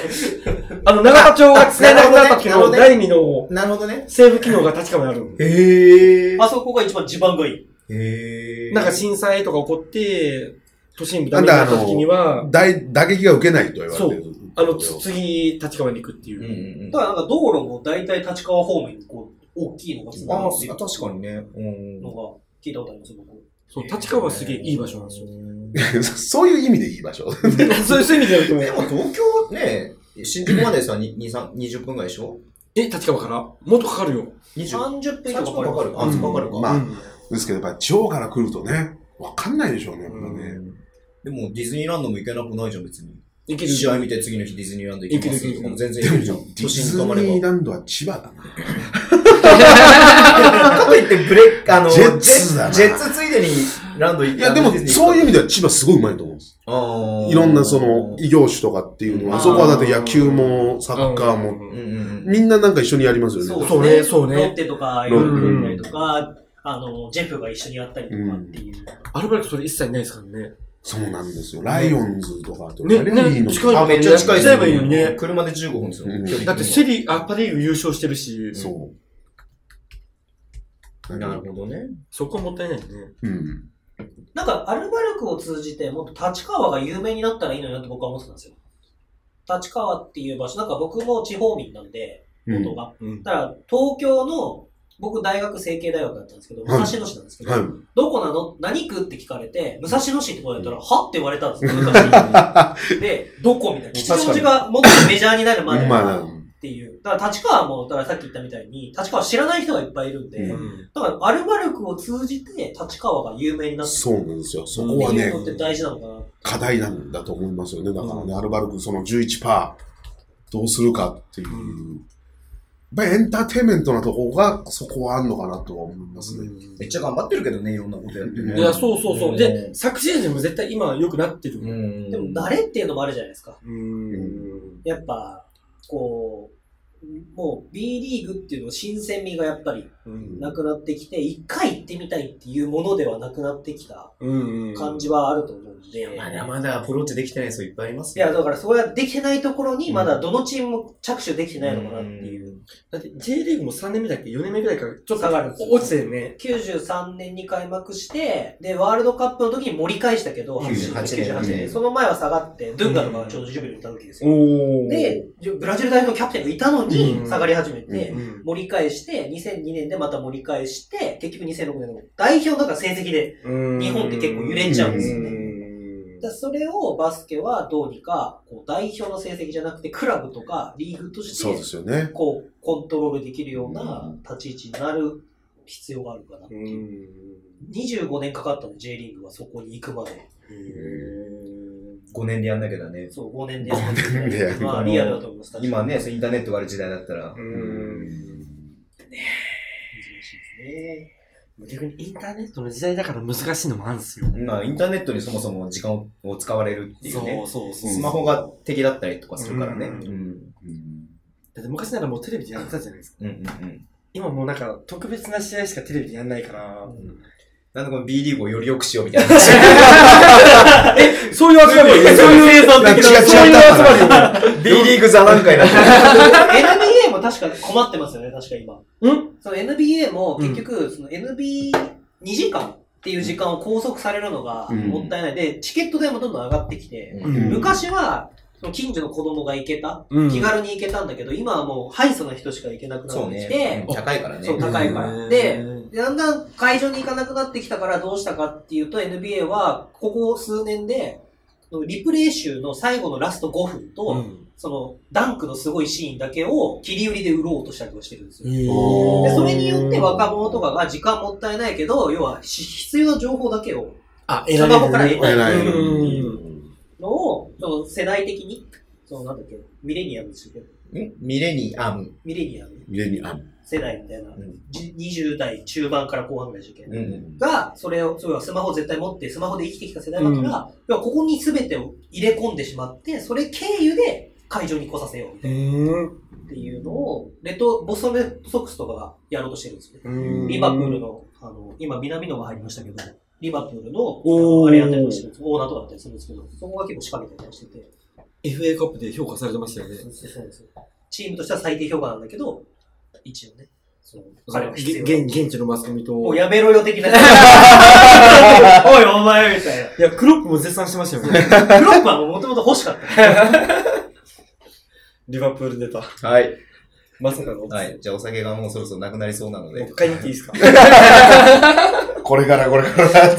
Speaker 4: あの、長田町が使えなくなった時
Speaker 2: なるほ
Speaker 4: の
Speaker 2: どね
Speaker 4: 第二の
Speaker 2: なるほどね。
Speaker 4: 政府機能が立川にあるの。
Speaker 2: へえ。
Speaker 3: あそこが一番地盤がいい。
Speaker 2: へ
Speaker 4: なんか震災とか起こって、都心部ダ
Speaker 1: なん
Speaker 4: メに
Speaker 1: だ、
Speaker 4: な
Speaker 1: あ
Speaker 4: った時には
Speaker 1: の、、大打撃が受けないと言われてる。
Speaker 4: あの、つ次、立川に行くっていうう。
Speaker 2: ん
Speaker 3: だからなんか道路も大体立川方面にこう、大きいのが繋がってる
Speaker 2: 確かにね。うん
Speaker 3: のが聞いたことあります、僕。
Speaker 4: そう、立川はすげえいい場所なんですよ。
Speaker 1: そういう意味で言いましょう。
Speaker 4: そういうそういう意味でやると
Speaker 2: で
Speaker 4: ね、
Speaker 2: も東京ね、新宿までさ、ににさん20分ぐらいでしょ
Speaker 4: え、立川からもっとかかるよ。
Speaker 2: ?20?
Speaker 3: 30分以上
Speaker 2: 30
Speaker 3: かか
Speaker 2: 分
Speaker 3: る
Speaker 2: かかる。
Speaker 1: う
Speaker 2: あ、
Speaker 1: ん
Speaker 2: そこかかるか。
Speaker 1: まあ
Speaker 4: うん
Speaker 1: ですけど、やっぱ地方から来るとね、わかんないでしょうね、やっぱ
Speaker 4: う
Speaker 1: ね。
Speaker 2: でもディズニーランドも行けなくないじゃん、別に。
Speaker 4: いける。
Speaker 2: 試合見て次の日ディズニーランド行きますとかも全然
Speaker 1: で
Speaker 2: 行
Speaker 1: も
Speaker 2: ける
Speaker 1: ね、
Speaker 2: じゃ
Speaker 1: デ
Speaker 2: ん。
Speaker 1: ィ
Speaker 2: 都心に
Speaker 1: ズニ
Speaker 2: 泊まれ
Speaker 1: ー
Speaker 2: ば。
Speaker 1: ランドは千葉だな。
Speaker 2: かといってブレッ、あの、
Speaker 1: ジェッツだな
Speaker 2: ジェッツついでにランド行っ
Speaker 1: い
Speaker 2: て。
Speaker 1: や、でも、そういう意
Speaker 2: う、
Speaker 1: 味では千葉すごいうまいと思うんです。
Speaker 2: あー
Speaker 1: いろんなその、異業種とかっていうのは、
Speaker 2: あー
Speaker 1: あそこはだって野球も、サッカーも、
Speaker 2: うんうんうん。
Speaker 1: みんななんか一緒にやりますよね。
Speaker 4: そうねそうね
Speaker 3: ロッテとか、ロッテとか、あの、ジェフが一緒にやったりとかっていう。
Speaker 4: アルバイトそれ一切ないですからね。
Speaker 1: そうなんですよ。ライオンズとかと
Speaker 4: ね
Speaker 1: やりゃいいのに
Speaker 4: ね近い
Speaker 2: あ、めっちゃ近いです
Speaker 4: 行っちゃえばいいのにね
Speaker 2: 車で15分ですよ
Speaker 1: うん。
Speaker 2: 距離
Speaker 4: だってセリ、あ、パリーグ優勝してるし、
Speaker 1: そう。
Speaker 2: なるほどね。
Speaker 4: そこはもったいないよね。
Speaker 1: うん。
Speaker 3: なんか、アルバルクを通じて、もっと立川が有名になったらいいのになって僕は思ってたんですよ。立川っていう場所、なんか僕も地方民なんで、
Speaker 1: うん
Speaker 3: 元が。
Speaker 4: うん。
Speaker 3: だから、東京の、僕大学成形大学だったんですけど、武
Speaker 1: はい
Speaker 3: 蔵野市なんですけど、
Speaker 1: はい。
Speaker 3: どこなの何区って聞かれて、武蔵野市ってことやったら、はって言われたんですよ昔。で、どこみたいな。吉祥寺がもっとメジャーになるまで
Speaker 1: うま
Speaker 3: っ
Speaker 1: い
Speaker 3: ていう。だから立川も、だからさっき言ったみたいに、立川知らない人がいっぱいいるんで、
Speaker 1: うん
Speaker 3: だからアルバルクを通じて立川が有名になっ
Speaker 1: な。
Speaker 3: てる
Speaker 1: そうなんですよ。そこ
Speaker 3: っ
Speaker 1: は
Speaker 3: てい
Speaker 1: ね
Speaker 3: う、のって大事なのかな。
Speaker 1: 課題なんだと思いますよね。だからね、アルバルクその11%どうするかっていう。
Speaker 4: う
Speaker 1: やっぱりエンターテインメントなとこが、そこはあんのかなとは思いますね。
Speaker 2: めっちゃ頑張ってるけどね、いろんなことやってね。
Speaker 4: いや、そうそうそう。
Speaker 2: う
Speaker 4: で、
Speaker 2: ん
Speaker 4: 昨シーズンも絶対今良くなってる。
Speaker 2: う。
Speaker 4: うん
Speaker 3: でも、慣れっていうのもあるじゃないですか。
Speaker 4: ん。
Speaker 3: やっぱ、こう、もう B リーグっていうの新鮮味がやっぱり
Speaker 4: うん
Speaker 3: なくなってきて、一回行ってみたいっていうものではなくなってきた
Speaker 4: うん。
Speaker 3: 感じはあると思うんで。
Speaker 2: まだまだアプローチできてない人いっぱいいます
Speaker 3: い
Speaker 2: よ
Speaker 3: や、だからそれはできてないところに、まだどのチームも着手できてないのかなっていう。
Speaker 4: だって J リーグも3年目だっけ ?4 年目ぐらいからちょっと
Speaker 3: 下がるんですよ
Speaker 4: 落ちてるね。
Speaker 3: 93年に開幕して、で、ワールドカップの時に盛り返したけど、
Speaker 2: 98
Speaker 3: 98
Speaker 2: 年
Speaker 3: 年。その前は下がって、ドゥンガとかがちょうどジュビリーにいた時ですよ。
Speaker 4: お
Speaker 3: で、ブラジル代表のキャプテンがいたのに
Speaker 4: うん
Speaker 3: 下がり始め
Speaker 1: う
Speaker 3: て
Speaker 4: う、ん、
Speaker 3: 盛り返して、2002年でまた盛り返して、結局2006年の代表だから成績で。日本って結構揺れ
Speaker 1: ちゃうんです
Speaker 3: よねだから
Speaker 4: ね。
Speaker 3: それをバスケはどうにか、こう代表の成績じゃなくて、クラブとかリーグとし
Speaker 1: そうで
Speaker 3: て、
Speaker 1: すよね。
Speaker 3: こう、コントロールできるような立ち位置になる必要があるかなって
Speaker 4: う
Speaker 3: いう。
Speaker 4: ん。
Speaker 3: 25年かかったの、J リーグはそこに行くまで。
Speaker 4: へー
Speaker 2: 5年でやんなきゃだね。
Speaker 3: そう、5年で。
Speaker 1: 5年でやる
Speaker 3: まあ、リアルだと思います。
Speaker 2: 今ね、そうインターネットがある時代だったら
Speaker 4: う。
Speaker 1: うん
Speaker 4: ん。
Speaker 3: 難しいですね。
Speaker 4: 逆にインターネットの時代だから難しいのもあるんですよ。
Speaker 2: まあ、インターネットにそもそも時間を使われるっていうね。
Speaker 4: そう
Speaker 1: う
Speaker 2: スマホが敵だったりとかするからね。う
Speaker 4: うん
Speaker 2: ん。
Speaker 4: だって昔ならもうテレビでやってたじゃないですか。
Speaker 2: うんうんうん。
Speaker 4: 今もうなんか特別な試合しかテレビでやんないから。
Speaker 2: なんでこの B リーグをより良くしようみたいな話。い
Speaker 4: そういう集まり
Speaker 2: や
Speaker 4: そういう
Speaker 2: 生産
Speaker 1: 的な
Speaker 4: そういう集まりよね
Speaker 2: B リーグ座談会だった。
Speaker 3: NBA も確か困ってますよね、確か今。
Speaker 4: ん
Speaker 3: その NBA も結局、その NBA2 時間っていう時間を拘束されるのが
Speaker 1: うん
Speaker 3: もったいない。で、チケット代もどんどん上がってきて、
Speaker 1: うん
Speaker 3: 昔は、その近所の子供が行けた、
Speaker 4: うん
Speaker 3: 気軽に行けたんだけど、今はもう、ハイソな人しか行けなくな
Speaker 2: そう
Speaker 3: ってき
Speaker 2: ね
Speaker 3: て。、
Speaker 2: うん高いからね。
Speaker 3: そう高いから
Speaker 4: うん
Speaker 3: ででだんだん会場に行かなくなってきたからどうしたかっていうと NBA はここ数年でリプレイ集の最後のラスト5分と、
Speaker 4: うん
Speaker 3: そのダンクのすごいシーンだけを切り売りで売ろうとしたりとかしてるんですよ。
Speaker 1: ー
Speaker 3: でそれによって若者とかが時間もったいないけど、要はし必要な情報だけを
Speaker 4: あ、
Speaker 3: スマホから得
Speaker 4: ね
Speaker 3: られ
Speaker 1: 偉い
Speaker 3: る
Speaker 4: うん
Speaker 3: のを、その世代的に、そのなんだっけ、ミレニアムですよね
Speaker 2: んミレニアム。
Speaker 3: ミレニアム
Speaker 1: ミレニアム。
Speaker 3: 世代みたいな、
Speaker 2: ん
Speaker 3: じ20代中盤から後半ぐらい受験、
Speaker 2: うん
Speaker 3: が、それを、そういえばスマホを絶対持って、スマホで生きてきた世代だから、要はここに全てを入れ込んでしまって、それ経由で会場に来させよう
Speaker 4: へー
Speaker 3: っていうのを、レッド、ボストンレッドソックスとかがやろうとしてるんですね。
Speaker 4: うん
Speaker 3: リバプールの、あの、今南野が入りましたけど、リバプールの、
Speaker 4: おー
Speaker 3: あれやったりもしてるんですオーナーとかだったりするんですけど、そこが結構仕掛けてたりしてて、
Speaker 4: FA カップで評価されてましたよね。
Speaker 3: そうそうそうですチームとしては最低評価なんだけど、一応ね、その彼は必
Speaker 4: げ
Speaker 3: 要
Speaker 4: 現現地のマスコミと。
Speaker 3: もう
Speaker 4: い
Speaker 3: やめろよ 的な。 おいお前みたいな。
Speaker 4: や、クロップも絶賛してましたよね。
Speaker 3: クロップはもともと欲しか った。
Speaker 4: リバプール出た。
Speaker 2: はい。
Speaker 4: まさかの。
Speaker 2: はい。じゃあお酒がもうそろそろなくなりそうなの
Speaker 4: もう
Speaker 2: で
Speaker 4: 一。回言っていいですか
Speaker 1: これからこれから。
Speaker 4: ね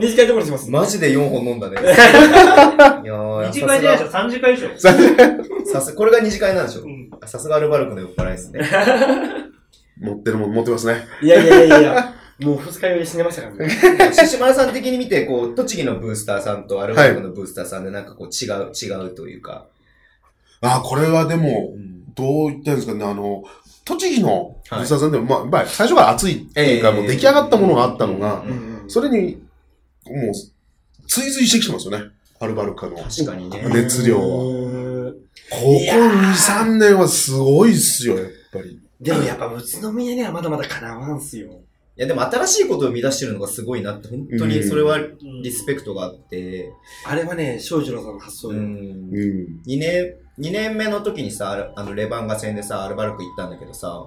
Speaker 4: 短いところにしま す。
Speaker 2: マジで4本飲ん だね。いやー、
Speaker 3: 2次
Speaker 2: さす
Speaker 3: 会じゃないでし
Speaker 2: が
Speaker 3: ょ、3次会でしょ。
Speaker 2: さす、これが二次会なんでしょ
Speaker 3: うん。
Speaker 2: さすがアルバルクの酔っ払いですね。
Speaker 1: 持ってるもん持ってますね。
Speaker 4: いやいやいやいや。 もう二日酔い死ねましたからね。
Speaker 2: 獅子丸さん的に見て、こう、栃木のブースターさんとアルバルクのブースターさんでなんかこう違う、違うというか。
Speaker 1: あ、これはでも、どう言ったらいいんですかね、あの、栃木の
Speaker 2: はい
Speaker 1: 藤沢さんでも、まあ、まあ、最初から熱いっていうか、
Speaker 2: ええ
Speaker 1: もう出来上がったものがあったのが、
Speaker 2: うん
Speaker 1: それに、もう、追随してきてますよね。アルバルカの。こ
Speaker 2: 確かにね。
Speaker 1: 熱量は
Speaker 4: は。
Speaker 1: こ2、3年はすごいっすよ、やっぱり。
Speaker 4: でもやっぱ宇都宮にはまだまだかなわんすよ。
Speaker 2: いや、でも新しいことを生み出してるのがすごいなって、本当にそれはリスペクトがあって、
Speaker 4: あれはね、翔士郎さんの発想
Speaker 2: う
Speaker 4: よ。
Speaker 2: ん
Speaker 1: う。ん。
Speaker 2: 2年、二年目の時にさ、あるあの、レバンガ戦でさ、アルバルク行ったんだけどさ、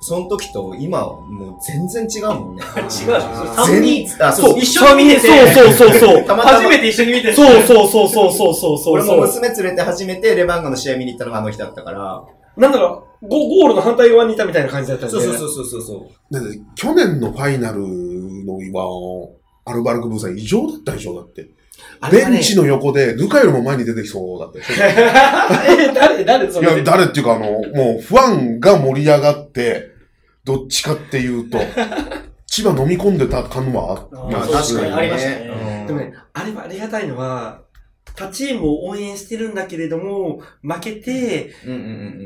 Speaker 2: その時と今はもう全然違うもんね。
Speaker 3: 違うでしょ。それ
Speaker 4: あ
Speaker 3: 3人、
Speaker 2: あ、そう。
Speaker 3: 一緒に見れて、
Speaker 4: そうそうそうそう。
Speaker 2: たまたま
Speaker 3: 初めて一緒に見てる
Speaker 4: そうそうそうそうそうそうそう。
Speaker 2: 俺も娘連れて初めてレバンガの試合見に行ったのがあの日だったから。
Speaker 4: なんだろう、ゴゴールの反対側にいたみたいな感じだったんで。
Speaker 2: そうそうそうそうそう。
Speaker 1: だって、去年のファイナルのは、アルバルクブーさん異常だったでしょ、だって。
Speaker 4: あれはね
Speaker 1: ベンチの横で、ルカよりも前に出てきそうだったでしょ。
Speaker 4: え、誰誰そ
Speaker 1: い
Speaker 4: れ。
Speaker 1: や、誰っていうか、あの、もう、ファンが盛り上がって、どっちかっていうと、千葉飲み込んでた感はあっ
Speaker 2: まあ
Speaker 3: そうで
Speaker 2: 確
Speaker 3: す
Speaker 2: かに
Speaker 3: ね
Speaker 2: ね。
Speaker 3: ありましたね
Speaker 2: うん
Speaker 4: でもね、あれはありがたいのは、他チームを応援してるんだけれども、負けて、
Speaker 2: うんうんう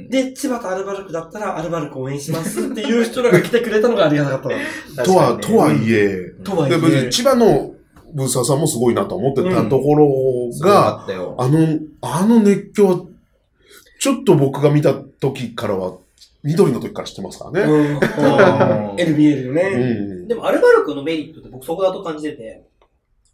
Speaker 2: ん
Speaker 4: で、千葉とアルバルクだったらアルバルク応援しますっていう人らが来てくれたのがありがたかったの。
Speaker 2: うん。
Speaker 1: とは、
Speaker 2: 確か
Speaker 1: と
Speaker 2: にね
Speaker 1: はいえ、
Speaker 4: とはい
Speaker 1: で別
Speaker 4: え
Speaker 1: に、千葉のブーサーさんもすごいなと思ってたところ
Speaker 2: すご
Speaker 1: が、
Speaker 2: かったよ。
Speaker 1: あの、あの熱狂は、ちょっと僕が見た時からは、緑の時から知ってますからね。
Speaker 4: うん、NBL よ
Speaker 1: う
Speaker 4: ね。
Speaker 1: ん。
Speaker 3: でも、アルバルクのメリットって僕そこだと感じてて、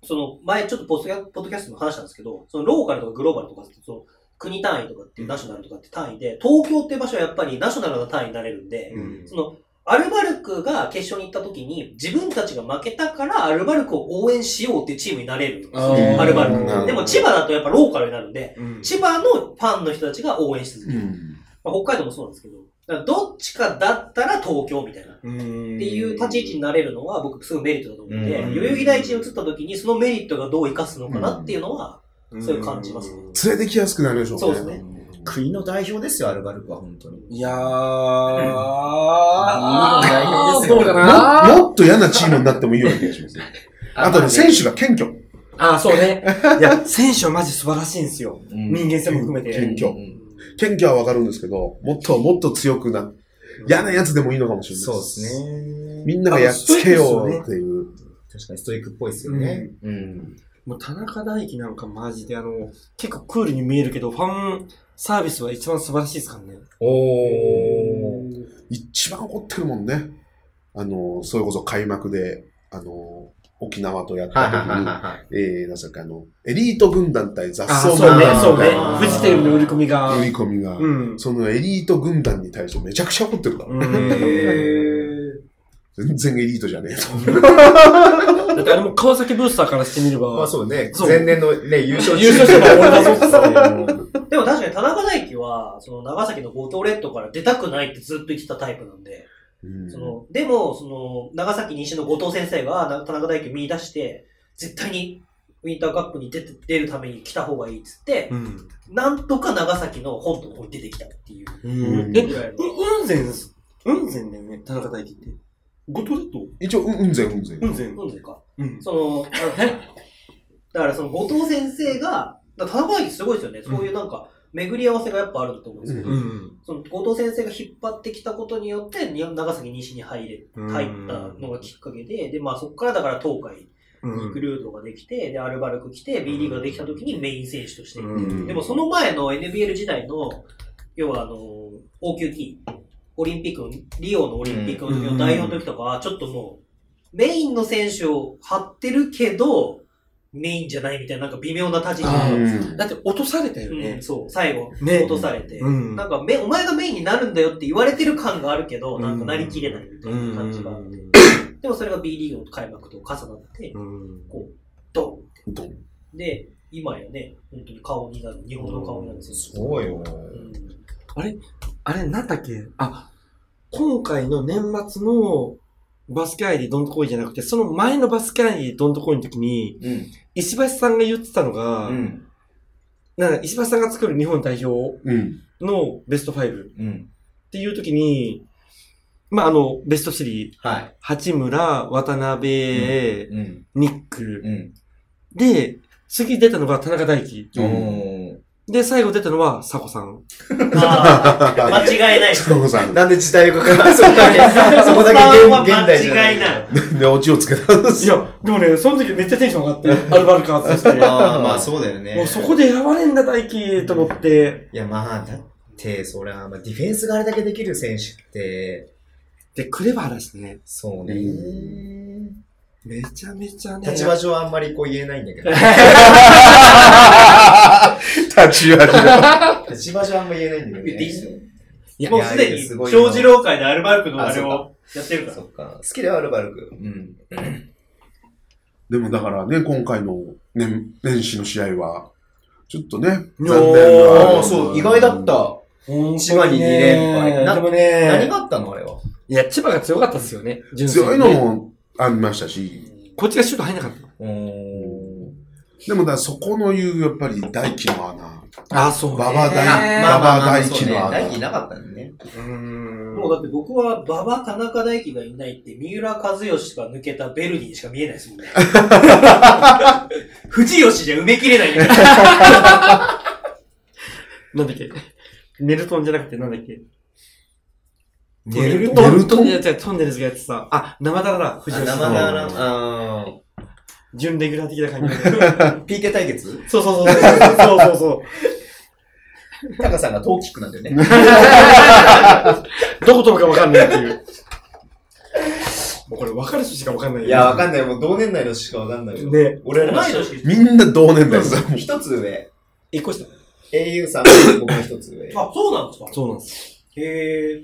Speaker 3: その、前ちょっとポッドキャポッドキャストの話したんですけど、そのローカルとかグローバルとかって、その、国単位とかっていうナショナルとかって単位で、東京って場所はやっぱりナショナルな単位になれるんで、
Speaker 2: うん
Speaker 3: その、アルバルクが決勝に行った時に、自分たちが負けたから、アルバルクを応援しようっていうチームになれるんですよ
Speaker 1: あー
Speaker 3: アルバル
Speaker 1: なるほど
Speaker 3: ク。でも、千葉だとやっぱローカルになるんで、
Speaker 4: うん
Speaker 3: 千葉のファンの人たちが応援し続
Speaker 1: う
Speaker 3: ける。
Speaker 1: ん。
Speaker 3: まあ、北海道もそうなんですけど、だからどっちかだったら東京みたいな。
Speaker 4: うん
Speaker 3: っていう立ち位置になれるのは僕すごいメリットだと思って、
Speaker 2: うん
Speaker 3: 代々木第一に移った時にそのメリットがどう生かすのかなっていうのは、そういう感じますね
Speaker 1: 連れてきやすくなるでしょうね。
Speaker 3: そうですね
Speaker 2: 国の代表ですよ、アルバルクは本当に。
Speaker 4: いやー、
Speaker 2: 代表ですよ
Speaker 4: そうかな
Speaker 1: ももっと嫌なチームになってもいいような気がしますね。あとね、選手が謙虚。
Speaker 4: あ、そうね。いや、選手はマジ素晴らしいんですよ。
Speaker 2: うん
Speaker 4: 人間性も含めて。
Speaker 1: 謙虚。謙虚はわかるんですけど、もっともっと強くな、嫌なやつでもいいのかもしれない
Speaker 2: そうですね。
Speaker 1: みんながやっつけようっていう。
Speaker 2: 確かにストイックっぽいですよね。うん。
Speaker 4: もう田中大輝なんかマジであの、結構クールに見えるけど、ファンサービスは一番素晴らしいですからね。
Speaker 2: おー。
Speaker 1: 一番怒ってるもんね。あの、それこそ開幕で、あの、沖縄とやった
Speaker 2: はい
Speaker 1: 時
Speaker 2: はいはい
Speaker 1: に、
Speaker 2: はい。
Speaker 1: えー、なぜかあの、エリート軍団対雑
Speaker 4: あ、
Speaker 1: 草
Speaker 4: そう
Speaker 1: 軍
Speaker 4: ね
Speaker 1: 団、
Speaker 4: そうね
Speaker 1: の。
Speaker 4: フジテレビの売り込みが。
Speaker 1: 売り込みが、
Speaker 4: うん。
Speaker 1: そのエリート軍団に対してめちゃくちゃ怒ってるから、全然エリートじゃねえと。
Speaker 4: だってあれも川崎ブースターからしてみれば、
Speaker 2: まあそうね。
Speaker 4: そう
Speaker 2: 前年のね、優勝
Speaker 4: 優勝したのは俺だぞっていう。
Speaker 3: でも確かに田中大輝は、その長崎の五島列島から出たくないってずっと言ってたタイプなんで、
Speaker 1: うん
Speaker 3: そのでも、その、長崎西の後藤先生がな田中大輝を見出して、絶対にウィンターカップに出て出るために来た方がいいっつって、
Speaker 4: うん。
Speaker 3: なんとか長崎の本土の方に出てきたっていう
Speaker 4: うん
Speaker 1: ん
Speaker 4: え、う
Speaker 3: ぐらいの。
Speaker 4: 雲仙、雲仙だよね、田中大輝って。五島列島
Speaker 1: 一応、うん、うんぜん、うんぜん。
Speaker 4: 雲仙。
Speaker 3: なんでか。
Speaker 4: うん。
Speaker 3: その、なんかだからその後藤先生が、だから田中すごいですよね。そういうなんか、巡り合わせがやっぱあると思うんですけど、
Speaker 4: うん。
Speaker 3: その後藤先生が引っ張ってきたことによって、に長崎西に入れ、
Speaker 4: うん
Speaker 3: 入ったのがきっかけで、で、まあそこからだから東海にグルートができて、で、アルバルク来て、B リーグができた時にメイン選手として。
Speaker 1: うん
Speaker 3: でもその前の NBL 時代の、要はあの、応急期、オリンピックの、リオのオリンピックの時の代表の時とかは、ちょっともう、メインの選手を張ってるけど、メインじゃないみたいな、なんか微妙な立ち位
Speaker 4: あ
Speaker 3: 置
Speaker 4: ー
Speaker 1: うん
Speaker 4: だって落とされたよ
Speaker 3: う
Speaker 4: ね
Speaker 3: ん、。そう、最後、
Speaker 4: ね
Speaker 3: 落。とされて、
Speaker 4: うん
Speaker 3: なんかめ、お前がメインになるんだよって言われてる感があるけど、なんかなりきれないみたいな感じが。でもそれが B リーグの開幕と重なって、
Speaker 4: うん
Speaker 3: こう、ド
Speaker 1: どう
Speaker 3: ンで、今やね、本当に顔になる、日本の顔になるんですよ。
Speaker 2: ごいよ。
Speaker 3: うん
Speaker 4: あれ、なんだっけあ、今回の年末のバスケアイディドンとこいじゃなくて、その前のバスケアイディドンとこいの時に、
Speaker 1: うん。
Speaker 4: 石橋さんが言ってたのが、
Speaker 2: うん。
Speaker 4: なんか石橋さんが作る日本代表
Speaker 1: うん。
Speaker 4: のベスト5っ
Speaker 2: うん。
Speaker 4: ていう時に、まあ、あの、ベスト3、
Speaker 2: はい。
Speaker 4: 八村、渡辺、
Speaker 2: うん。
Speaker 4: ニック。
Speaker 2: うん。
Speaker 4: で、次出たのが田中大輝。
Speaker 1: う
Speaker 2: お
Speaker 4: で、最後出たのは佐古さん。
Speaker 3: あー間違いな い。
Speaker 1: ちかこさん、
Speaker 2: なんで時代がかかるそこだけ、そこだけ現代じゃない。
Speaker 3: 間違いない。
Speaker 1: で、オチをつけたんです
Speaker 4: いや、でもね、その時めっちゃテンション上がって、 アルバルカーズとして。
Speaker 2: ああ、まあそうだよね。
Speaker 4: もうそこで選ばれんだ、大輝と思って。
Speaker 2: いや、まあ、だって、そりゃ、まあ、ディフェンスがあれだけできる選手って、
Speaker 4: で、クレバーだしね。
Speaker 2: そうね。
Speaker 4: めちゃめちゃね。
Speaker 2: 立場上はあんまりこう言えないんだけど。
Speaker 1: 立ち味だ。
Speaker 2: 立場上はあんま言えないんだけ
Speaker 3: 言
Speaker 2: ど、
Speaker 3: っていい
Speaker 2: ね。
Speaker 4: いや
Speaker 3: もうすで
Speaker 2: いやい
Speaker 3: に、
Speaker 2: やすごいな
Speaker 3: 小次郎会でアルバルクのあ
Speaker 2: あ
Speaker 3: れ
Speaker 2: そ
Speaker 3: をやってるか
Speaker 2: そ
Speaker 3: ら。
Speaker 2: っか。好きだよ、アルバルク。うん。
Speaker 1: でもだからね、今回の年、年始の試合は、ちょっとね、
Speaker 4: い
Speaker 1: 残
Speaker 4: やー
Speaker 1: 念
Speaker 2: あ
Speaker 1: が
Speaker 2: あ、そう、意外だった。千葉に二連敗な
Speaker 4: でも
Speaker 2: 何
Speaker 4: ね、
Speaker 2: があったのあれは。
Speaker 4: いや、千葉が強かったですよね。純粋に
Speaker 1: 強い
Speaker 4: ね
Speaker 1: の。もありましたし、
Speaker 4: こっちがシュート入んなかった。
Speaker 2: うーん。
Speaker 1: でもだからそこの言う、やっぱり大輝の穴。
Speaker 4: あ、そうね。
Speaker 1: 馬場大
Speaker 4: う
Speaker 1: 馬場大
Speaker 2: そう
Speaker 1: 輝
Speaker 2: ね
Speaker 1: の
Speaker 2: 大輝いなかったんだね。
Speaker 4: ーん。
Speaker 3: もうだって僕は、馬場、田中大輝がいないって、三浦和義が抜けたベルディにしか見えないですもん ね。藤吉じゃ埋めきれないみたいな。
Speaker 4: なんだっけネルトンじゃなくてなんだっけ
Speaker 1: ネルトン
Speaker 4: ネ
Speaker 1: ネ
Speaker 4: ル
Speaker 1: ルト
Speaker 4: ト
Speaker 1: ン
Speaker 4: ンいや違う、トンネルズがやってさ、あ、生だらだ、藤
Speaker 2: あ
Speaker 4: 吉
Speaker 2: 生
Speaker 4: さ
Speaker 1: だ
Speaker 4: ん。
Speaker 1: ら
Speaker 2: なら、あ
Speaker 4: 準レギュラー的な感じで。
Speaker 2: ー PK 対決
Speaker 4: そうそうそうそう。そうそうそ
Speaker 2: タカさんがトーキックなんだよね。
Speaker 4: う。どこ飛ぶかわかんないっていう。もうこれ分かる人しかわかんないよ
Speaker 2: いや、わかんない。もう同年代のしかわかんないよ。
Speaker 4: ね、
Speaker 2: 俺らの
Speaker 3: 同い年
Speaker 1: みんな同年代です。
Speaker 2: 一つ上。
Speaker 4: 一個した。
Speaker 2: au さんが僕の一つ 上。
Speaker 3: あ、そうなんですか
Speaker 4: そうなんです。
Speaker 3: へえ。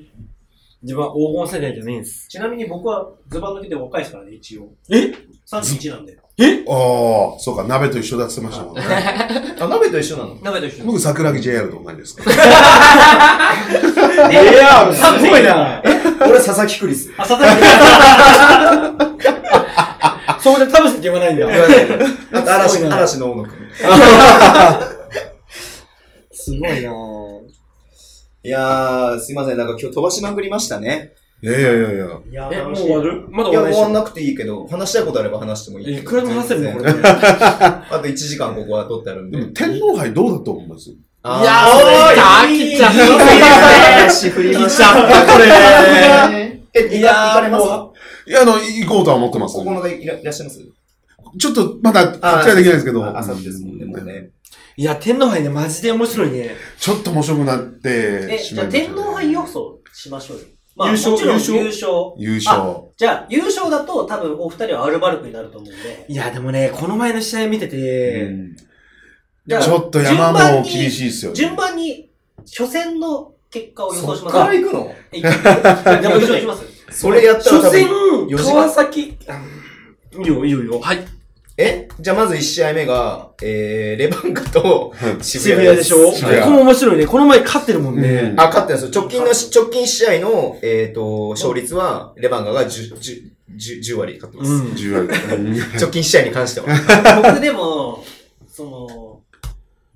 Speaker 4: 自分は黄金世代じゃないんです。
Speaker 3: ちなみに僕はズバ抜けて若いですからね、一応。
Speaker 4: え
Speaker 3: ?31 なんで。
Speaker 1: ああ、そうか、鍋と一緒だって言ってましたもんね。
Speaker 2: あ、鍋と一緒なの
Speaker 3: 鍋と一緒
Speaker 1: 僕、桜木 JR と同じですから。
Speaker 4: いやすごいな。
Speaker 2: 俺、佐々木クリス。
Speaker 3: あ、佐々木さん
Speaker 4: そこで田臥って言わないんだ。
Speaker 2: あと、嵐、
Speaker 4: すごいな
Speaker 2: 嵐の大野くん。
Speaker 4: すごいなぁ。
Speaker 2: いやー、すいません。なんか今日飛ばしまくりましたね。
Speaker 1: いやいやいやいや。
Speaker 3: いや
Speaker 4: え、もう
Speaker 3: 楽しい
Speaker 4: 終わるまだ
Speaker 2: い
Speaker 4: 終
Speaker 2: や、
Speaker 4: わら
Speaker 2: 終わん
Speaker 4: ない
Speaker 2: なくていいけど、話したいことあれば話してもいい
Speaker 4: でし
Speaker 2: け
Speaker 4: ょ。
Speaker 2: ど。
Speaker 4: いくらでも話せるね、これ
Speaker 2: 全
Speaker 4: ね。
Speaker 2: 然あと1時間ここは取ってあるん
Speaker 1: で
Speaker 2: で。
Speaker 1: も、天皇杯どうだと思います
Speaker 2: あー
Speaker 4: いやー
Speaker 2: そう
Speaker 4: おーい
Speaker 2: い
Speaker 4: 来ちゃった
Speaker 2: 話振りました。これ。え、いや行かれますこ
Speaker 1: いや、あの、行こうとは思ってます。
Speaker 2: このでいらいらっしゃいます
Speaker 1: ちょっと、まだ、期待できないですけど。
Speaker 2: 朝日ですもんね、もうね。
Speaker 4: いや、天皇杯ね、マジで面白いね。
Speaker 1: ちょっと面白くなって
Speaker 3: え、じ
Speaker 1: しま
Speaker 3: ゃ
Speaker 1: い
Speaker 3: あ
Speaker 1: ましたね
Speaker 3: 天皇杯予想しましょうよ。まあ、
Speaker 4: 優勝
Speaker 3: もちろん
Speaker 4: 優勝
Speaker 3: 優勝。
Speaker 1: 優勝。
Speaker 3: じゃあ、優勝だと多分お二人はアルバルクになると思うんで。
Speaker 4: いや、でもね、この前の試合見てて、
Speaker 1: うん
Speaker 3: じゃあ
Speaker 1: ちょっと山も厳しいですよね。
Speaker 3: 順番に、初戦の結果を予想し
Speaker 2: そ
Speaker 3: ま
Speaker 2: っ
Speaker 3: す
Speaker 2: から行くの
Speaker 3: いきますじゃあ予想します。
Speaker 2: それやったら多
Speaker 4: 初戦
Speaker 2: 分、、四時間
Speaker 4: 川崎、あいいよ、いいよ、いいよ。はい。
Speaker 2: えじゃあまず1試合目が、えー、レバンガと渋
Speaker 4: 渋
Speaker 2: 谷
Speaker 4: 谷でしょこ
Speaker 1: 渋谷
Speaker 4: こも面白いね。この前勝ってるもんね
Speaker 1: う。ん
Speaker 2: あ、勝ってますよ。直近のし、直近試合の、えっ、と、勝率は、レバンガが10、10、10割勝ってます。
Speaker 4: うん
Speaker 1: 重要です
Speaker 2: 直近試合に関しては。
Speaker 3: 僕でも、その、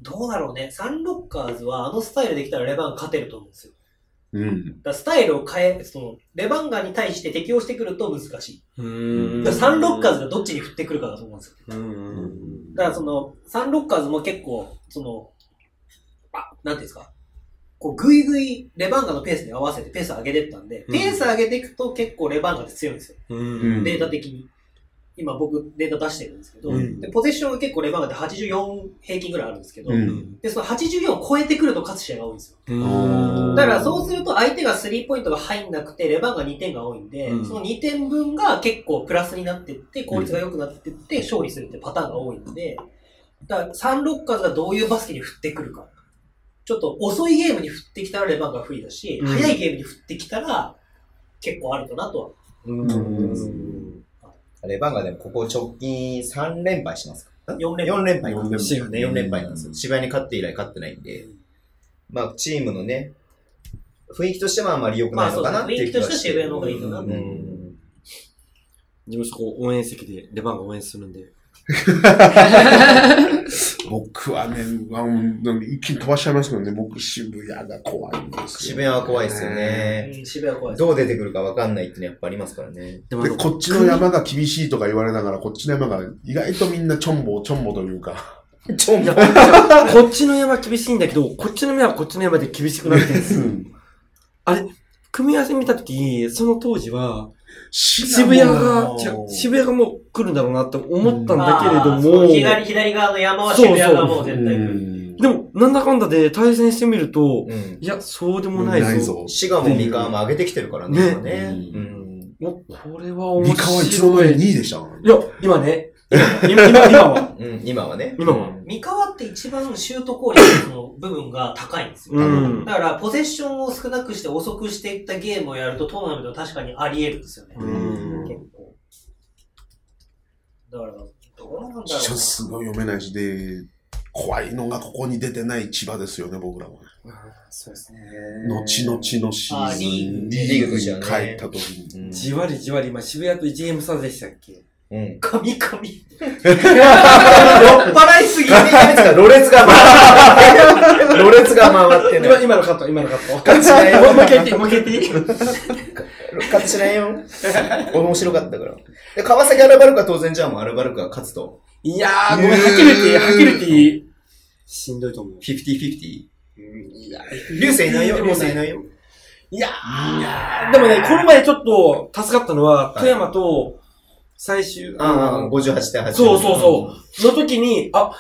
Speaker 3: どうだろうね。サンロッカーズはあのスタイルできたらレバン勝てると思うんですよ。
Speaker 1: うん。
Speaker 3: だからスタイルを変え、その、レバンガに対して適応してくると難しい。
Speaker 4: うん
Speaker 3: だからサンロッカーズがどっちに振ってくるかだと思うんですよ。
Speaker 4: うん。
Speaker 3: だからその、サンロッカーズも結構、その、あ、なんていうんですか。こう、ぐいぐいレバンガのペースに合わせてペース上げてったんで、
Speaker 4: うん
Speaker 3: ペース上げていくと結構レバンガって強いんですよ。
Speaker 4: うん。
Speaker 3: データ的に。今僕データ出してるんですけど、
Speaker 4: うん
Speaker 3: でポゼッションが結構レバンガって84平均ぐらいあるんですけど、
Speaker 1: うん
Speaker 3: で、その84を超えてくると勝つ試合が多いんですよ。
Speaker 1: うん
Speaker 3: だからそうすると相手がスリーポイントが入んなくて、レバンが2点が多いんで、
Speaker 4: うん
Speaker 3: その2点分が結構プラスになってって、効率が良くなってって、勝利するってパターンが多いんで、だからサンロッカーズがどういうバスケに振ってくるか。ちょっと遅いゲームに振ってきたらレバンが不利だし、
Speaker 4: うん
Speaker 3: 早いゲームに振ってきたら結構あるかなとは。
Speaker 4: うん。うん。
Speaker 2: レバンガでもここ直近3連敗しますか
Speaker 3: 4連敗
Speaker 2: 4連敗か。
Speaker 1: 四連敗
Speaker 2: 四連敗
Speaker 4: 四
Speaker 2: 連敗なんですよ。芝居に勝って以来勝ってないんで。まあ、チームのね、雰囲気としてはあまり良くないのかなっていう気がして。
Speaker 3: まあそうですね雰囲気としては渋谷の方がいい
Speaker 4: かな
Speaker 2: うん
Speaker 4: 自分そこ応援席でレバンが応援するんで。
Speaker 1: 僕はね、あの、一気に飛ばしちゃいますけどね、僕渋谷が怖いんですよ。
Speaker 2: 渋谷は怖いですよね。
Speaker 3: うん、渋谷は怖いです。
Speaker 2: どう出てくるか分かんないっていうのはやっぱありますからね。
Speaker 4: でもあ
Speaker 1: で、
Speaker 4: の
Speaker 1: こっちの山が厳しいとか言われながら、こっちの山が意外とみんなちょんぼ、ちょんぼというか。
Speaker 2: ちょんぼ。
Speaker 4: こっちの山厳しいんだけど、こっちの山はこっちの山で厳しくなってるんですよ。組み合わせ見たとき、その当時は、渋谷が、違う渋谷がもう来るんだろうなって思ったんだけれど
Speaker 3: あーそ
Speaker 4: も
Speaker 3: の、左、左側の山は渋谷がもう絶対来る。
Speaker 1: 谷
Speaker 4: でも、なんだかんだで対戦してみると、
Speaker 2: うん。
Speaker 4: いや、そうでもないぞ。
Speaker 2: 滋賀も三河も上げてきてるからね。
Speaker 4: ね
Speaker 2: 今ね
Speaker 1: う
Speaker 2: うん。
Speaker 4: もう、これは
Speaker 1: 三
Speaker 4: 面
Speaker 1: 河一度
Speaker 4: 白
Speaker 1: 前
Speaker 4: い。い
Speaker 1: 2位でしたもんね。
Speaker 4: や、今ね、今、今、今は、
Speaker 2: うん、今はね。
Speaker 4: 今は。
Speaker 3: 三河って一番シュート効率の部分が高いんですよ。
Speaker 4: うん
Speaker 3: だ。から、ポゼッションを少なくして遅くしていったゲームをやると、トーナメントは確かにあり得るんですよね。
Speaker 4: うん
Speaker 3: 結構。だから、どうなんだろうな。
Speaker 1: ちょっとすごい読めないし、で、怖いのがここに出てない千葉ですよね、僕らも。
Speaker 4: そうですね。
Speaker 1: 後々のシーズ
Speaker 3: あーリー
Speaker 1: ン、
Speaker 2: グ
Speaker 1: リ
Speaker 2: リ
Speaker 1: ーグに帰
Speaker 2: ーグじゃね
Speaker 1: った時に。
Speaker 2: うん
Speaker 4: じわりじわり、今、渋谷と 1M 差でしたっけ
Speaker 2: うん。
Speaker 3: 神々。酔っ払いすぎ。
Speaker 2: 金がですから、ろれつが回ってる。ろれつが回って
Speaker 4: 今、
Speaker 2: る。
Speaker 4: 今のカット、今のカット。もう
Speaker 2: 勝ちないよ。
Speaker 4: 一回言っていい、もう一回言っていい
Speaker 2: 勝ちないよ。面白かったから。で、川崎アルバルクは当然じゃあもうアルバルクが勝つと。
Speaker 4: いやー、ごめん、はっきり言っていい、はっきり言っていい。しんどいと思う。
Speaker 2: 50-50?
Speaker 4: いや
Speaker 2: 流星いないよ、流星いないよ。
Speaker 4: いやー、でもね、この前ちょっと助かったのは、
Speaker 2: い
Speaker 4: 富山と最終、
Speaker 2: ああ、58対8。
Speaker 4: そうそうそう、の時に、あ、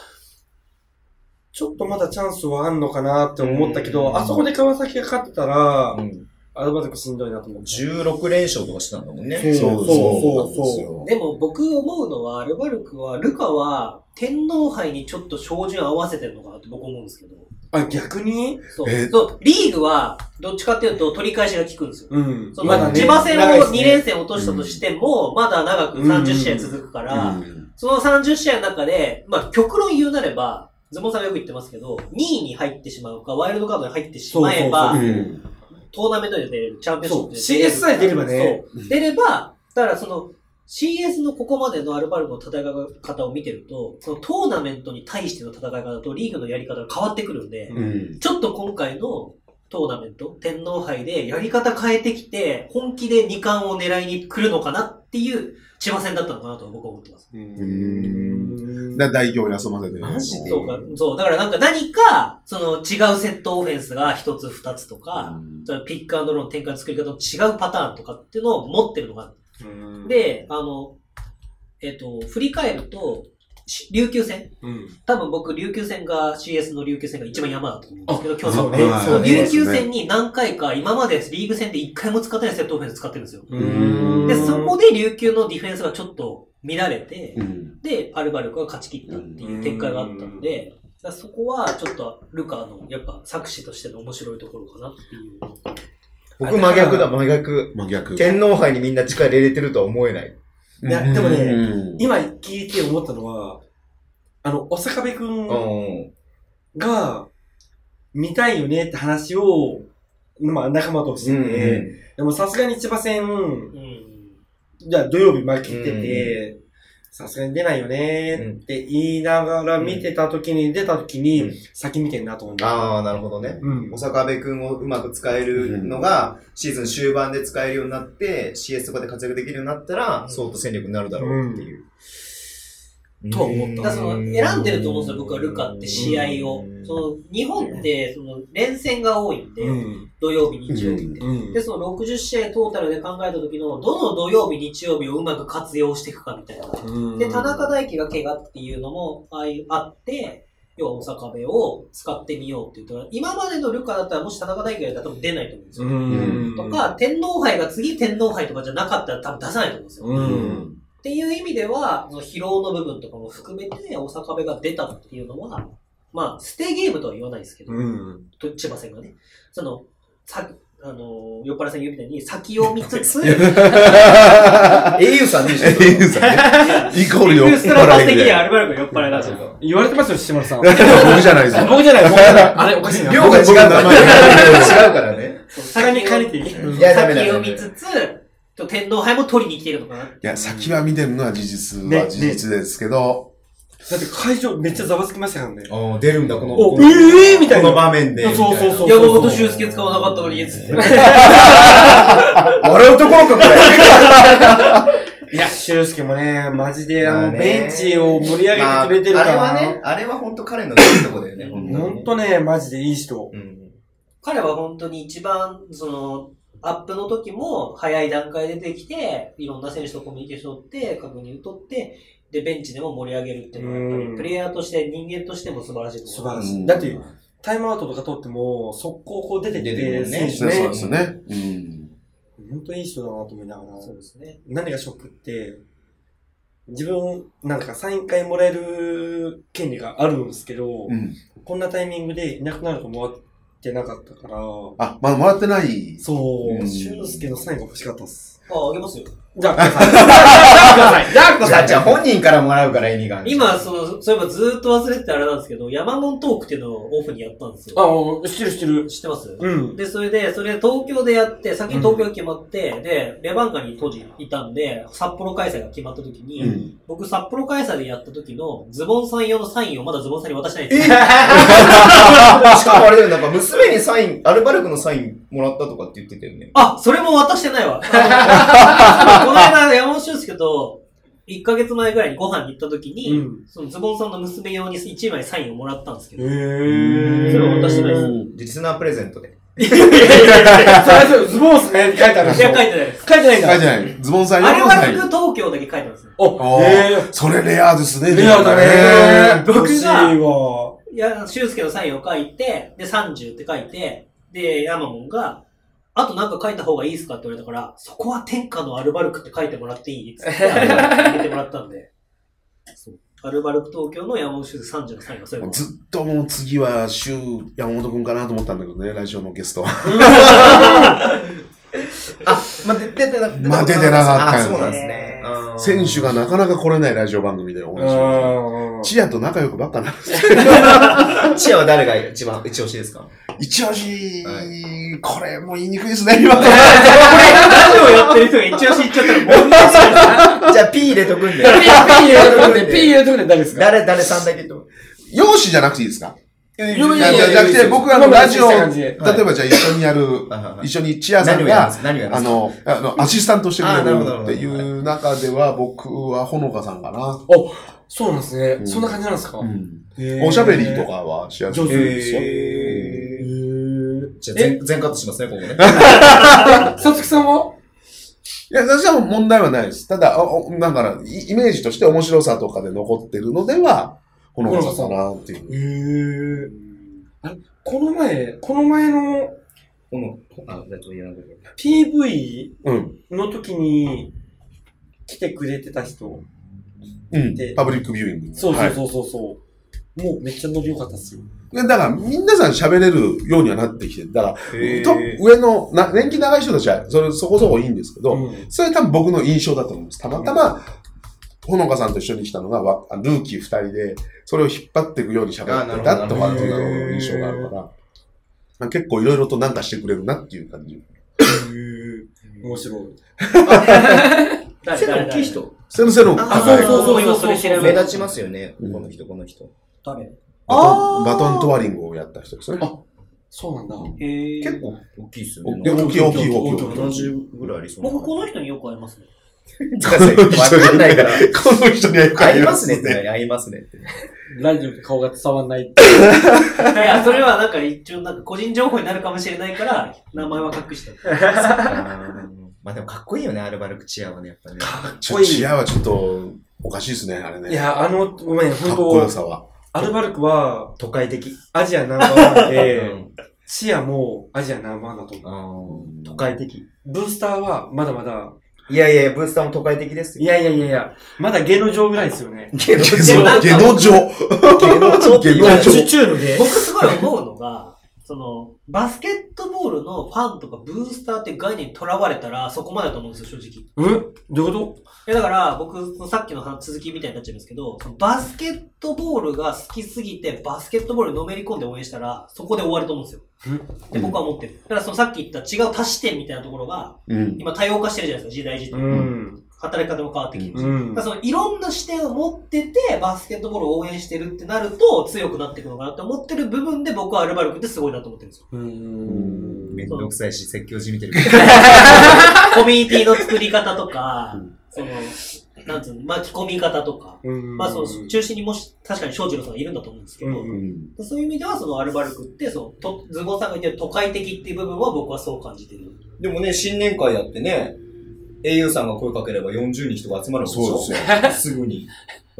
Speaker 4: ちょっとまだチャンスはあんのかなって思ったけ
Speaker 2: う
Speaker 4: ど、
Speaker 2: ん
Speaker 4: あそこで川崎が勝ってたら
Speaker 2: う、ん。
Speaker 4: アルバルクしんどいなと思って。
Speaker 2: 16連勝とかしてたんだもんね。
Speaker 4: そうそうそう
Speaker 3: でも僕思うのは、アルバルクは、ルカは、天皇杯にちょっと照準合わせてるのかなって僕思うんですけど。
Speaker 4: あ、逆に
Speaker 3: そう。
Speaker 1: え
Speaker 3: そうリーグは、どっちかっていうと取り返しが効くんですよ。
Speaker 4: うん
Speaker 3: その、地場戦を2連戦落としたとしても、まだ長く30試合続くから、
Speaker 1: うん
Speaker 3: その30試合の中で、まあ、極論言うなれば、ズボンさんがよく言ってますけど、2位に入ってしまうか、ワイルドカードに入ってしまえば、
Speaker 4: そう
Speaker 1: うん
Speaker 3: トーナメントで出れる、チャンピオンシップで
Speaker 4: そう CS さえ出ればね。
Speaker 3: そう出れば、だからその、CS のここまでのアルバルクの戦い方を見てると、そのトーナメントに対しての戦い方とリーグのやり方が変わってくるんで、
Speaker 1: うん
Speaker 3: ちょっと今回のトーナメント、天皇杯でやり方変えてきて、本気で2冠を狙いに来るのかなっていう千葉戦だったのかなと僕は思ってます。
Speaker 4: う
Speaker 1: うん
Speaker 4: ん
Speaker 1: だ代表休ませて。
Speaker 4: マジで
Speaker 3: そうか、そう。だからなんか何か、その違うセットオフェンスが1つ2つとか、
Speaker 1: うん
Speaker 3: そのピックアンドロールの展開の作り方の違うパターンとかっていうのを持ってるのがあって、で、あの、えっ、と、振り返ると、し琉球戦
Speaker 4: うん、
Speaker 3: 多分僕、琉球戦が、CS の琉球戦が一番山だと思うんですけど、今日
Speaker 4: そ
Speaker 3: の
Speaker 4: うね
Speaker 1: はい
Speaker 4: そうね
Speaker 3: 琉球戦に何回か、今までリーグ戦で一回も使ってないセットオフェンス使ってるんですよ。
Speaker 1: うん
Speaker 3: で、そこで琉球のディフェンスがちょっと乱れて
Speaker 1: う、ん
Speaker 3: で、アルバルクが勝ち切ったっていう展開があったので、だからそこはちょっとルカのやっぱ作詞としての面白いところかなっていう。
Speaker 2: 僕真逆だ、真逆。
Speaker 1: 真逆。
Speaker 2: 天皇杯にみんな力入れてるとは思えない。
Speaker 4: いやでもね
Speaker 1: うん
Speaker 4: 今聞いて思ったのは、あの、お坂部く
Speaker 2: う
Speaker 4: ん
Speaker 2: ん。
Speaker 4: が、見たいよねって話を、まあ仲間としてて、でもさすがに千葉戦
Speaker 3: う、ん。
Speaker 4: じゃあ土曜日負けてて、さすがに出ないよねって言いながら見てた時に、出た時
Speaker 2: うん
Speaker 4: に、先見てんなと思った。
Speaker 2: ああ、なるほどね。
Speaker 4: うん
Speaker 2: 小。坂部君をうまく使えるのが、シーズン終盤で使えるようになって、CS とかで活躍できるようになったら、相当戦力になるだろうっていう。
Speaker 4: とは思った
Speaker 3: だからその選んでると思うんですよ、僕はルカって試合を。その日本ってその連戦が多いんで、
Speaker 4: うん。
Speaker 3: 土曜日、日曜日って。
Speaker 4: うん
Speaker 3: で、。その60試合トータルで考えた時の、どの土曜日、日曜日をうまく活用していくかみたいな。
Speaker 4: うん
Speaker 3: で、田中大輝が怪我っていうのもあいあって、要は大阪部を使ってみようって言ったら、今までのルカだったらもし田中大輝がやったら多分出ないと思うんですよ。
Speaker 4: うん。
Speaker 3: とか、天皇杯が次天皇杯とかじゃなかったら多分出さないと思うんですよ。
Speaker 4: う。
Speaker 1: うんん。
Speaker 3: っていう意味では、その疲労の部分とかも含めて、大阪部が出たっていうのは、まあ、捨てゲームとは言わないですけど、
Speaker 4: うん。
Speaker 3: と千葉戦がね、その、さ、あの、酔っ払いさん言うみたいに先を見つつ、
Speaker 2: 英雄さんでしょ
Speaker 1: え、ゆうさんね。いい香りよ。
Speaker 3: エクストラパス的には
Speaker 1: 笑
Speaker 3: アルバルクが酔っ払いなんです よ。
Speaker 4: 言われてますよ、志村さん。
Speaker 1: いで僕じゃないですよ。
Speaker 4: 僕じゃない、僕じゃない。あれ、おかしいな。
Speaker 2: 量が違うからね。違うからね。
Speaker 4: さらに帰っていい
Speaker 2: いやダメだ
Speaker 3: 先
Speaker 2: ダ
Speaker 3: を
Speaker 2: メ
Speaker 3: 見
Speaker 2: だ
Speaker 3: つつ、と天皇杯も取りに来てるのかな。
Speaker 1: いや、先は見てるのは事実は事実ですけど、
Speaker 4: だって会場めっちゃざわつきましたからね。
Speaker 2: ああ、出るんだ、この。
Speaker 4: お
Speaker 2: この
Speaker 4: ええみたいな
Speaker 2: この場面で。
Speaker 4: そうそうそう
Speaker 3: 山本修介使わなかった のに、つって。
Speaker 2: 笑うところか、これ。
Speaker 4: いや、修介もね、マジで、あ
Speaker 2: まあ
Speaker 4: の、
Speaker 2: ね
Speaker 4: ベンチを盛り上げてくれてるから。
Speaker 2: まああれはね、あれは本当彼のいいとこだよね、本当に
Speaker 4: ほんとね、マジでいい人。
Speaker 2: うん。
Speaker 3: 彼は本当に一番、その、アップの時も早い段階で出てきて、いろんな選手とコミュニケーションを取って、確認を取って、で、ベンチでも盛り上げるっていうのは、やっぱ
Speaker 4: うん
Speaker 3: りプレイヤーとして人間としても素晴らしいと
Speaker 4: 素
Speaker 3: 思
Speaker 4: 晴
Speaker 3: う。
Speaker 4: ら
Speaker 1: う
Speaker 4: し
Speaker 1: ん
Speaker 4: い。だって、タイムアウトとか取っても、速攻こう出てき
Speaker 2: 出てくる
Speaker 4: て、
Speaker 2: もんね
Speaker 4: 選手
Speaker 1: そう
Speaker 4: ね
Speaker 1: で。すね。うん。
Speaker 4: ほんといい人だなと思いながら。
Speaker 3: そうですね。
Speaker 4: 何がショックって、自分、なんかサイン会もらえる権利があるんですけど、
Speaker 1: うん。
Speaker 4: こんなタイミングでいなくなると思ってなかったから、
Speaker 1: あ、まだもらってない。
Speaker 4: そうう、
Speaker 1: ん
Speaker 4: 俊介のサインが欲しかったっす。
Speaker 3: あ、あげますよ。
Speaker 4: じゃあ、ください。じゃあ、くだ
Speaker 2: じゃ
Speaker 4: さ
Speaker 2: あ、
Speaker 4: い。
Speaker 2: じゃあ本人からもらうから意味がある。
Speaker 3: 今、その、そういえばずーっと忘れてたあれなんですけど、山門トークっていうのをオフにやったんですよ。
Speaker 4: あ、知ってる知ってる。
Speaker 3: 知ってます
Speaker 4: うん。
Speaker 3: で、それで、それ東京でやって、先に東京が決まって、で、レバンガに当時いたんで、札幌開催が決まった時に、
Speaker 1: うん。
Speaker 3: 僕、札幌開催でやった時のズボンさん用のサインをまだズボンさんに渡してないんですよ。
Speaker 2: しかもあれだよ、なんか娘にサイン、アルバルクのサインもらったとかって言ってたよね。
Speaker 3: あ、それも渡してないわ。あのこの間、山本俊介と、1ヶ月前ぐらいにご飯に行った時に、
Speaker 4: うん
Speaker 3: そのズボンさんの娘用に1枚サインをもらったんですけ
Speaker 4: へ
Speaker 3: ど、
Speaker 4: ー。
Speaker 3: それは渡してないです
Speaker 2: リスナープレゼントで。
Speaker 4: 最初、ズボンっすねって書いてあるん
Speaker 3: いや、
Speaker 4: でし
Speaker 3: 書
Speaker 4: ょ
Speaker 3: いてないです。
Speaker 4: 書いてないん
Speaker 1: 書い
Speaker 4: だ。
Speaker 1: てない。ズボンさん
Speaker 3: あれ
Speaker 1: 用の
Speaker 3: は
Speaker 1: サイン
Speaker 3: 僕東京だけ書いてますね。
Speaker 4: お、
Speaker 1: あー
Speaker 4: へー。
Speaker 1: それレアですね。
Speaker 4: レアだねー。
Speaker 3: 僕が
Speaker 4: 欲しいわ。
Speaker 3: いや、俊介のサインを書いて、で、30って書いて、で、山本が、あとなんか書いた方がいいですかって言われたから、そこは天下のアルバルクって書いてもらっていいっつって、入れてもらったんで。そうアルバルク東京の山本俊介30のサインがそういうこと。
Speaker 1: ずっともう次は、シュウ山本くんかなと思ったんだけどね、ラジオのゲストは。
Speaker 2: あ、まあ、出てなかった。
Speaker 1: まあ出てなかった
Speaker 2: あ、
Speaker 1: よね
Speaker 2: そうなんですね。あー
Speaker 1: 選手がなかなか来れないラジオ番組でお話を。
Speaker 4: うん
Speaker 1: チアと仲良くばっかな。
Speaker 2: チアは誰が一番、一押しですか
Speaker 1: 一押し、
Speaker 2: は
Speaker 1: これもう言いにくいですね、今。
Speaker 3: ラジオやってる人が一押し言っちゃったら、もう
Speaker 2: じゃあ、P 入れとくんで。
Speaker 4: ピー入れとくんで、ピー入れとくんで誰ですか
Speaker 2: 誰、誰さんだけと。
Speaker 1: 容姿じゃなくていいですか
Speaker 2: い
Speaker 1: いやじゃじゃなくて、僕あの、
Speaker 4: まあ
Speaker 1: ラジオ、
Speaker 4: まあ
Speaker 1: 例
Speaker 4: まあ
Speaker 1: えばじゃあ一緒にやる
Speaker 2: はいはいは、い
Speaker 1: 一緒にチアさん
Speaker 2: 何をやるんです
Speaker 1: が、
Speaker 2: か何をやる
Speaker 1: あ
Speaker 2: んです
Speaker 1: の、あの、アシスタントしてくれ
Speaker 2: あなるほど
Speaker 1: るっていう中では、僕はほのかさんかな。
Speaker 4: そうなんです
Speaker 1: う
Speaker 4: ね。
Speaker 1: ん
Speaker 4: そんな感じなんですか
Speaker 1: うん
Speaker 4: へー
Speaker 1: おしゃべりとかはしやすい
Speaker 4: 上手
Speaker 1: ですよ。
Speaker 4: へー
Speaker 2: じゃあ、全、全カットしますね、ここね。
Speaker 4: え、さつきさんはい
Speaker 1: や、私はもう問題はないです。ただ、ああだから、イイメージとして面白さとかで残ってるのでは、この方かなっていう。
Speaker 4: へえ。あれこの前、この前の
Speaker 2: この、あ、じゃあ、ちょっと言えなかっ
Speaker 4: PV
Speaker 1: うん。
Speaker 4: の時に来てくれてた人。
Speaker 1: うん
Speaker 4: で。
Speaker 1: パブリックビューイング。
Speaker 4: そう
Speaker 1: は
Speaker 4: そう
Speaker 1: い
Speaker 4: そうそうそう。もうめっちゃ伸びよかったっすよ。
Speaker 1: でだから、皆さん喋れるようにはなってきてる、だから、
Speaker 2: たへ
Speaker 1: トッ
Speaker 2: ー
Speaker 1: プ上のな、年季長い人たちは、それ、そこそこいいんですけど、
Speaker 4: うん
Speaker 1: それ多分僕の印象だと思います。たまたま、ほのかさんと一緒に来たのが、わあルーキー二人で、それを引っ張っていくように喋ってたとかっていう印象があるから、まあ結構いろいろとなんかしてくれるなっていう感じ。
Speaker 4: 面白い。
Speaker 3: 誰
Speaker 2: 背の
Speaker 3: 誰
Speaker 2: 大きい
Speaker 3: 誰
Speaker 2: 人。
Speaker 1: 背の背の
Speaker 3: あ、
Speaker 1: 高
Speaker 3: そう
Speaker 1: い。
Speaker 3: そうそう、
Speaker 4: は
Speaker 3: 今
Speaker 4: い
Speaker 3: それ調べ
Speaker 2: 目
Speaker 3: た
Speaker 2: 立ちますよね。
Speaker 1: うん
Speaker 2: この人、この人。
Speaker 3: 誰
Speaker 1: バト
Speaker 3: あー
Speaker 1: ンバトントワリングをやった人ですね。
Speaker 4: あそうなんだ。
Speaker 3: へ
Speaker 2: 結
Speaker 3: え。
Speaker 2: 構大きいですよ
Speaker 1: で
Speaker 2: ね。
Speaker 1: 大きい大きい大きい
Speaker 4: 大きい。
Speaker 2: 70ぐらいありそうな。
Speaker 3: 僕、この人によく会いますね。
Speaker 2: わかんないから。
Speaker 1: この人にはよく
Speaker 2: 合いますねって、合いますねって。
Speaker 4: ラジオで顔が伝わんない。
Speaker 3: いや、それはなんか一応、なんか個人情報になるかもしれないから、名前は 隠してる。
Speaker 2: まあでもかっこいいよね、アルバルクチアはね、やっぱね。
Speaker 1: ちょっとチアはちょっとおかしいですね、あれね。
Speaker 4: いや、あの、ごめん、
Speaker 1: かっこよ
Speaker 4: 本当
Speaker 1: さは。
Speaker 4: アルバルクは
Speaker 2: 都会的。
Speaker 4: アジアナンバーワン
Speaker 2: う
Speaker 4: で、
Speaker 2: ん
Speaker 4: シアもアジアナンバーワンだと思う。
Speaker 2: 都会的。
Speaker 4: ブースターはまだまだ、
Speaker 2: いやいや、ブースターも都会的です
Speaker 4: い
Speaker 2: よ。
Speaker 4: やいやいやいや、まだ芸能上ぐらいですよね。
Speaker 2: 芸能
Speaker 1: ゲ
Speaker 2: 人
Speaker 1: ノ、ゲノ状。
Speaker 2: 芸能人って言わな
Speaker 1: 芸能
Speaker 2: い
Speaker 1: 人
Speaker 4: チュールで。
Speaker 3: 僕すごい思うのが、その、バスケットボールのファンとかブースターって概念にとらわれたら、そこまでだと思うんですよ、正直。い
Speaker 4: うんどういうこ
Speaker 3: や、だから、僕、そのさっきの話続きみたいになっちゃうんですけど、そのバスケットボールが好きすぎて、バスケットボールにのめり込んで応援したら、そこで終わると思うんですよ。で僕は思ってる。だから、そのさっき言った違う足し点みたいなところが、
Speaker 1: うん。
Speaker 3: 今多様化してるじゃないですか、時代時
Speaker 4: と
Speaker 3: 代。
Speaker 4: うん。
Speaker 3: 働き方も変わってきて。
Speaker 4: うん
Speaker 3: だから。そのいろんな視点を持ってて、バスケットボールを応援してるってなると、強くなっていくのかなって思ってる部分で、僕はアルバルクってすごいなと思ってるんです よ。
Speaker 4: うん
Speaker 2: めんどくさいし、説教じみてる。
Speaker 3: コミュニティの作り方とか
Speaker 1: うん、
Speaker 3: その、なんつうの、巻き込み方とか、
Speaker 4: うん
Speaker 3: まあその、中心にもし、確かに翔二郎さんがいるんだと思うんですけど、
Speaker 4: うん
Speaker 1: うん
Speaker 3: そういう意味では、そのアルバルクって、その、とズゴンさんが言ってる都会的っていう部分は僕はそう感じてる。
Speaker 2: でもね、新年会やってね、au さんが声かければ40人人が集まるんです
Speaker 1: そう
Speaker 2: よ。
Speaker 1: ですよ。
Speaker 2: すぐに。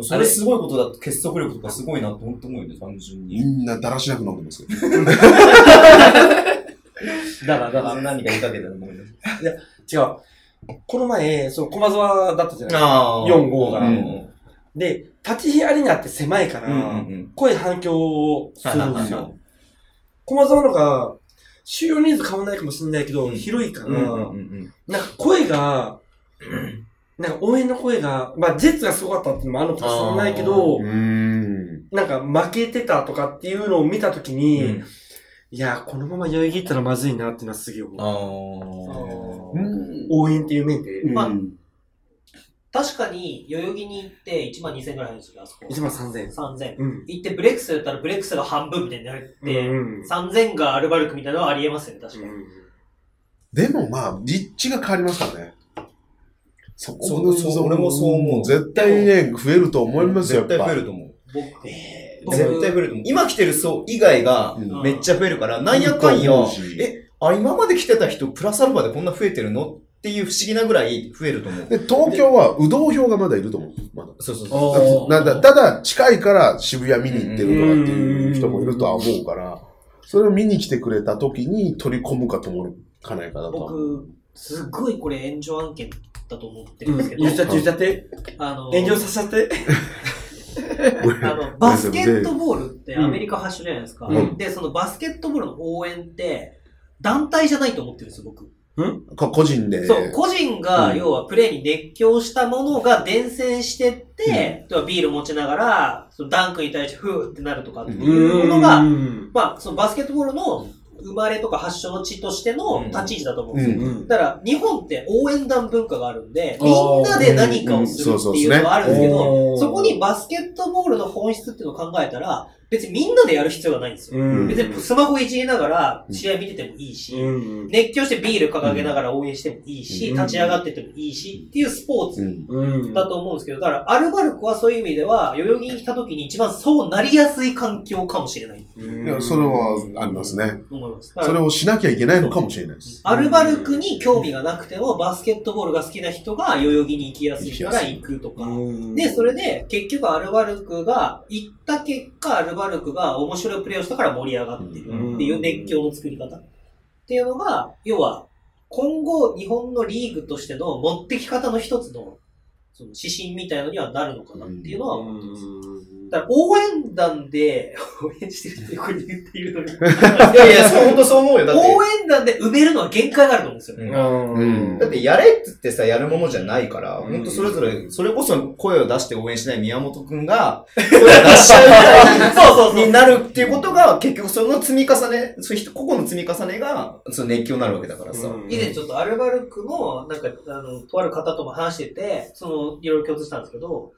Speaker 2: それすごいことだと結束力とかすごいなって本当思うよね、単純
Speaker 1: み
Speaker 2: に。
Speaker 1: んなだらしなく飲んでますよ。
Speaker 4: だから、だ
Speaker 2: 何
Speaker 4: か
Speaker 2: か言いかけたらごめんなさい。
Speaker 4: ら、違う。この前、その駒沢だったじゃない
Speaker 2: あ
Speaker 4: 4号が。
Speaker 2: うん
Speaker 4: で、立ち日アリーナって狭いか
Speaker 2: うんうんう
Speaker 4: ら、
Speaker 2: ん。
Speaker 4: 声反響をするん
Speaker 2: は
Speaker 4: で
Speaker 2: いはい
Speaker 4: す
Speaker 2: はいは
Speaker 4: よ。駒沢のが、収容人数変わらないかもしれないけど、
Speaker 2: うん
Speaker 4: 広いか
Speaker 2: うんうん
Speaker 4: ら
Speaker 2: う、ん
Speaker 4: なんか声が、なんか応援の声が、まあジェッツがすごかったっていうのもあるのかもしれないけど、
Speaker 1: うん。
Speaker 4: なんか負けてたとかっていうのを見たとき
Speaker 2: う
Speaker 4: に、
Speaker 2: ん。
Speaker 4: いやー、このまま代々木行ったらまずいなっていうのはすげえ思う。
Speaker 2: あ
Speaker 3: う
Speaker 2: ー
Speaker 1: ん。
Speaker 4: 応援っていう面で、
Speaker 3: まあ確かに、代々木に行って1万2000円くらい入るんですよ、あそこ。
Speaker 4: 1万3000円。
Speaker 3: 3000。
Speaker 4: うん。
Speaker 3: 行ってブレックスだったらブレックスが半分みたいになって、
Speaker 4: うん
Speaker 3: 3000がアルバルクみたいなのはありえますよね、確かに。
Speaker 1: でもまあ、立地が変わりますからね。そこ
Speaker 2: そうそう俺もそう思う
Speaker 1: 絶対ね、増えると思いますよ、やっぱ。
Speaker 2: 絶対増えると思う。
Speaker 3: 僕、僕
Speaker 2: 絶対増えると思う。今来てる層以外が
Speaker 1: うん
Speaker 2: めっちゃ増えるから、なんやかんや、え、あ、今まで来てた人、プラスアルファでこんな増えてるのっていう不思議なぐらい増えると思う。
Speaker 1: で、東京は、うどん票がまだいると思う。まだ
Speaker 2: そうそう
Speaker 4: あ
Speaker 2: そ
Speaker 4: ー
Speaker 1: なんだ、ただ近いから渋谷見に行ってるとかっていう人もいるとは思うから、それを見に来てくれた時に取り込むかともかないかだとは思う。
Speaker 3: 僕、すっごいこれ炎上案件だと思ってる
Speaker 4: うん
Speaker 3: です
Speaker 4: ん
Speaker 3: けど、
Speaker 4: 言っちゃって言っちゃって、
Speaker 3: あの、
Speaker 4: 炎上させちゃって。
Speaker 3: あの、バスケットボールって
Speaker 4: うん
Speaker 3: アメリカ発祥じゃないですか、
Speaker 1: うん
Speaker 3: で、そのバスケットボールの応援って、団体じゃないと思ってるんですよ、僕。
Speaker 1: こ個人で。
Speaker 3: そう、個人が、
Speaker 1: うん
Speaker 3: 要はプレーに熱狂したものが伝染してって、要はビール持ちながら、そのダンクに対してフーってなるとかっていうものが、
Speaker 4: うん
Speaker 3: まあ、そのバスケットボールの生まれとか発祥の地としての立ち位置だと思うんですよ。
Speaker 1: うん
Speaker 4: うん
Speaker 3: だから、日本って応援団文化があるんで、
Speaker 4: あ
Speaker 3: みん
Speaker 4: ー
Speaker 3: なで何かをする
Speaker 1: うん
Speaker 3: って
Speaker 1: そうそう
Speaker 3: いう
Speaker 1: そうね
Speaker 3: のがあるんですけ
Speaker 4: お
Speaker 3: ど、
Speaker 4: ー
Speaker 3: そこにバスケットボールの本質っていうのを考えたら、別にみんなでやる必要がないんですよ。
Speaker 4: うん
Speaker 3: 別にスマホいじりながら
Speaker 1: うん
Speaker 3: 試合見ててもいいし、
Speaker 4: うん
Speaker 3: 熱狂してビール掲げながら応援してもいいし、
Speaker 4: うん
Speaker 3: 立ち上がっててもいいしっていうスポー
Speaker 1: う
Speaker 3: ツ
Speaker 1: ん。
Speaker 4: うん
Speaker 3: だと思うんですけど、だからアルバルクはそういう意味では、代々木に来た時に一番そうなりやすい環境かもしれない
Speaker 1: いやそれはあります。ね。
Speaker 3: と思います。だから
Speaker 1: それをしなきゃいけないのかもしれないです。
Speaker 3: アルバルクに興味がなくても、バスケットボールが好きな人が代々木に行きやすいから行くとか。
Speaker 4: うん
Speaker 3: で、それで、結局アルバルクが、行った結果、アルバルクが面白いプレーをしたから盛り上がってる
Speaker 4: うん
Speaker 3: っていう熱狂の作り方っていうのが、要は、今後日本のリーグとしての持ってき方の一つの、その指針みたいのにはなるのかなっていうのは思ってます。
Speaker 4: うん
Speaker 3: だったら、応援団で、応援してるってこに言っているの に、
Speaker 2: いやいや、そう、本当そう思うよ。だって、
Speaker 3: 応援団で埋めるのは限界があると思うんですよね。
Speaker 2: うん
Speaker 4: うん。
Speaker 2: だってやれってってさ、やるものじゃないから、
Speaker 4: うん
Speaker 2: ほんとそれぞれ、それこそ声を出して応援しない宮本くんが、 声を出しちゃうみたいな
Speaker 3: そうそうそう
Speaker 2: になるっていうことが、結局その積み重ね、そういう人個々の積み重ねが、その熱狂になるわけだからさ。
Speaker 4: うん
Speaker 3: 以前ちょっとアルバルクの、なんか、あの、とある方とも話してて、その、いろいろ共通したんですけど、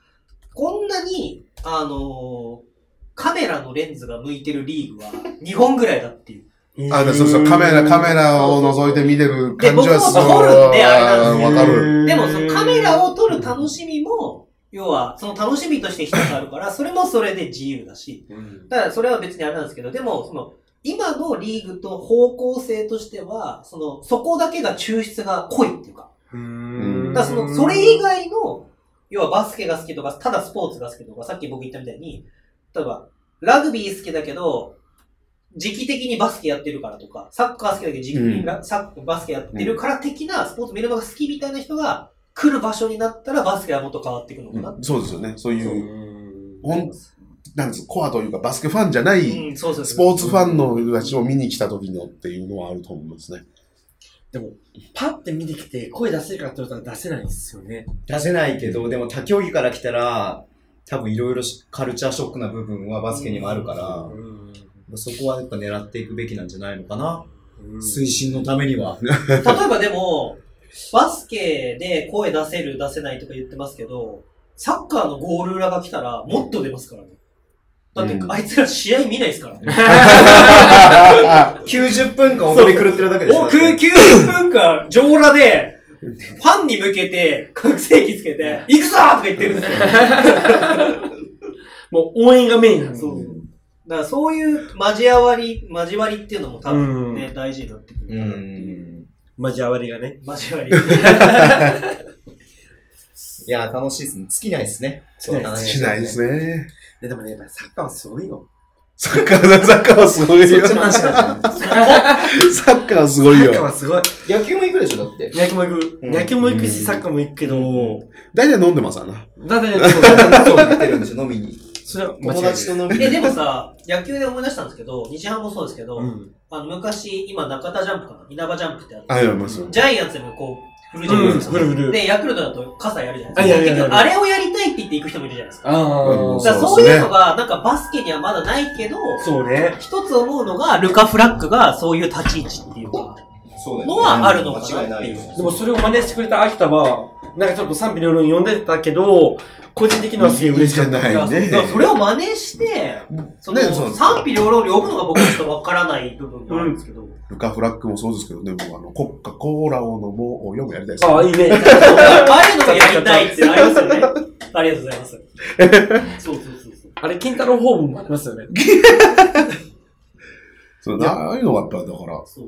Speaker 3: こんなに、あの、カメラのレンズが向いてるリーグは2本ぐらいだっていう。
Speaker 1: あ、でそうそう、カメラ、カメラを覗いて見てる感じはすご
Speaker 3: で僕
Speaker 1: い。
Speaker 3: も撮るんであれなん
Speaker 1: わかる。
Speaker 3: でも、そのカメラ
Speaker 4: を、
Speaker 3: を撮る楽しみも、要は、その楽しみとして一つあるから、それもそれで自由だし、ただからそれは別にあれなんですけど、でも、その、今のリーグと方向性としては、その、そこだけが抽出が濃いっていうか、
Speaker 4: うん
Speaker 3: だからその、それ以外の、要はバスケが好きとか、ただスポーツが好きとか、さっき僕言ったみたいに、例えば、ラグビー好きだけど、時期的にバスケやってるからとか、サッカー好きだけど、時期的にラサッバスケやってるから的なスポーツ見るのが好きみたいな人が来る場所になったら、バスケはもっと変わっていくのかなって
Speaker 1: そうですよね。そういう、ほ
Speaker 3: 思い
Speaker 1: ん
Speaker 3: ま、す。
Speaker 1: なんです、コアというかバスケファンじゃな
Speaker 3: う
Speaker 1: い、
Speaker 3: ん、そうそうそう。
Speaker 1: スポーツファンの人たちを見に来た時のっていうのはあると思いますね。
Speaker 4: パッて見てきて、声出せるかって言ったら出せないんですよね。
Speaker 2: 出せないけど、でも他競技から来たら、多分いろいろカルチャーショックな部分はバスケにもあるから、そこはやっぱ狙っていくべきなんじゃないのかな。推進のためには。
Speaker 3: 例えばでも、バスケで声出せる、出せないとか言ってますけど、サッカーのゴール裏が来たらもっと出ますからね。だって、
Speaker 1: うん
Speaker 3: あいつら試合見ないですからね。
Speaker 2: 90分間踊り狂ってるだけでしょ
Speaker 3: お、く
Speaker 2: だって
Speaker 3: 90分間、上裸で、ファンに向けて、覚醒器つけて、行くぞーとか言ってるんですよ。
Speaker 4: もう応援がメインなんです
Speaker 3: そ
Speaker 4: よ。
Speaker 3: う。だからそういう交わり、交わりっていうのも多分ね、
Speaker 4: う
Speaker 3: 大事になってくるか
Speaker 2: う
Speaker 3: なっていう。
Speaker 2: ん。
Speaker 4: 交わりがね。
Speaker 3: 交わり。
Speaker 2: いや、楽しいですね。尽きないですね。
Speaker 4: 尽きない
Speaker 1: しないですね。
Speaker 4: ででもね、やっぱサッカーはすごいよ。
Speaker 1: サッカー、サッカーはすごい
Speaker 2: そ
Speaker 1: よ
Speaker 2: っち。の話だね
Speaker 1: サッカーはすごい
Speaker 4: サッカー
Speaker 1: よ。
Speaker 4: はすごい。
Speaker 2: 野球も行くでしょ、だって。
Speaker 4: 野球も行く。
Speaker 2: うん
Speaker 4: 野球も行く
Speaker 1: う
Speaker 4: し、
Speaker 1: ん
Speaker 4: サッカーも行くけど、
Speaker 1: 大体飲んでますわな。
Speaker 4: だってね、
Speaker 2: そう行ってるんでしょ、飲みに。
Speaker 4: それは間違
Speaker 2: 友
Speaker 4: いない
Speaker 2: 達と飲みに。
Speaker 3: え、でもさ、野球で思い出したんですけど、日ハムもそうですけど、
Speaker 4: うん。
Speaker 3: あの、昔、今中田ジャンプかな稲葉ジャンプってある
Speaker 1: あ、やりますよ。
Speaker 3: ジャイアンツでもこう、フルジ
Speaker 4: う
Speaker 3: ャ
Speaker 4: ん、
Speaker 3: ンプ
Speaker 4: ふるふる。
Speaker 3: で、ヤクルトだと傘やるじゃない
Speaker 4: あ
Speaker 3: で
Speaker 4: い
Speaker 3: すか。
Speaker 4: やいやい
Speaker 3: 結
Speaker 4: や
Speaker 3: 局、あれをやりたいって言って行く人もいるじゃないですか。
Speaker 1: うん
Speaker 4: あ
Speaker 3: だ
Speaker 4: あ。
Speaker 3: から
Speaker 1: そう
Speaker 3: そう
Speaker 1: ですね
Speaker 3: いうのが、なんかバスケにはまだないけど、
Speaker 4: そうね。
Speaker 3: 一つ思うのが、ルカ・フラッグがそういう立ち位置っていうか。
Speaker 2: そうだよ
Speaker 3: のはあるのかなっていう
Speaker 2: 間違いないよ
Speaker 4: でもそれを真似してくれた秋田は、なんかちょっと賛否両論読んでたけど、個人的にはすげえ嬉しかった。
Speaker 1: いやね
Speaker 3: だからそれを真似して、その、
Speaker 1: ねそう
Speaker 3: 賛否両論を読むのが僕はちょっとわからない部分があるんですけど。
Speaker 1: ルカ・フラッグもそうですけどね、僕あの、コッカ・コーラを飲もうをよくやりたいです。
Speaker 4: ああ、いいね。
Speaker 3: ああいうのがやりたいってありますよね。ありがとうございます。そうそうそうそう。
Speaker 4: あれ、金太郎ホームもありますよね。
Speaker 1: そうだああいうのがやっぱ、だから、
Speaker 3: そう。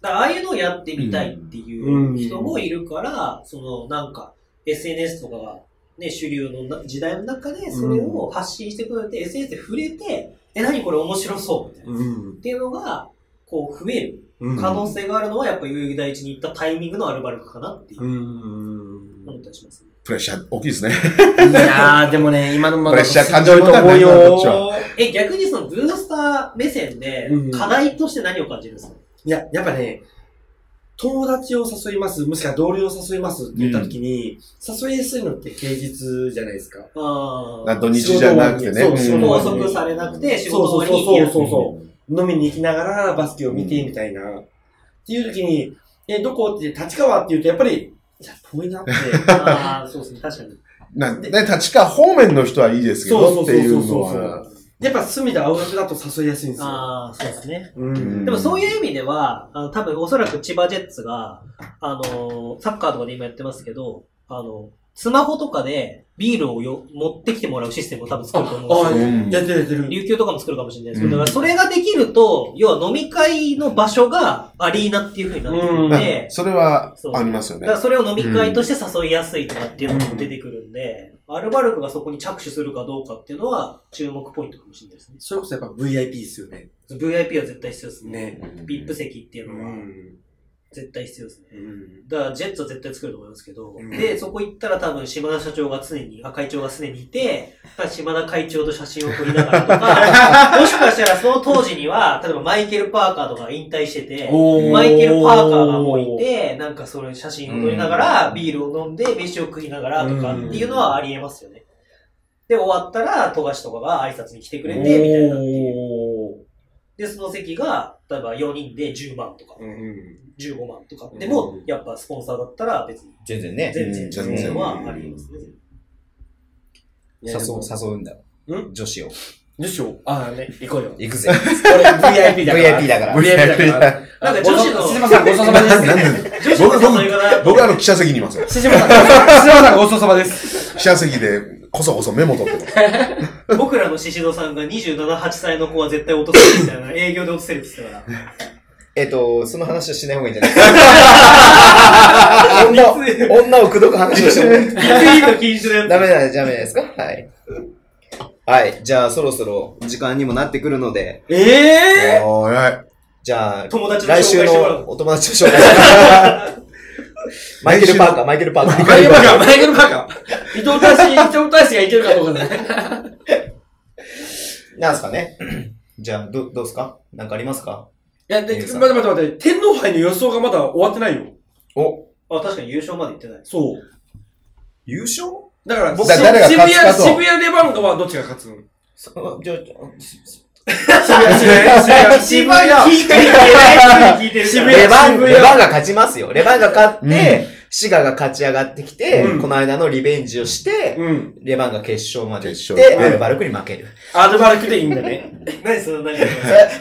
Speaker 3: だから、ああいうのをやってみたいっていう人もいるから、その、なんか、SNS とかが、ね、主流のな時代の中で、それを発信してくれて、SNS で触れて、え、何これ面白そうみたいな。
Speaker 4: うん。
Speaker 3: っていうのが、こう、増える
Speaker 4: うん
Speaker 3: 可能性があるのは、やっぱ、代々木第一に行ったタイミングのアルバルクかなっていうう、
Speaker 4: ん。
Speaker 3: 思ったりしますね。
Speaker 1: プレッシャー大きいですね。
Speaker 4: いやー、でもね、今のま
Speaker 1: プレッシャー感じる
Speaker 4: る
Speaker 1: こと
Speaker 4: と
Speaker 1: はな
Speaker 4: 思う
Speaker 1: いなこっち
Speaker 4: よ。
Speaker 3: え、逆にその、ブースター目線で
Speaker 4: うん、
Speaker 3: 課題として何を感じるんですか、
Speaker 4: いや、やっぱね、友達を誘います、もしくは同僚を誘いますって言った時に、誘いやすいのって平日じゃないですか。
Speaker 3: あ
Speaker 1: あ
Speaker 3: あ。
Speaker 1: 土日じゃなくてね。
Speaker 4: そう仕事
Speaker 3: もう
Speaker 4: 終わ
Speaker 1: ん
Speaker 4: り
Speaker 3: 遅くされなくて、仕事終わりに
Speaker 4: そう
Speaker 3: 行
Speaker 4: そう
Speaker 3: け
Speaker 4: そうそう飲みに行きながらバスケを見てみたいな。っていう時に、え、どこって立川って言うとやっぱり、いや、遠いなって。
Speaker 3: ああ、そうですね、確かに。
Speaker 1: なんで、ね立川方面の人はいいですけどっていうの
Speaker 4: そうそう
Speaker 1: は。
Speaker 4: やっぱ隅田青学だと誘いやすいんですよ。
Speaker 3: ああ、そうですね。
Speaker 4: う
Speaker 1: うん
Speaker 4: ん。
Speaker 3: でもそういう意味では、あの多分おそらく千葉ジェッツが、あのーサッカーとかで今やってますけど、あの、スマホとかでビールをよ持ってきてもらうシステムを多分作ると思うん
Speaker 4: あ
Speaker 3: ですよ。
Speaker 1: うん
Speaker 4: やってるやってる。
Speaker 3: 琉球とかも作るかもしれないですけ
Speaker 1: う
Speaker 3: ど、
Speaker 1: ん
Speaker 3: だからそれができると、要は飲み会の場所がアリーナっていう風になってくるんで、
Speaker 1: それはありますよ
Speaker 3: だ
Speaker 1: ね
Speaker 3: か。らそれを飲み会として誘いやすいとかっていうのも出てくるんで、アルバルクがそこに着手するかどうかっていうのは注目ポイントかもしれないですね。
Speaker 4: それこそやっぱ VIP ですよね。
Speaker 3: VIP は絶対必要ですね。
Speaker 4: ね。
Speaker 3: VIP 席っていううのは。
Speaker 4: ん。
Speaker 3: 絶対必要ですね。
Speaker 4: うん。
Speaker 3: だから、ジェッツは絶対作ると思いますけど、
Speaker 4: うん
Speaker 3: で、そこ行ったら多分、島田社長が常に、あ、会長が常にいて、やっぱ島田会長と写真を撮りながらと か、もしかしたらその当時には、例えばマイケル・パーカーとかが引退してて、
Speaker 1: お
Speaker 3: マイケル・パーカーがもういて、なんかそれ写真を撮りながら、ビールを飲んで、飯を食いながらとかっていうのはありえますよね。で、終わったら、富樫とかが挨拶に来てくれて、みたいな。で、その席が、例えば4人で10万とか、15万とか。でも
Speaker 4: うん、
Speaker 3: やっぱスポンサーだったら別に、
Speaker 2: 全然ね。
Speaker 3: 全然、
Speaker 1: 全
Speaker 3: 全
Speaker 1: 然
Speaker 3: 然はありえますね。
Speaker 2: 誘う、誘うんだ。
Speaker 4: ん
Speaker 2: 女子を。
Speaker 4: 女子を、ああね、行こうよ。
Speaker 2: 行く ぜ。
Speaker 4: 俺 VIP だから。
Speaker 2: VIP だから。
Speaker 4: VIP だから。
Speaker 3: なんか女子の
Speaker 4: あごちそうさまさん、ごちそうさまです。
Speaker 3: 女子の誘い方
Speaker 1: 僕はあの記者席にいますよ。
Speaker 4: シシマさん、シシマさんごちそうさまです。
Speaker 1: 記者席でこそこそメモ取って ます。
Speaker 3: 僕らの宍戸さんが27、8歳の子は絶対落とせるみたいな、営業で落とせるって言ってたから。
Speaker 2: えっと、その話はしない方がいいんじゃない ですか女を、女を口説く話をしても
Speaker 3: リツイート禁止のやつ。
Speaker 2: ダメだね、ダメですかはい。はい、じゃあそろそろ時間にもなってくるので、
Speaker 4: ええ
Speaker 1: おーい。
Speaker 2: じゃあ、
Speaker 3: 友達の紹
Speaker 2: 来
Speaker 3: 介し
Speaker 2: 週
Speaker 3: てもら
Speaker 2: の
Speaker 3: う。
Speaker 2: お友達を 紹介してマイケル・パーカー、マイケル・パーカ
Speaker 4: マイケル
Speaker 2: ー。
Speaker 4: バカ、マイケルバカ。伊藤大志、伊藤大志がいけるかどうかね。
Speaker 2: なんすかね じゃあ、ど、どうすかなんかありますか
Speaker 4: いや、で、待って待って待って、天皇杯の予想がまだ終わってないよ。
Speaker 2: お、
Speaker 3: あ、確かに優勝まで行ってない。
Speaker 4: そう。
Speaker 2: 優勝
Speaker 4: だから、
Speaker 1: だ
Speaker 4: し
Speaker 1: 誰が勝つかと
Speaker 4: 渋谷、渋谷レバンガはどっちが勝つの
Speaker 2: そじゃあ、
Speaker 4: 渋谷、 渋谷、
Speaker 3: 一
Speaker 4: 渋
Speaker 3: 番
Speaker 4: 谷。
Speaker 3: 聞いてるやつに聞いてる
Speaker 4: 渋谷
Speaker 2: レバン、
Speaker 4: 渋谷
Speaker 2: レバンが勝ちますよ。レバンが勝って、シガが勝ち上がってきて、
Speaker 4: うん
Speaker 2: この間のリベンジをして、
Speaker 4: うん。
Speaker 2: レバンが決勝まで行っ
Speaker 1: 決
Speaker 2: て、
Speaker 1: 勝
Speaker 2: アルバルクに負ける。
Speaker 4: アルバルクでいいんだね。
Speaker 3: 何その何
Speaker 2: それ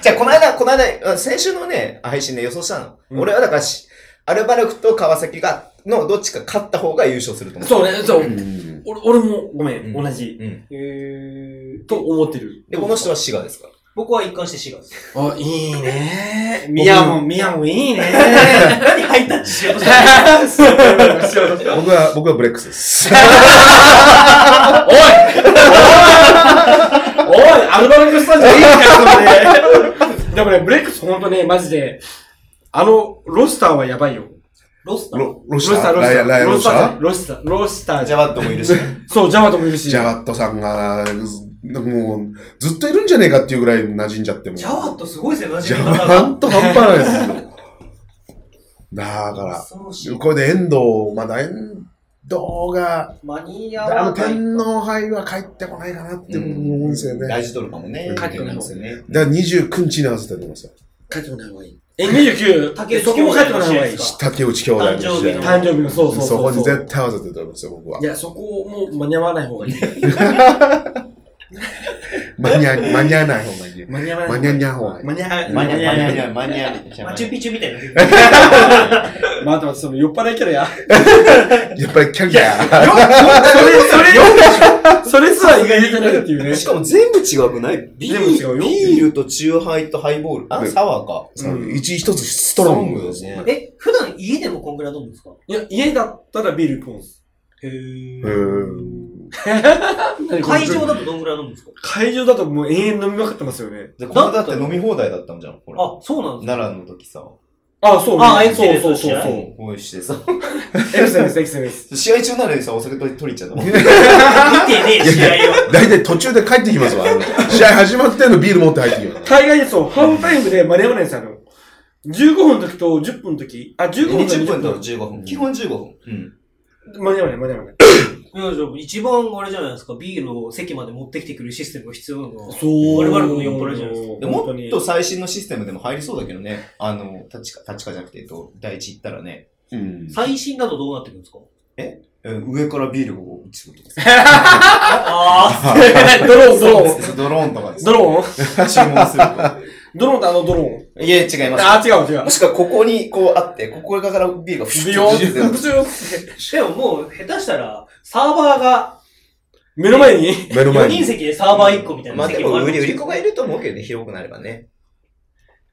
Speaker 2: じゃあ、この間、この間、あ先週のね、配信で予想したの。
Speaker 4: うん
Speaker 2: 俺はだからし、アルバルクと川崎が、のどっちか勝った方が優勝すると思う。
Speaker 4: そうね、そう。
Speaker 1: うん
Speaker 4: 俺、俺も、ごめん、
Speaker 2: うん
Speaker 4: 同じ。
Speaker 2: うん。
Speaker 3: えー
Speaker 4: と思ってる。
Speaker 2: で、この人はシガですから。
Speaker 3: 僕は一貫してシガです。
Speaker 4: あ、いいねミヤモン、ミヤモンいいね
Speaker 3: 何ハイタッチしようとした
Speaker 1: 僕は、僕はブレックス です。
Speaker 4: おいおいアルバルクスタジオいいじゃん、それでもね、ブレックスほんとね、マジで、あの、ロスターはやばいよ。
Speaker 3: ロスター
Speaker 1: ロロ
Speaker 4: ロ
Speaker 1: シ
Speaker 4: スタ
Speaker 1: タ
Speaker 4: ー、ロ
Speaker 1: ライアライアロ
Speaker 4: ス
Speaker 1: シ
Speaker 4: タ
Speaker 1: タ
Speaker 4: ー、ロスター、ロスター、ロスター
Speaker 2: ジャワットもいるし。
Speaker 4: そう、ジャマトもいるし。
Speaker 1: ジャワットさんが、もう、ずっといるんじゃねえかっていうぐらい馴染んじゃっても。
Speaker 3: ジャワットすごいですね、マジ
Speaker 1: ジ
Speaker 3: で。
Speaker 1: ャワットほんと半端ないですよ。だから、
Speaker 3: 恐ろしい
Speaker 1: これで遠藤、まだ遠藤が、
Speaker 3: 間に合
Speaker 1: あ
Speaker 3: わ
Speaker 1: の
Speaker 3: ない。
Speaker 1: 天皇杯は帰ってこないかなって思うんですよね。
Speaker 2: 大事取るかもね。
Speaker 1: 帰って
Speaker 4: こない
Speaker 2: ですよね。
Speaker 1: だから29日に合わせてるんですよ。
Speaker 4: 帰ってこない方がいい。え、29、
Speaker 3: 竹内
Speaker 4: そこも帰ってこない方がいい。
Speaker 3: 兄弟
Speaker 1: 竹内兄弟と
Speaker 3: 誕
Speaker 1: し
Speaker 3: 生日
Speaker 1: て
Speaker 3: の。
Speaker 4: 誕生日の、そうそう
Speaker 1: そこ
Speaker 4: う。
Speaker 1: に絶対合わせてると思いますよ、僕はい
Speaker 4: や、そこをもう間に合わない方がいい。
Speaker 1: 間に合間に合わない方がいい。
Speaker 4: 間に合わ
Speaker 1: 間に合わない方がいい。
Speaker 4: 間に合わない。
Speaker 2: マニア、マニア、マニア、マニ
Speaker 3: マ
Speaker 2: ア
Speaker 3: チュピチュみたいな。
Speaker 4: まあ、でもその酔っ払いキャラや。
Speaker 1: やっぱりキャリ
Speaker 4: それ、それ
Speaker 1: ア。、
Speaker 4: それすら意外にないっていうね。
Speaker 2: しかも全部違うくないビ
Speaker 4: 全部違う
Speaker 2: ール、
Speaker 4: よ
Speaker 2: ビールとチューハイとハイボール。あ、
Speaker 1: ね
Speaker 2: サワーか。
Speaker 4: うん
Speaker 1: 一一つストロングです
Speaker 2: ストロン
Speaker 1: ね
Speaker 2: グ。
Speaker 3: え、普段家でもこんぐらい飲むんですか
Speaker 4: いや、家だったらビール一本です。
Speaker 3: へ
Speaker 1: う
Speaker 3: ー。
Speaker 1: ーん。
Speaker 3: 会場だとどんぐらい飲むんですか
Speaker 4: 会場だともう永遠飲みまくってますよね。
Speaker 2: で、この間だって飲み放題だったんじゃん、ほら。
Speaker 3: あ、そうなんですか
Speaker 2: 奈良の時さ。
Speaker 4: あ、そう、
Speaker 3: あエクセ
Speaker 4: そ
Speaker 3: レ
Speaker 4: う
Speaker 3: ンス
Speaker 4: そうそう
Speaker 3: 試合
Speaker 4: そう。
Speaker 2: 美味してさ。
Speaker 4: エクセレンス、エクセレンス。
Speaker 2: 試合中なのにさ、お酒取り取りちゃったもん。
Speaker 3: 見てねえ試合 を。
Speaker 1: 大体途中で帰ってき ますわ。あの試合始まってんのビール持って入ってきます。
Speaker 4: 大概そう、ハーフタイムで間に合わないんですよ、あの。15分の時と10分の時。あ、15分の時
Speaker 2: 20分
Speaker 4: と10
Speaker 2: と
Speaker 4: 分。
Speaker 2: 15分。基本15分。うん。
Speaker 4: 間に合わない、間に合わない。
Speaker 3: いや、じゃあ一番あれじゃないですか、ビールを席まで持ってきてくるシステムが必要なのが。
Speaker 4: そう
Speaker 3: 我々も酔っ払いじゃないです
Speaker 2: でもっと最新のシステムでも入りそうだけどね。あの、立ちか、立ちかじゃなくて、えっと、第一行ったらね、
Speaker 1: うん。
Speaker 3: 最新だとどうなってくるんですか
Speaker 2: え上からビールを打ち込むとか
Speaker 3: あ
Speaker 4: ドローン、ドローン。
Speaker 2: さドローンとかです
Speaker 4: ドロ ー
Speaker 2: 注文すると。
Speaker 4: ンドローンってあのドローン。
Speaker 2: いや、違います。
Speaker 4: あ、違う違う
Speaker 2: も。しくはここにこうあって、ここからビールがフュッ
Speaker 4: ビヨーンって
Speaker 2: 出 てる。
Speaker 3: あでももう下手したら、サーバーが、
Speaker 4: 目の前に
Speaker 1: 目
Speaker 3: 4
Speaker 1: の前
Speaker 3: 人
Speaker 1: に。
Speaker 3: 席でサーバー1個みたい
Speaker 2: ま
Speaker 3: な
Speaker 2: あで
Speaker 3: 席も
Speaker 2: も
Speaker 3: ある
Speaker 2: 売
Speaker 3: か
Speaker 2: り、
Speaker 3: し
Speaker 2: 売
Speaker 3: れ
Speaker 2: り
Speaker 3: ない
Speaker 2: 子がいると思うけどね、広くなればね。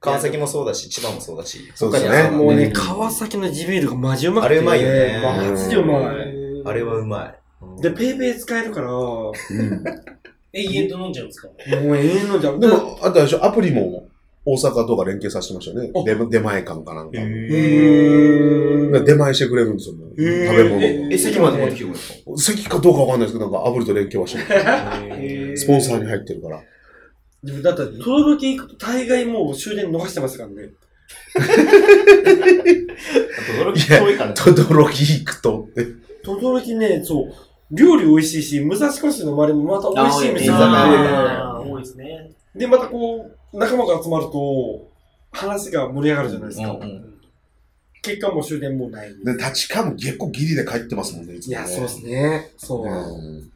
Speaker 2: 川崎もそうだし、千葉もそうだし。
Speaker 1: そうですね
Speaker 2: 他にも
Speaker 4: もう
Speaker 1: う
Speaker 4: ね、
Speaker 1: ん
Speaker 4: 川崎の地ビールがマジうまくて。
Speaker 2: あれうまいよね
Speaker 4: マジでうま
Speaker 1: う
Speaker 4: い。
Speaker 2: あれはうまい。
Speaker 4: で、ペイペイ使えるから、も
Speaker 1: うん
Speaker 3: 永遠と飲んじゃうんですか
Speaker 4: う永遠のじゃん。
Speaker 1: で
Speaker 4: でも、
Speaker 1: も、あとあれでしょ、アプリも大阪とか連携させてましたよね
Speaker 4: あ。
Speaker 1: 出出前館かなんか。
Speaker 4: へ
Speaker 1: 出前してくれるんですよ、もう食
Speaker 4: へー
Speaker 1: べ物
Speaker 4: え
Speaker 1: を。
Speaker 4: 席まで持ってき
Speaker 2: てくるんです
Speaker 1: 席かどうかわかんないですけど、なんか炙りと連携はしてる。
Speaker 4: え
Speaker 1: スポンサーに入ってるから。
Speaker 4: でもだって、トロロケ行くと大概もう終電逃してますからね。
Speaker 2: か驚き遠いから。
Speaker 1: とどろき行くとって。
Speaker 4: トロロケね、そう、料理美味しいし、武蔵小杉の周りもまた美味しい店
Speaker 2: あ
Speaker 4: なんで、
Speaker 3: あー多いですね。
Speaker 4: で、またこう、仲間が集まると、話が盛り上がるじゃないですか。
Speaker 2: うんうん
Speaker 4: 結果もう終電もない。
Speaker 1: で、立川も結構ギリで帰ってますもんね、いつ
Speaker 4: い
Speaker 1: もね。
Speaker 4: や、そうですね。そう。
Speaker 1: うん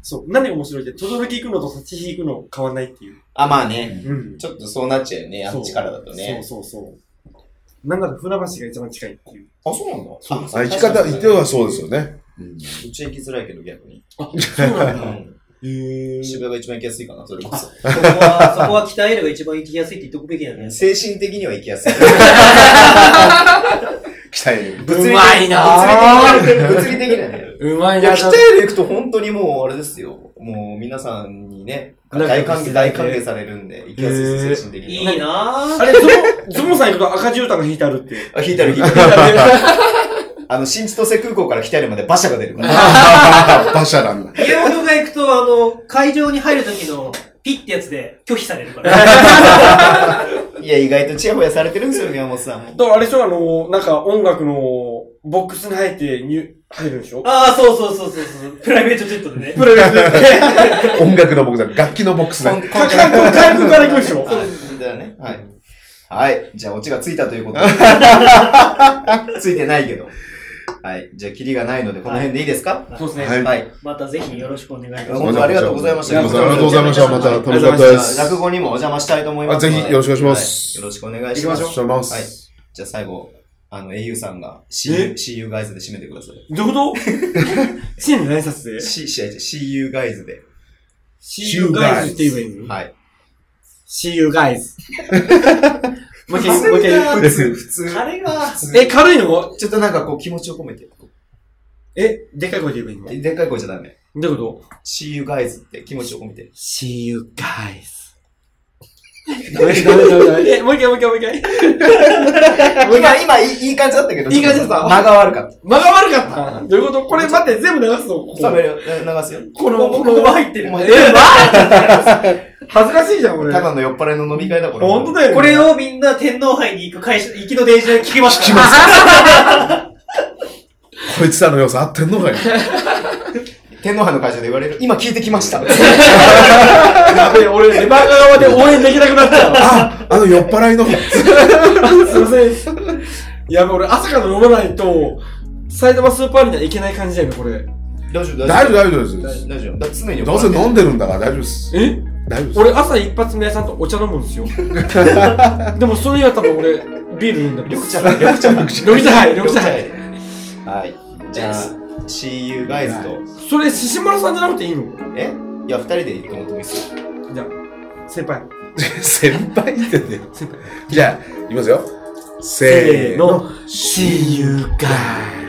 Speaker 4: そう。何が面白いって、とどろき行くのと立ち引くの変わんないっていう。
Speaker 2: あ、まあね。
Speaker 4: うん。
Speaker 2: ちょっとそうなっちゃうよね、あっちからだとね。
Speaker 4: そうそうそう。なんなら船橋が一番近いっていう。
Speaker 2: あ、そうなんだ。そう
Speaker 1: あ行き方、行ってはそうですよね。うん
Speaker 2: うち行きづらいけど、逆に。
Speaker 4: あ、そうな
Speaker 2: うん
Speaker 4: だ。へ
Speaker 2: ん。
Speaker 4: え。
Speaker 2: 渋谷が一番行きやすいかな、それこそ。
Speaker 3: そこは、そこは鍛えれば一番行きやすいって言っておくべきだよね。
Speaker 2: 精神的には行きやすい。
Speaker 1: 鍛える。
Speaker 2: 物理的
Speaker 4: うまいな
Speaker 2: 物
Speaker 4: ぁ
Speaker 2: 理的な物理的なね。
Speaker 4: うまい
Speaker 2: い
Speaker 4: な
Speaker 2: や、
Speaker 4: ぁ
Speaker 2: 北へで行くと本当にもう、あれですよ。もう、皆さんにね、大歓迎、大歓迎されるんで、行きやすいです
Speaker 4: へー
Speaker 2: よ、精神的に
Speaker 3: い
Speaker 2: は。
Speaker 3: いな
Speaker 4: あ
Speaker 3: ぁ。
Speaker 4: れ、ゾモ、ゾモさん行くと赤絨毯が引いてあるって。
Speaker 2: あ、引いてある、引いてある。あの、新千歳空港から北へまで馬車が出るから。
Speaker 1: 馬車なん だ。
Speaker 3: 家元が行くと、あの、会場に入る時のピッてやつで拒否されるから。
Speaker 2: いや、意外とチヤホヤされてるんですよ、宮本さんも。
Speaker 4: だからあれでしょ、あの、なんか音楽のボックスに入って入、入るんでしょ
Speaker 3: ああ、そうそうそうそうそう。プライベートジェットでね。
Speaker 4: プロレスで。
Speaker 1: 音楽のボックスだ。楽器のボックスだ。
Speaker 2: ン
Speaker 4: 価格を回復から行くでしょ
Speaker 2: はい。だよね。はい。はい。じゃあ、オチがついたということで。ついてないけど。はい。じゃあ、キリがないので、この辺でいいですか
Speaker 4: そうですね。
Speaker 1: はい。
Speaker 2: はい。
Speaker 3: またぜひよろしくお願いいたします。
Speaker 2: 本当ありがとうございました。
Speaker 1: ありがとうございました。また、
Speaker 4: あり
Speaker 1: 楽しか
Speaker 4: がとうござい
Speaker 2: じ
Speaker 1: ったで
Speaker 4: ました
Speaker 2: ゃあ
Speaker 1: す。
Speaker 2: 落語にもお邪魔したいと思います
Speaker 1: あ
Speaker 2: ので。
Speaker 1: ぜひよろしくお願いします
Speaker 2: はよろしくお願いし
Speaker 1: お
Speaker 2: ま
Speaker 1: 願
Speaker 2: す。
Speaker 1: いします。
Speaker 2: はいじゃあ、最後、あの、au さんが CU、CU ガイズで締めてください。
Speaker 4: どういうことシーンの挨拶で
Speaker 2: C、試合じゃ CU ガイズで。
Speaker 4: ?See you guys って言えばいいの
Speaker 2: はい。
Speaker 4: ?See you guys. もう一回、もう一回。
Speaker 2: 普通、普通。
Speaker 3: あれは、
Speaker 4: え、軽いの
Speaker 2: ちょっとなんかこう気持ちを込めて。
Speaker 4: え、でっかい声で言えばいいの
Speaker 2: ででっかい声じゃダメ。
Speaker 4: どういうこと
Speaker 2: See you guys って気持ちを込めて。
Speaker 4: ?See you guys. ダメダメダメダメ。え、もう一回もう一回もう一 回。
Speaker 2: 今、今いい、いい感じだったけど。
Speaker 4: いい感じだった
Speaker 2: 間が悪かった。
Speaker 4: 間が悪かったどういうことこれ待って、全部流すのこ
Speaker 2: 食べるよ、流すよ。
Speaker 4: この、こ
Speaker 3: ここ
Speaker 4: の、
Speaker 3: が入ってる。
Speaker 2: もう
Speaker 4: え、わ恥ずかしいじゃん、俺。
Speaker 2: ただの酔っ払いの飲み会だ、これ。
Speaker 4: 本当だよ、
Speaker 3: これをみんな天皇杯に行く会社、行きの電車で聞きますから。
Speaker 1: こいつらの良さ合ってんのかよ。
Speaker 2: 天皇杯の会社で言われる。今聞いてきました。
Speaker 4: やべえ、俺、レバー側で応援できなくなっちゃう。
Speaker 1: あ、あの酔っ払いの。
Speaker 4: すいません。やべ、俺、朝から飲まないと、埼玉スーパーアリーナ行けない感じだよね、これ。
Speaker 2: 大丈夫、
Speaker 1: 大丈夫、
Speaker 2: 夫。
Speaker 1: 大丈夫で
Speaker 2: 大丈
Speaker 1: す。
Speaker 2: 夫。大丈夫。だって常に酔っ
Speaker 1: どう
Speaker 2: 払
Speaker 1: せ
Speaker 2: ってる
Speaker 1: 飲んでるんだから大丈夫です。
Speaker 4: え
Speaker 1: 大丈夫で
Speaker 4: 俺、朝一発目屋さんとお茶飲むんですよ。でも、それ以外多分俺、ビール飲んだ。緑
Speaker 2: 緑茶、緑茶、緑茶。
Speaker 4: 緑茶杯、緑茶杯。
Speaker 2: はい。じゃあ、See you guys と。
Speaker 4: それ、獅子丸さんじゃなくていいの
Speaker 2: えいや、二人で行くと思ってもいいですよ。
Speaker 4: じゃあ、先輩。
Speaker 1: す。 先輩ってね。
Speaker 4: 先輩。
Speaker 1: じゃあ、いきますよ。せーの。
Speaker 4: See you guys.